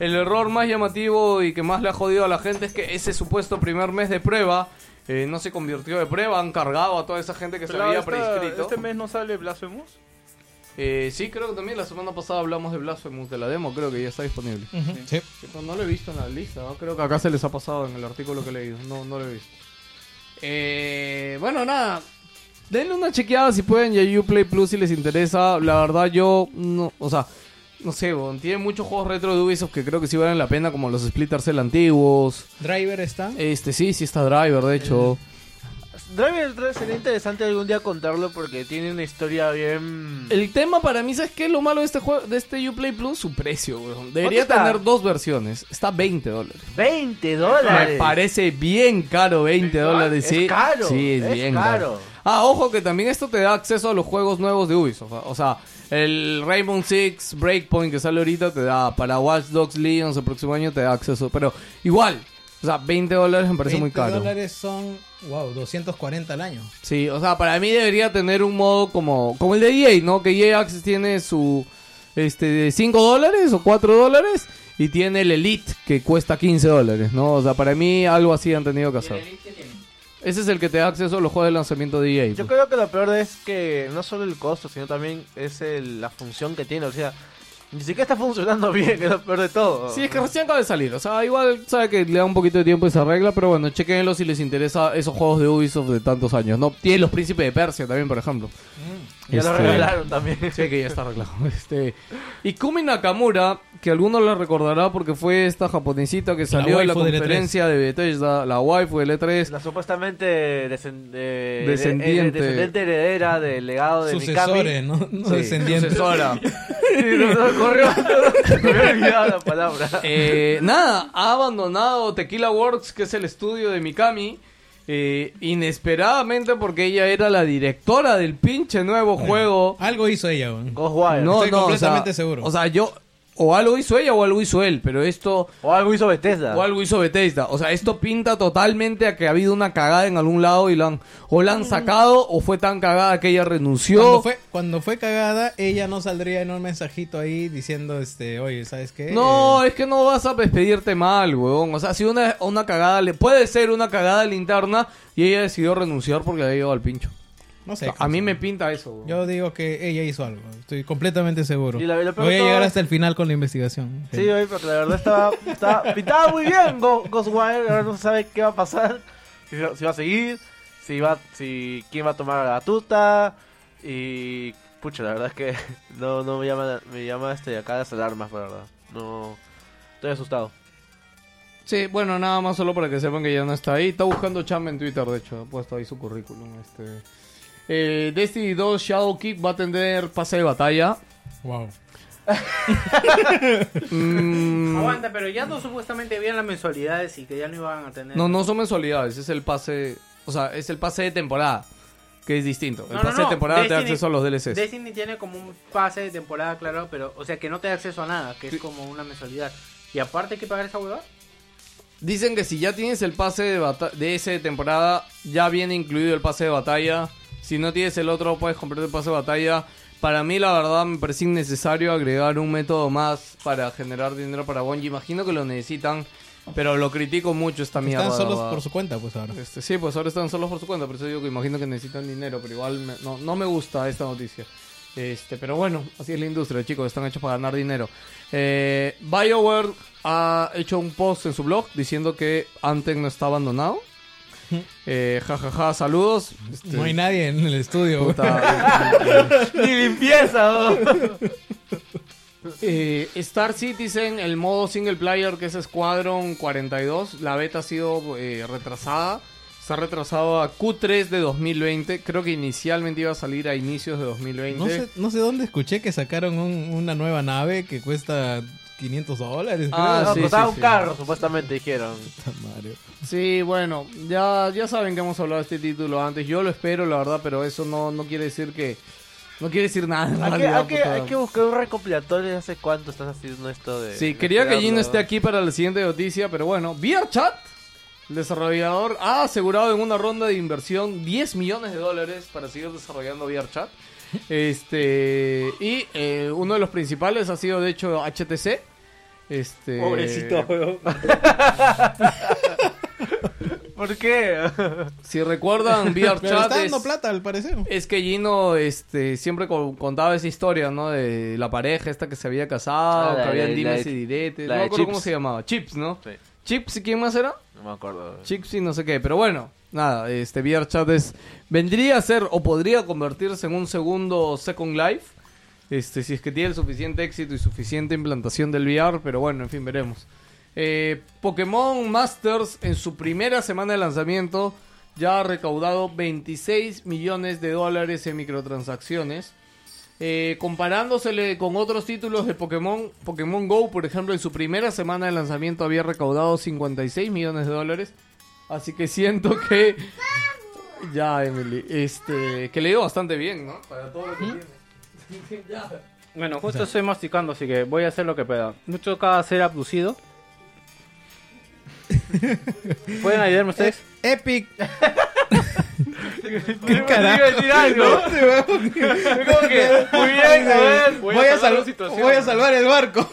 El error más llamativo y que más le ha jodido a la gente es que ese supuesto primer mes de prueba eh, no se convirtió de prueba, han cargado a toda esa gente que se
Pelado,
había
esta-
preinscrito.
¿Este mes no sale Blasphemous?
Eh, sí, creo que también la semana pasada hablamos de Blasphemous, de la demo, creo que ya está disponible. Pero no lo he visto en la lista, ¿no? creo que acá se les ha pasado en el artículo que he leído, no, no lo he visto. Eh, bueno, nada, denle una chequeada si pueden y a Uplay Plus si les interesa. La verdad yo, no, o sea, no sé, bon, tiene muchos juegos retro de Ubisoft que creo que sí valen la pena, como los Splinter Cell antiguos.
Driver está.
Este, sí, sí está Driver, de hecho.
Driver 3 sería interesante algún día contarlo porque tiene una historia bien.
El tema para mí, ¿sabes qué? Lo malo de este juego, de este Uplay Plus, su precio, weón. Debería
¿Cuánto está?
tener dos versiones. Está 20 dólares.
20
Me
dólares.
parece bien caro 20 dólares,
Es
sí.
caro,
Sí, es,
es
bien
caro.
caro. Ah, ojo que también esto te da acceso a los juegos nuevos de Ubisoft. O sea, el Rainbow Six Breakpoint que sale ahorita te da para Watch Dogs Legion el próximo año te da acceso. Pero igual, o sea, 20 dólares me parece muy
20
caro.
dólares son, wow, 240 al año.
Sí, o sea, para mí debería tener un modo como, como el de EA, ¿no? Que EA Access tiene su este de 5 dólares o 4 dólares y tiene el Elite que cuesta 15 dólares, ¿no? O sea, para mí algo así han tenido que hacer. Ese es el que te da acceso a los juegos de lanzamiento de EA.
Yo
pues.
creo que lo peor es que no solo el costo, sino también es el- la función que tiene. O sea, ni siquiera está funcionando *laughs* bien, es lo peor de todo.
Sí, es que recién acaba de salir. O sea, igual sabe que le da un poquito de tiempo y se arregla, pero bueno, chequenlo si les interesa esos juegos de Ubisoft de tantos años. No, tiene los Príncipes de Persia también, por ejemplo.
Ya lo
Este-
regalaron *laughs* también.
Sí, que ya está arreglado. *laughs* Este, y Kumi Nakamura, que alguno la recordará porque fue esta japonesita que salió de la
waifu E del E3.
conferencia de Bethesda, la waifu E del E3.
La supuestamente descen- de- de-
Descendiente.
descendiente heredera del legado de
Sucesores,
Mikami.
¿no? *laughs* No
Sí,
descendientes.
sucesora.
Sí, no, no, corrió. *laughs* Me había olvidado la palabra.
Eh, nada, ha abandonado Tequila Works, que es el estudio de Mikami, eh, inesperadamente porque ella era la directora del pinche nuevo juego.
Algo hizo ella, weón.
Ghostwire.
No,
Estoy
no, o
completamente
sea,
seguro.
O sea, yo, o algo hizo ella o algo hizo él, pero esto...
O algo hizo Bethesda.
O algo hizo Bethesda. O sea, esto pinta totalmente a que ha habido una cagada en algún lado y la han, o la han sacado o fue tan cagada que ella renunció.
Cuando fue, cuando fue cagada, ella no saldría en un mensajito ahí diciendo, este, oye, ¿sabes qué?
No,
Eh,
es que no vas a despedirte mal, weón. O sea, si una, una cagada, le puede ser una cagada linterna y ella decidió renunciar porque le había ido al pincho.
no
O
sé.
sea, a mí me pinta eso, weón.
Yo digo que ella hizo algo, estoy completamente seguro.
Y la- lo peor
Voy a
todo
llegar
es-
hasta el final con la investigación.
Sí, oye, porque la verdad estaba, estaba pintaba muy bien Go- Ghostwire, ahora no se sabe qué va a pasar, si, va- si va a seguir, si va, si quién va a tomar la batuta y pucha, la verdad es que *laughs* no, no me llama, me llama este acá las alarmas, la verdad, no, estoy asustado.
Sí, bueno, nada más solo para que sepan que ya no está ahí. Está buscando chamba en Twitter, de hecho. Ha puesto ahí su currículum. Este. Eh, Destiny 2 Shadow Kick va a tener pase
*laughs*
de batalla.
Wow.
Mm,
Aguanta, pero ya no supuestamente habían las mensualidades y que ya no iban a tener.
No, no son mensualidades, es el pase. O sea, es el pase de temporada. Que es distinto. El
No, no,
pase
no,
de temporada te da
Destiny-
acceso a los DLCs.
Destiny tiene como un pase de temporada, claro, pero, o sea, que no te da acceso a nada, que es como una mensualidad. Y aparte hay que pagar esa huevada.
Dicen que si ya tienes el pase de, bata- de ese de temporada, ya viene incluido el pase de batalla. Si no tienes el otro, puedes comprar el pase de batalla. Para mí, la verdad, me parece innecesario agregar un método más para generar dinero para Bungie. Imagino que lo necesitan, pero lo critico mucho esta mierda.
Están solos
¿verdad?
por su cuenta, pues ahora.
Este, sí, pues ahora están solos por su cuenta, por eso digo que imagino que necesitan dinero, pero igual me- no, no me gusta esta noticia. Este, pero bueno, así es la industria, chicos, están hechos para ganar dinero. Eh, BioWare ha hecho un post en su blog diciendo que Anthem no
*laughs*
está abandonado. Eh, ja, ja, ja, saludos. Este,
No hay nadie en el estudio.
puta. *laughs*
Ni limpieza,
Eh, Star Citizen, el modo single player que es Squadron 42, la beta ha sido eh, retrasada. Se ha retrasado a Q3 de 2020. Creo que inicialmente iba a salir a inicios de 2020.
No sé, no sé dónde escuché que sacaron un- una nueva nave que cuesta 500 dólares.
Ah, sí,
costaba
sí,
un
sí.
carro, supuestamente dijeron.
creo. Puta madre.
Sí, bueno, ya, ya saben que hemos hablado de este título antes. Yo lo espero, la verdad, pero eso no, no quiere decir que. No quiere decir nada. en
Hay que,
realidad,
hay que-
puta.
hay que buscar un recopilatorio de hace cuánto estás haciendo esto de...
Sí,
de
quería que Gino
crearlo.
esté aquí para la siguiente noticia, pero bueno, VRChat, el desarrollador, ha asegurado en una ronda de inversión 10 millones de dólares para seguir desarrollando VRChat. Este, y eh, uno de los principales ha sido, de hecho, HTC. Este, *laughs*
Pobrecito, weón.
¿Por qué?
Si recuerdan,
Pero
VRChat
está
es,
dando plata, al parecer.
es que Gino este, siempre co- contaba esa historia, ¿no? De la pareja esta que se había casado,
Ah, la
que había
de- la
dimes
de-
y diretes.
la
No me
de
acuerdo cómo
Chips.
se llamaba. Chips, ¿no?
Sí.
Chips, ¿y quién más era?
No me acuerdo.
Chips y no sé qué. Pero bueno, nada, este VRChat es, vendría a ser o podría convertirse en un segundo Second Life. Este, si es que tiene el suficiente éxito y suficiente implantación del VR, pero bueno, en fin, veremos. Eh, Pokémon Masters en su primera semana de lanzamiento ya ha recaudado 26 millones de dólares en microtransacciones. Eh, comparándosele con otros títulos de Pokémon, Pokémon Go, por ejemplo, en su primera semana de lanzamiento había recaudado 56 millones de dólares. Así que siento que. Ya, Emily. Este. Que le dio bastante bien, ¿no? Para todo lo que tiene. Ya.
Bueno, justo estoy masticando, así que voy a hacer lo que pueda. Me toca ser
*laughs*
abducido. ¿Pueden ayudarme ustedes?
*laughs* Epic. ¿Qué carajo?
Iba a decir
*laughs*
algo.
*laughs*
Como que, muy bien, a ver.
Voy, a
salvar
sal-
la situación.
voy a salvar el barco.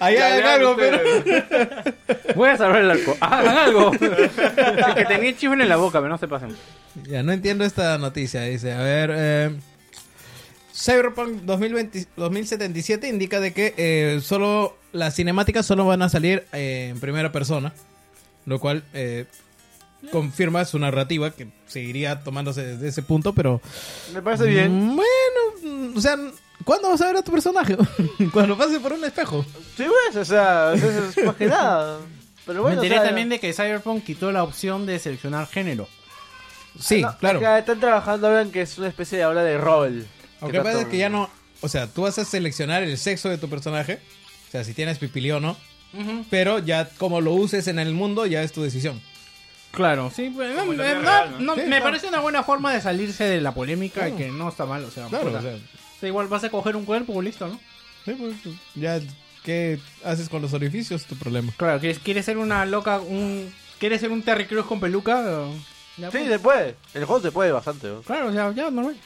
Allá hay
Ya,
algo,
ustedes.
pero.
Voy a salvar el arco. Ah, Hagan
*laughs*
algo. Es que tenía chifle en la boca, pero no se pasen.
Ya no entiendo esta noticia. Dice, a ver, eh, Cyberpunk 2020 2077 indica de que eh, solo las cinemáticas solo van a salir eh, en primera persona, lo cual eh, confirma su narrativa que seguiría tomándose desde ese punto, pero
Me parece bien.
bueno, mm, o sea, ¿cuándo vas a ver a tu personaje? *laughs* Cuando pase por un espejo.
Sí, pues, o sea, eso es más que nada. Pero
Me
bueno,
enteré
o sea,
también de que Cyberpunk quitó la opción de seleccionar género.
Sí,
Eh, no,
claro.
acá están trabajando ahora en que es una especie de ahora de rol.
Lo que pasa es
tanto-
que ya no. O sea, tú vas a seleccionar el sexo de tu personaje. O sea, si tienes pipilí o no. Pero ya como lo uses en el mundo, ya es tu decisión.
Claro, sí. pues, no,
Como en la
eh,
vida
no,
real,
no,
Sí,
me
claro.
parece una buena forma de salirse de la polémica y que no está mal. O sea,
Claro,
puta.
o sea,
O sea, igual vas a coger un cuerpo y listo, ¿no?
sí, pues, ya. ¿Qué haces con los orificios? Tu problema.
Claro, ¿quieres, quieres ser una loca, un... ¿Quieres ser un Terry Crews con peluca? O- Ya,
Sí,
pues.
se puede. El juego se puede bastante. ¿no?
Claro, o sea, ya, normal.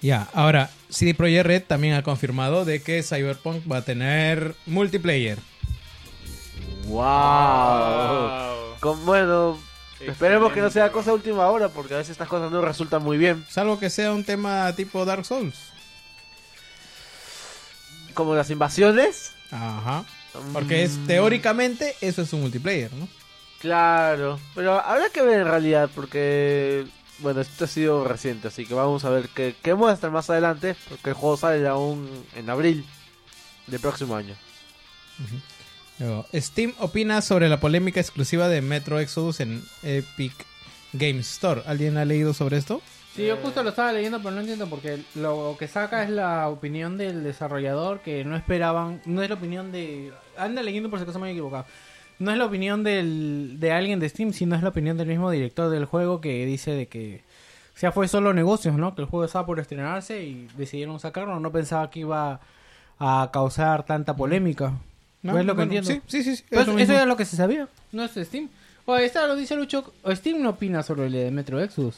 Ya, ahora, CD Projekt Red también ha confirmado de que Cyberpunk va a tener multiplayer.
Ah.
¡Wow!
Wow.
Con, bueno, esperemos que no sea
Excelente.
cosa de última hora porque a veces estas cosas no resultan muy bien.
Salvo que sea un tema tipo Dark Souls.
Como las invasiones.
Ajá. Porque es
Mm.
teóricamente eso es un multiplayer, ¿no?
Claro, pero habrá que ver en realidad porque, bueno, esto ha sido reciente, así que vamos a ver qué, qué muestran más adelante, porque el juego sale aún en abril del próximo año.
Luego, Steam opina sobre la polémica exclusiva de Metro Exodus en Epic Game Store. ¿Alguien ha leído sobre esto?
Sí, yo justo
lo estaba leyendo, pero no entiendo porque lo que saca es la opinión del desarrollador que no esperaban, no es la opinión de... Anda leyendo por si acaso me he equivocado. No es la opinión del, de alguien de Steam, sino es la opinión del mismo director del juego que dice de que... O sea, fue solo negocios, ¿no? Que el juego estaba por estrenarse y decidieron sacarlo. No pensaba que iba a causar tanta polémica.
No,
es Pues lo que
bueno,
entiendo.
Sí, sí, sí. sí,
Pero
eso
eso,
mismo.
era lo que se sabía, no es Steam. Oye, esta lo dice Lucho. Steam no opina sobre el de Metro Exodus.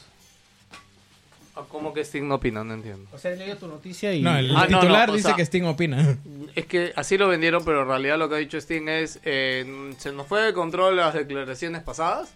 ¿Cómo Ah, que Steam no opina? No entiendo.
O sea, leí tu noticia y.
No, el
Ah, no, no,
titular
o
dice
sea-
que Steam opina.
Es que así lo vendieron, pero en realidad lo que ha dicho Steam es. eh, se nos fue de control las declaraciones pasadas.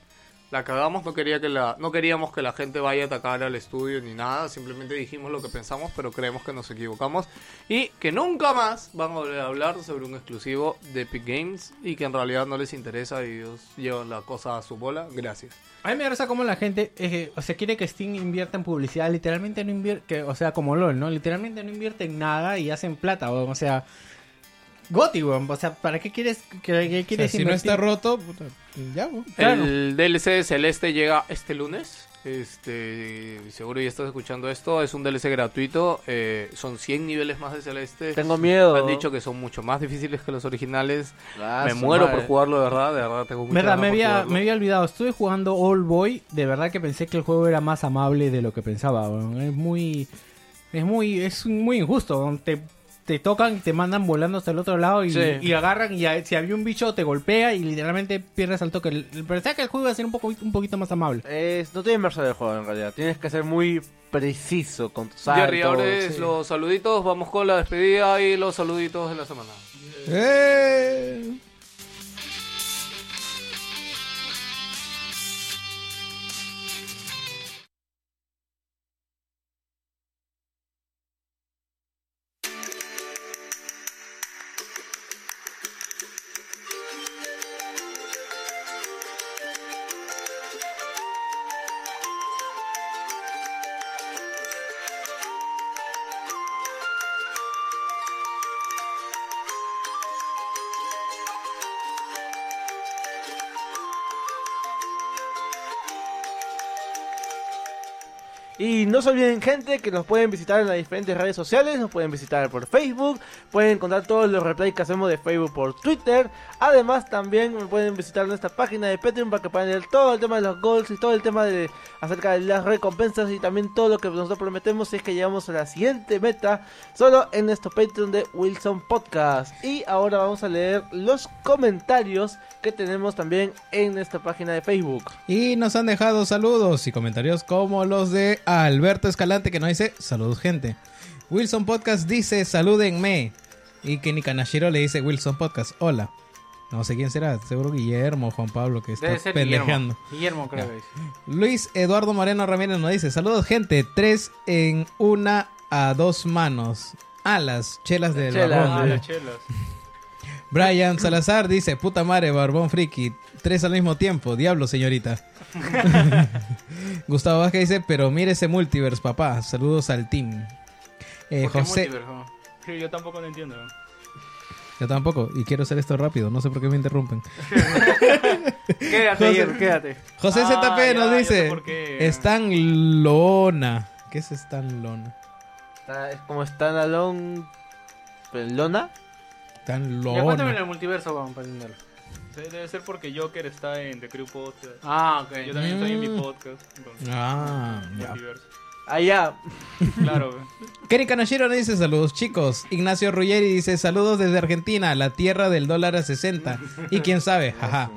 La cagamos, no, quería que la, no queríamos que la gente vaya a atacar al estudio ni nada. Simplemente dijimos lo que pensamos, pero creemos que nos equivocamos. Y que nunca más van a volver a hablar sobre un exclusivo de Epic Games. Y que en realidad no les interesa y ellos llevan la cosa a su bola. Gracias.
A mí me reza como la gente. eh, o sea, quiere que Steam invierta en publicidad. Literalmente no invierte. O sea, como LOL, ¿no? Literalmente no invierte en nada y hacen plata, weón. O sea. Goti, weón. O sea, ¿para qué quieres. Que, que
O sea,
quieres
si no
invertir?
está roto, puta, ya. bo.
Claro.
El DLC de Celeste llega este lunes. Este, seguro ya estás escuchando esto. Es un DLC gratuito. eh, son 100 niveles más de Celeste.
Tengo miedo.
Han dicho que son mucho más difíciles que los originales.
Ah,
me
su
muero
madre.
por jugarlo, de verdad. De verdad, tengo mucha
Verdad,
gana
me
por
había,
jugarlo.
me había olvidado. Estuve jugando All Boy. De verdad que pensé que el juego era más amable de lo que pensaba. weón. Es muy. Es muy. Es muy injusto. weón. Te, te tocan y te mandan volando hasta el otro lado y,
Sí.
y agarran. Y a- si había un bicho, te golpea y literalmente pierdes al toque. El- el- Pensaba que el juego iba a ser un, poco, un poquito más amable.
Es, no tiene inmersión del juego en realidad, tienes que ser muy preciso con tus
Jerry,
saltos.
abres
sí.
los saluditos. Vamos con la despedida y los saluditos de la semana.
¡Eh!
Y no se olviden, gente, que nos pueden visitar en las diferentes redes sociales, nos pueden visitar por Facebook, pueden encontrar todos los replays que hacemos de Facebook por Twitter. Además, también pueden visitar nuestra página de Patreon para que puedan leer todo el tema de los goals y todo el tema de acerca de las recompensas y también todo lo que nosotros prometemos si es que llegamos a la siguiente meta solo en nuestro Patreon de Wilson Podcast. Y ahora vamos a leer los comentarios que tenemos también en nuestra página de Facebook.
Y nos han dejado saludos y comentarios como los de Alberto Escalante que nos dice saludos gente. Wilson Podcast dice salúdenme. Y Kenny Kanashiro le dice Wilson Podcast, hola. No sé quién será, seguro Guillermo o Juan Pablo que está
Debe ser
pendejando.
Guillermo. Guillermo, creo
Ya.
que es.
Luis Eduardo Moreno Ramírez nos dice saludos gente, tres en una a dos manos. Alas, chelas del
Chelas.
barbón.
Ah, las chelas.
Eh,
Brian Salazar dice, puta madre, barbón friki, tres al mismo tiempo, diablo señorita. *laughs* Gustavo Vázquez dice, pero mire ese multiverse, papá, saludos al team. Eh,
¿Por qué
José,
multiverso?
Sí, yo tampoco lo entiendo.
yo tampoco, y quiero hacer esto rápido, no sé por qué me interrumpen.
Quédate,
José-
Guillermo, quédate.
José
Ah,
ZP
ya,
nos
ya sé
dice,
por qué.
Stan Lona. ¿Qué es Stan Lona?
Está- Es como están alón ¿Lona?
Stan
Ya cuéntame
Lona.
el multiverso, vamos, para entenderlo.
Sí, Debe ser porque Joker está en The Crew Podcast.
Ah, ok.
Yo también estoy en
Mm.
mi podcast. Entonces,
Ah, ya.
multiverso.
Allá.
Claro, güey.
Kenny Canashiro nos dice saludos chicos. Ignacio Ruggeri dice saludos desde Argentina, la tierra del dólar a 60. Y quién sabe, jaja.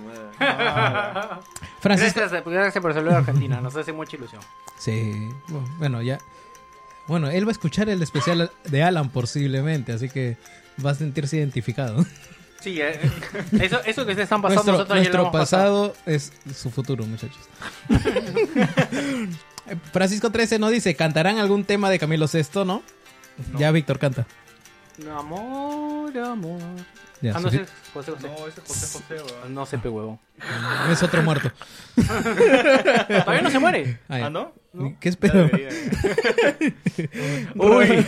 Francisco.
Gracias, gracias por saludar a Argentina, nos hace mucha ilusión.
Sí, bueno, bueno, ya. Bueno, él va a escuchar el especial de Alan posiblemente, así que va a sentirse identificado.
Sí, eh, eso, eso que ustedes están
nuestro
pasando nosotros ya lo
nuestro
hemos pasado.
pasado es su futuro, muchachos. *laughs* Francisco 13 nos dice, ¿cantarán algún tema de Camilo Sesto, no? Ya Víctor canta.
Amor, amor.
Ya,
ah, no
sufi-
sé, José, José.
No, ese es José José, güey.
No sé, pe huevo.
es otro muerto.
Todavía no se muere.
Ahí.
¿Ah, no?
¿Qué
Ya
espero? *laughs*
debería, güey.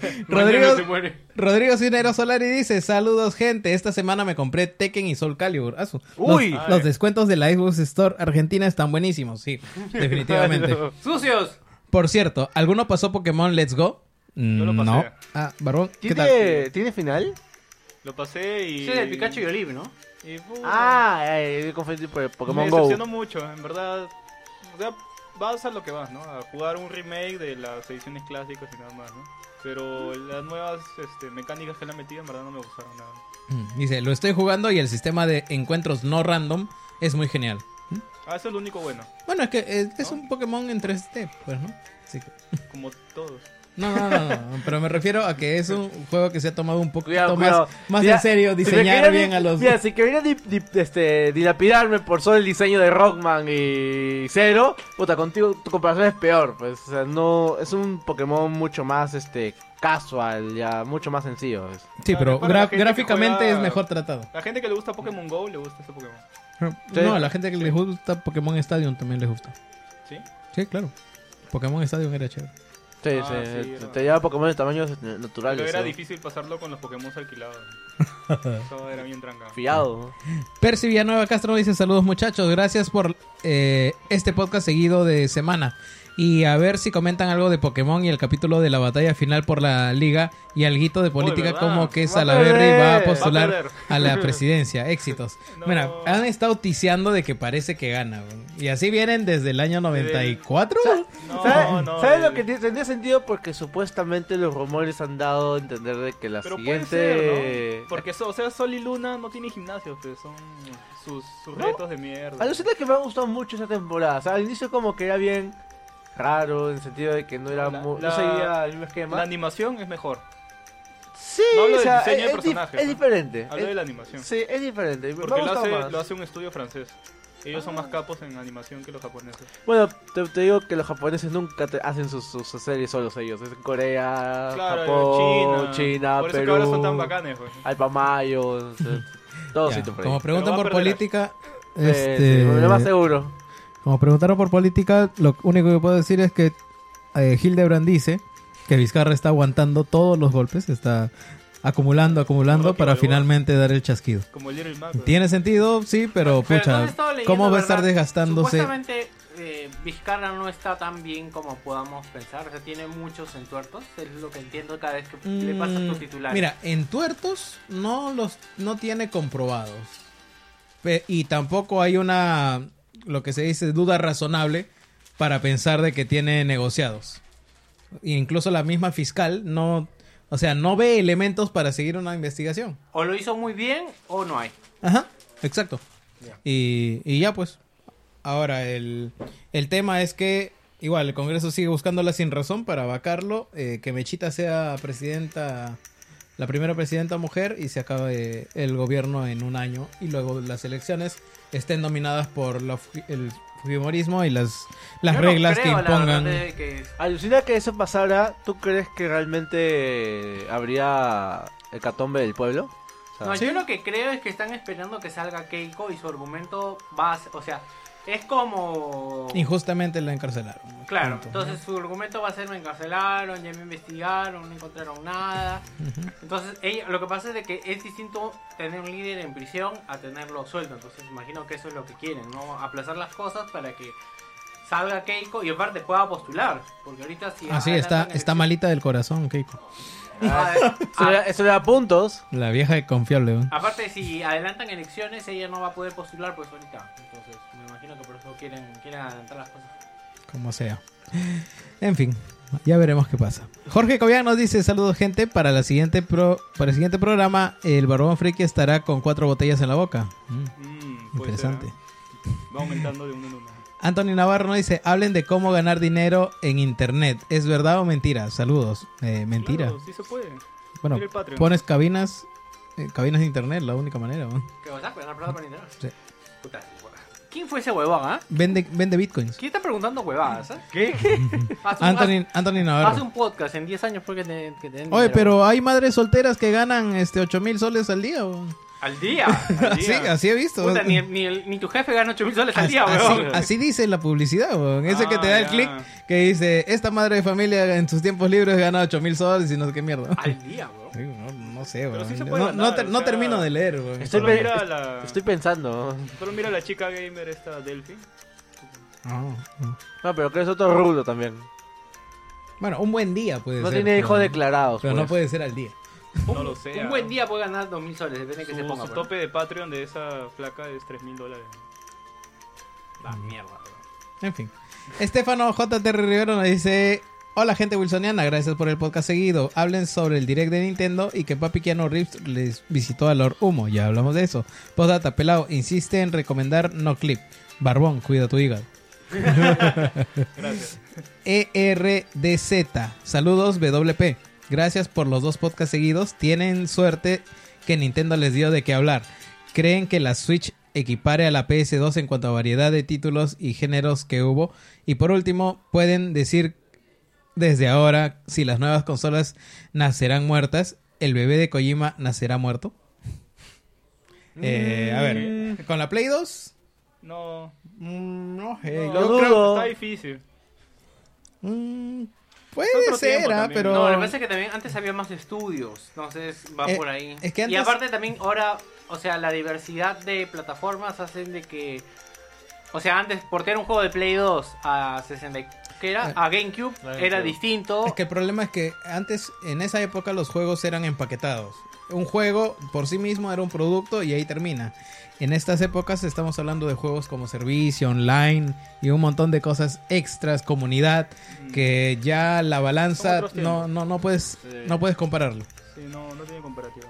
*laughs*
*laughs* Rodrigo-
Mañana se muere.
Rodrigo Cinero Solari dice, saludos gente, esta semana me compré Tekken y Soul Calibur. Ah, su- los-
Uy.
los, descuentos de la Xbox Store Argentina están buenísimos,
*laughs*
sí, definitivamente.
¡Sucios!
Por cierto, ¿alguno pasó Pokémon Let's Go? Mm,
Yo lo pasé.
No. Ah, Barbón, ¿qué tal?
¿Tiene, ¿Tiene final?
Lo pasé y.
Ese es el Pikachu y Olive, ¿no?
y, puta,
Ah, eh, yo confundí por el Pokémon
me
Go.
decepcionó mucho, en verdad. O sea, vas a lo que vas, ¿no? A jugar un remake de las ediciones clásicas y nada más, ¿no? Pero las nuevas este, mecánicas que le han metido en verdad no me gustaron nada.
Mm, Dice, lo estoy jugando y el sistema de encuentros no random es muy genial.
Ah, eso es lo único bueno,
Bueno, es que eh, es un Pokémon en 3D, pues, ¿no? Así que-
como todos.
No, no, no, no, pero me refiero a que es un juego que se ha tomado un poquito
Cuidado,
más,
cuidado.
más
Mira,
en serio,
si me
diseñar
querían
bien
di-
a los...
Mira, si querían di- di- este, dilapidarme por solo el diseño de Rockman y Zero, puta, contigo tu comparación es peor. Pues, o sea, no. Es un Pokémon mucho más este casual, ya, mucho más sencillo. pues.
Sí,
Ah,
pero
es para la
gra-
gente que
gráficamente
juega-
es mejor tratado.
La gente que le gusta Pokémon Go le gusta este Pokémon.
No, a la gente que le gusta Pokémon Stadium también les gusta.
¿Sí?
Sí, claro. Pokémon Stadium era chévere.
Sí,
Ah,
sí,
sí,
te-
era.
te lleva Pokémon de tamaños eh,
Pero
naturales.
era
eh,
difícil pasarlo con los Pokémon
*laughs*
alquilados. Eso era bien trancado.
Fiado. ¿no?
Percy Villanueva Castro dice saludos muchachos, gracias por eh, este podcast seguido de semana. Y a ver si comentan algo de Pokémon y el capítulo de la batalla final por la liga y alguito de política
¿verdad?
como que
Va a
Salaberry
perder,
va a
va a
postular
perder.
a *laughs* la presidencia. *laughs* Éxitos.
No.
Mira, han estado ticiando de que parece que gana. weón. Y así vienen desde el año 94.
No,
¿Sabes
no.
¿sabes
eh,
lo que tiene- tendría sentido? Porque supuestamente los rumores han dado a entender de que la
Pero puede
siguiente.
ser, ¿no? Porque, so- o sea, Sol y Luna no tienen gimnasio, pues, son sus, sus retos de mierda.
Alucina que me ha gustado mucho esa temporada. O sea, al inicio como que era bien raro, en el sentido de que no era
La-
mu-
la-
no seguía el mismo esquema.
La animación es mejor.
sí,
no hablo del
o sea,
diseño
es,
del
es dif-
personaje,
es
¿no?
diferente.
Hablo
Es-
de la animación.
Sí, es diferente. Me
Porque
ha
lo
gustado
hace,
más.
lo hace un estudio francés. Ellos son más capos en animación que los japoneses.
Bueno, te, te digo que los japoneses nunca te- hacen sus, sus series solos ellos. Es en Corea,
Claro,
Japón, China,
Ah, China. Por eso que ahora son tan
Perú,
bacanes, pues.
Alpamayo, o sea, todos
Ya,
sitios por ahí.
como preguntan
Pero va
por
a perder.
política...
Sí,
este,
sí, lo más seguro.
Como preguntaron por política, lo único que puedo decir es que eh, Hildebrand dice que Vizcarra está aguantando todos los golpes, está acumulando, acumulando
Rocky
para
Balboa.
finalmente dar el chasquido.
Como el Little Mac. pues.
Tiene sentido, sí, pero
Pero
pucha,
entonces estaba leyendo,
¿cómo va a estar
¿verdad?
desgastándose?
Supuestamente eh, Vizcarra no está tan bien como podamos pensar. O sea, tiene muchos entuertos. Es lo que entiendo cada vez que le pasas tu
Mm,
titular.
Mira, en tuertos no los no tiene comprobados. Pe- y tampoco hay una lo que se dice duda razonable para pensar de que tiene negociados. E Incluso la misma fiscal no, o sea, no ve elementos para seguir una investigación.
O lo hizo muy bien o no hay.
Ajá, exacto. Y, y ya pues. Ahora, el, el tema es que igual el Congreso sigue buscándola sin razón para vacarlo, eh, que Mechita sea presidenta, la primera presidenta mujer y se acabe el gobierno en un año y luego las elecciones estén dominadas por la fu- el fujimorismo y las, las
Yo no
reglas
creo,
que
la
impongan.
verdad, eh. de que- Alucina que eso pasara, ¿tú crees que realmente eh, habría hecatombe del pueblo? O sea,
No, yo lo que creo es que están esperando que salga Keiko y su argumento va a ser- O sea, es como...
Injustamente la encarcelaron.
Claro,
Punto.
entonces su argumento va a ser me encarcelaron, ya me investigaron, no encontraron nada.
Ujú.
Entonces, ella, lo que pasa es de que es distinto tener un líder en prisión a tenerlo suelto. Entonces, imagino que eso es lo que quieren, ¿no? Aplazar las cosas para que salga Keiko y aparte pueda postular. Porque ahorita si...
Así
adelantan
está,
elecciones-
está malita del corazón, Keiko.
Ah, eh,
eso, le da, eso le da puntos.
La vieja es confiable. ¿eh?
Aparte, si adelantan elecciones, ella no va a poder postular pues ahorita. Entonces, me imagino que por eso quieren, quieren adelantar las cosas.
Como sea. En fin, ya veremos qué pasa. Jorge Cobian nos dice, saludos gente, para, la siguiente pro- para el siguiente programa el Barbón Friki estará con cuatro botellas en la boca. Mm,
Mm, puede ser,
interesante.
¿eh? Va aumentando de uno en uno.
Anthony Navarro nos dice, hablen de cómo ganar dinero en Internet. ¿Es verdad o mentira? Saludos. Eh, mentira.
Claro, sí se puede.
Bueno,
Mira el Patreon.
pones cabinas, eh, cabinas de Internet, la única manera. ¿no?
¿Qué vas a ganar plata por internet?
Sí.
Puta, ¿Quién fue ese huevón, ah?
Vende, vende bitcoins.
¿Quién está preguntando huevadas? ah? *laughs* Haz un-
Anthony, Anthony
haz, haz
Navarro.
un podcast en 10 años porque te, que te den
Oye,
dinero.
pero hay madres solteras que ganan este 8 mil soles al día. ¿o?
Al
*laughs*
día. Al
Sí,
día.
así he visto.
Puta, ni, el- ni, el- ni tu jefe gana 8 mil soles al
Así,
día,
así-
huevón.
así dice la publicidad, weón. Ese que te
Ah,
da el
ya.
clic que dice, esta madre de familia en sus tiempos libres gana 8 mil soles y no sé qué mierda. *laughs*
Al día, weón.
Sí, no, no sé, weón.
sí se puede
no,
ganar,
no ter-
o
no
sea,
termino de leer, weón.
Estoy,
Solo
pe-
mira la-
estoy pensando.
Solo mira a la chica gamer esta, Delphi.
Ah, ah.
No, pero que es otro rubro también.
Bueno, un buen día puede
No
ser.
tiene hijos
pero-
declarados.
Pero no
pues.
puede ser al día.
No lo sé.
Un
ah.
buen día puede ganar 2 mil soles, depende de que
Su,
se ponga.
su
pues.
tope de Patreon de esa flaca es 3 mil dólares.
La mierda, weón.
En fin. Estefano J.T. Rivero nos dice... Hola gente wilsoniana, gracias por el podcast seguido. Hablen sobre el direct de Nintendo y que Papi Keanu Reeves les visitó a Lord Humo. Ya hablamos de eso. Postdata, pelado, insiste en recomendar no clip. Barbón, cuida tu hígado. E
Gracias.
ERDZ. Saludos, WP. Gracias por los dos podcasts seguidos. Tienen suerte que Nintendo les dio de qué hablar. Creen que la Switch equipare a la PS2 en cuanto a variedad de títulos y géneros que hubo. Y por último, pueden decir desde ahora si las nuevas consolas nacerán muertas. El bebé de Kojima nacerá muerto.
Mm.
Eh, a ver, con la Play 2.
No.
Mm, No, sé,
no,
yo
yo
creo-
creo que está difícil.
Mm,
Es
puede
otro
ser,
tiempo
ah,
también.
pero.
No, lo que pasa es que también antes había más estudios, entonces va
Eh,
por ahí.
es que
Y
antes-
aparte también ahora, o sea, la diversidad de plataformas hacen de que... O sea, antes portear un juego de Play 2 a 60... y- ¿Qué era?
Eh,
A GameCube era distinto.
Es que el problema es que antes, en esa época, los juegos eran empaquetados. Un juego por sí mismo era un producto y ahí termina. En estas épocas estamos hablando de juegos como servicio, online y un montón de cosas extras, comunidad,
Mm,
que ya la
Son
balanza
otros
no,
tiempos.
no, no, puedes, no puedes compararlo.
Sí, no, no tiene comparativa.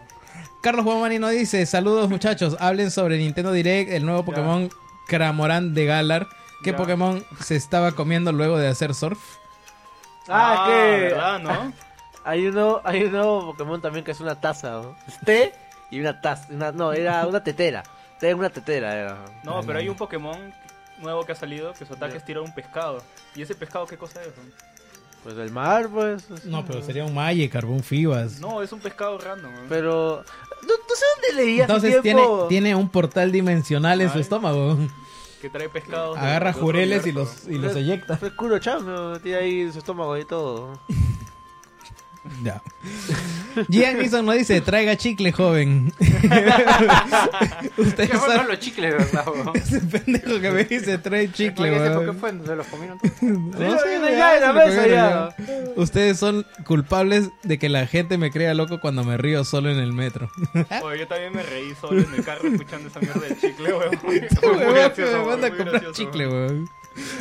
Carlos Guamani nos dice, saludos muchachos, hablen sobre Nintendo Direct, el nuevo Pokémon Cramorant de Galar. ¿Qué
Ya.
Pokémon se estaba comiendo luego de hacer surf?
Ah,
Ah,
que.
¿verdad, no?
Hay uno, hay uno Pokémon también que es una taza, ¿no? Es té y una taza. una- no, era una tetera. Té en una tetera era.
No, pero hay un Pokémon nuevo que ha salido que su ataque es tirar un pescado. ¿Y ese pescado qué cosa es? no?
Pues del mar, pues. o sea,
No, pero sería un Magic, Carbón Fibas.
No, es un pescado random. ¿no?
Pero. No, no sé dónde leí hace
Entonces tiene,
tiempo.
tiene un portal dimensional en su
Ay.
estómago.
Que trae pescados. de-
*laughs* Agarra
de otro
jureles y
universo.
los, y
*laughs*
los eyecta.
Fue culo chamo, tiene ahí su estómago y todo.
Ya. Gian Gison nos dice, traiga chicle, joven. *laughs* Ustedes
Qué bueno
saben-
los chicles, ¿verdad? weón?
*laughs* Ese pendejo que me dice trae chicle,
Oye, ¿ese
weón.
por qué fue? ¿No ¿Se los comieron todos?
No sé, ya, se lo comieron, ya. Ustedes son culpables de que la gente me crea loco cuando me río solo en el metro.
Oye, yo también me reí solo en el carro escuchando esa mierda de chicle,
*laughs*
weón.
Este
Fue muy
huevón que
gracioso,
me
weón,
manda a
muy
comprar
gracioso,
chicle,
weón.
weón.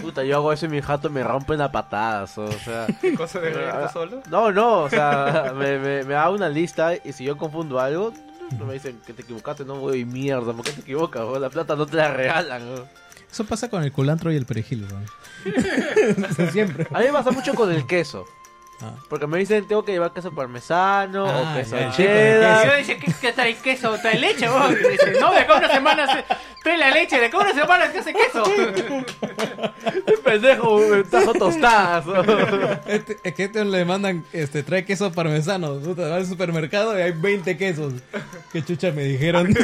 Puta, yo hago eso y mi jato me rompen a patadas, o sea...
¿Qué cosa de reírte
Ah,
solo?
No, no, o sea, me, me, me da una lista y si yo confundo algo, no me dicen que te equivocaste, no voy mierda, ¿por qué te equivocas? weón? La plata no te la regalan. weón.
Eso pasa con el culantro y el perejil, weón. *laughs* Eso Siempre.
A mí me pasa mucho con el queso.
Ah.
Porque me dicen tengo que llevar queso parmesano
Ah,
o queso
ya.
Y
cheddar. *laughs*
yo dice, ¿qué, qué trae queso? ¿Trae leche? weón? Y dice, no, de acá una semana se... trae la leche, de acá una semana se hace queso.
Qué pendejo, me tajo
*laughs*
tostadas. weón.
Este- es que este le mandan, este, trae queso parmesano. Puta, va al supermercado y hay 20 quesos. Qué chucha me dijeron.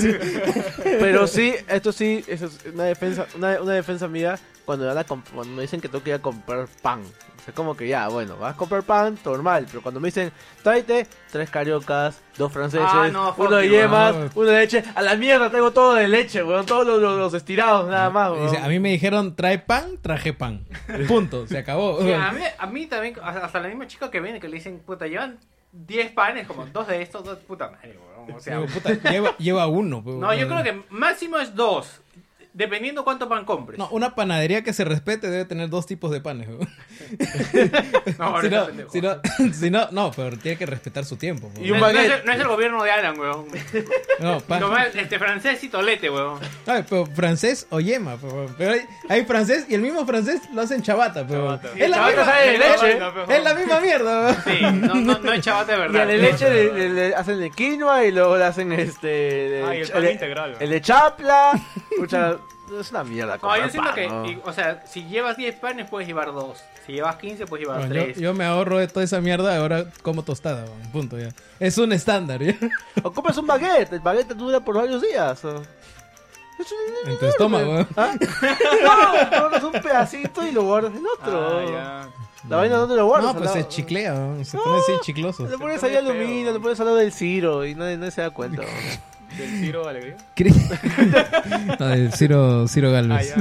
Pero sí, esto sí, eso es una defensa, una, una defensa mía cuando, me van a comp- cuando me dicen que tengo que ir a comprar pan. O sea, como que ya, bueno, vas a comprar pan, normal. Pero cuando me dicen, tráete tres cariocas, dos franceses,
Ah, no, fuck
uno de
you,
yemas,
weón.
uno de leche. A la mierda, tengo todo de leche, weón. Todos los, los- los estirados, nada más, weón.
Dice, a mí me dijeron, trae pan, traje pan. Punto, se acabó.
Y a, mí, a mí también, hasta hasta la misma chica que viene que le dicen, puta, llevan 10 panes, como dos de estos, dos, puta madre, weón. O sea,
Digo, puta, lleva, lleva uno. pues,
no,
weón.
yo creo que máximo es dos, dependiendo cuánto pan compres.
No, una panadería que se respete debe tener dos tipos de panes. weón. *laughs*
no,
si,
no,
no, si, no, *laughs* si no, no, pero tiene que respetar su tiempo. weón.
Y un
no, es- no,
baguette.
es, no es el gobierno de Alan, weón.
No, pan.
Nomás, este francés y tolete, weón.
Ay, pero francés o yema. Pero, pero hay, hay francés y el mismo francés lo hacen chabata. Pero,
Chabata.
Es, la
Chabata
misma,
sabe de leche.
es- es la misma mierda. weón.
Sí, no, no, no es chabate de
Y
verdad.
el de leche le, le- le hacen de quinoa y luego le hacen este. de-
Ah, y el
cha-
pan
de-
integral, weón.
El de chapla. Pucha, es una mierda.
No,
comprar
yo siento
pan,
que,
¿no?
y- o sea, si llevas 10 panes puedes llevar dos. Si llevas 15 puedes llevar
Bueno, yo,
tres.
yo me ahorro de toda esa mierda. Ahora como tostada. weón, Punto ya. Es un estándar. ya.
O compras un baguette, el baguette dura por varios días. o- Es un-
En tu estómago. ¿eh? weón.
¿Ah? No, compras un pedacito y lo guardas en otro.
Ah, ya.
La vaina dónde lo guardas.
No, pues
al
se
lado?
chiclea. weón, Se pone así
*laughs*
chicloso.
Le pones
Se
ahí
pone feo.
aluminio, le pones al lado del ciro y nadie, nadie se da cuenta.
¿Del
*laughs*
tiro alegría?
Cri- *laughs* no, de Ciro, Ciro *laughs*
Ah,
Galvez.
ya.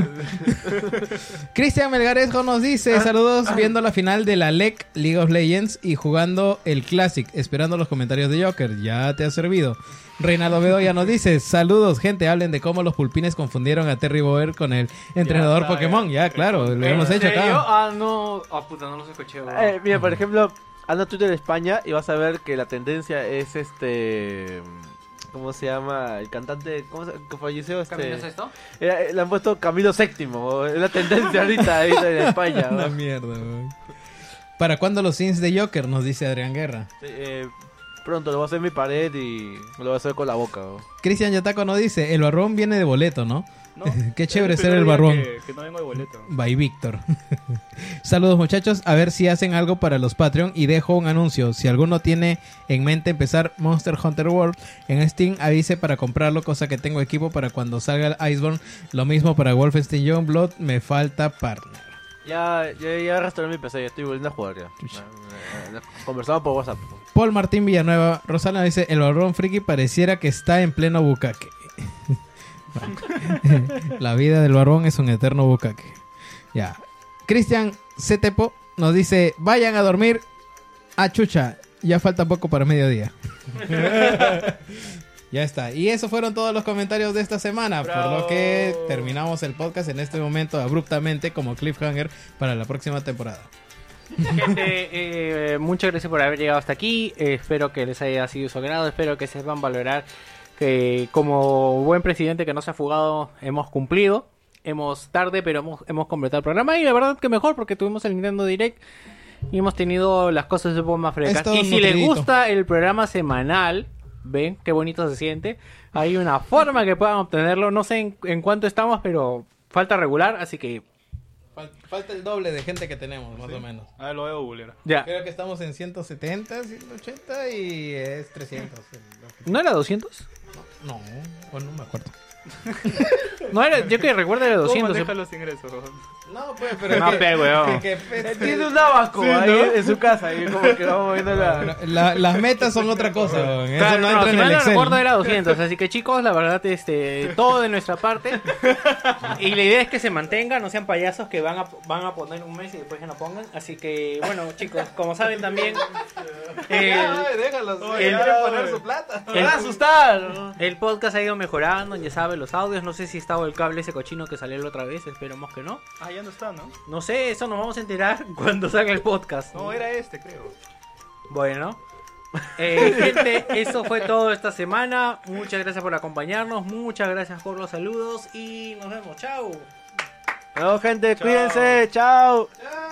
Cristian Melgarejo nos dice, saludos viendo la final de la LEC League of Legends y jugando el Classic, esperando los comentarios de Joker, ya te ha servido. Reinaldo Bedoya nos dice, saludos gente, hablen de cómo los pulpines confundieron a Terry Bower con el entrenador
Ya está,
Pokémon, ya, claro, lo hemos
¿En
hecho
serio?
acá.
Ah, no. Ah, puta, no los escuché, weón.
*laughs* Eh, mira, por ejemplo, anda a Twitter de España y vas a ver que la tendencia es este. ¿Cómo se llama? El cantante. ¿Cómo se, que falleció?
¿Camino es
Este,
esto?
Era- le han puesto Camilo VII. Es la tendencia ahorita, ahorita en
*laughs*
España.
Una
¿no?
mierda, weón. ¿Para cuándo los sims de Joker? Nos dice Adrián Guerra.
Eh, pronto lo voy a hacer en mi pared y lo voy a hacer con la boca. ¿no?
Cristian Yataco nos dice, el barbón viene de boleto, ¿no?
No,
Qué
es
chévere ser
primer
el
día
barbón.
Que, que no vengo de boleto.
By Víctor. *laughs* Saludos muchachos, a ver si hacen algo para los Patreon y dejo un anuncio. Si alguno tiene en mente empezar Monster Hunter World en Steam, avise para comprarlo, cosa que tengo equipo para cuando salga el Iceborne. Lo mismo para Wolfenstein Youngblood, me falta partner.
Ya, ya, ya restauré mi PC, ya estoy volviendo a jugar ya.
Chucha.
Eh, eh, Conversamos por WhatsApp.
Paul Martín Villanueva Rosana dice, el barrón friki pareciera que está en pleno bucaque. *laughs* Bueno. La vida del barbón es un eterno bucaque. Ya. Cristian Cetepo nos dice, vayan a dormir a chucha. Ya falta poco para mediodía. *laughs* ya está. Y esos fueron todos los comentarios de esta semana. Por lo
Bravo.
que terminamos el podcast en este momento abruptamente como cliffhanger para la próxima temporada.
Gente, eh, muchas gracias por haber llegado hasta aquí. Eh, espero que les haya sido de su agrado. Espero que sepan valorar que, como buen presidente que no se ha fugado, hemos cumplido. Hemos tarde, pero hemos, hemos completado el programa. Y la verdad que mejor, porque tuvimos el Nintendo Direct y hemos tenido las cosas un poco más frescas.
Esto
Y si les
nutridito.
gusta el programa semanal, ven qué bonito se siente. Hay una forma que puedan obtenerlo. No sé en, en cuánto estamos, pero falta regular. Así que
Falta el doble de gente que tenemos, más o menos.
Ah, lo veo bulera.
ya.
Creo que estamos en 170, 180 y es 300.
¿No era 200?
No, o no me acuerdo.
No era, yo que recuerdo era de
¿Cómo
200.
maneja los ingresos?
No, pues, pero.
No,
que-
pe, weón.
que- que-
Tiene un abasco ahí en su casa y como que vamos viendo la...
la- las metas son otra cosa, weón. Eso
Claro,
no
no,
entra
si
en el
mal no
Excel.
recuerdo era 200. Así que chicos, la verdad, este, todo de nuestra parte. Y la idea es que se mantengan, no sean payasos que van a, van a poner un mes y después ya no pongan. Así que, bueno, chicos, como
*laughs*
saben también. el-
déjalos.
el-
quieren poner su plata.
el-
asustar!
El podcast ha ido mejorando, ya saben, los audios. No sé si estaba el cable ese cochino que salió la otra vez, esperemos que no.
Ah, ya no está, ¿no?
No sé, eso nos vamos a enterar *laughs* cuando salga el podcast.
No, era este, creo.
Bueno. Eh, gente, eso fue todo esta semana. Muchas gracias por acompañarnos, muchas gracias por los saludos y nos vemos. Chao.
No, gente, cuídense, chao.
Chao.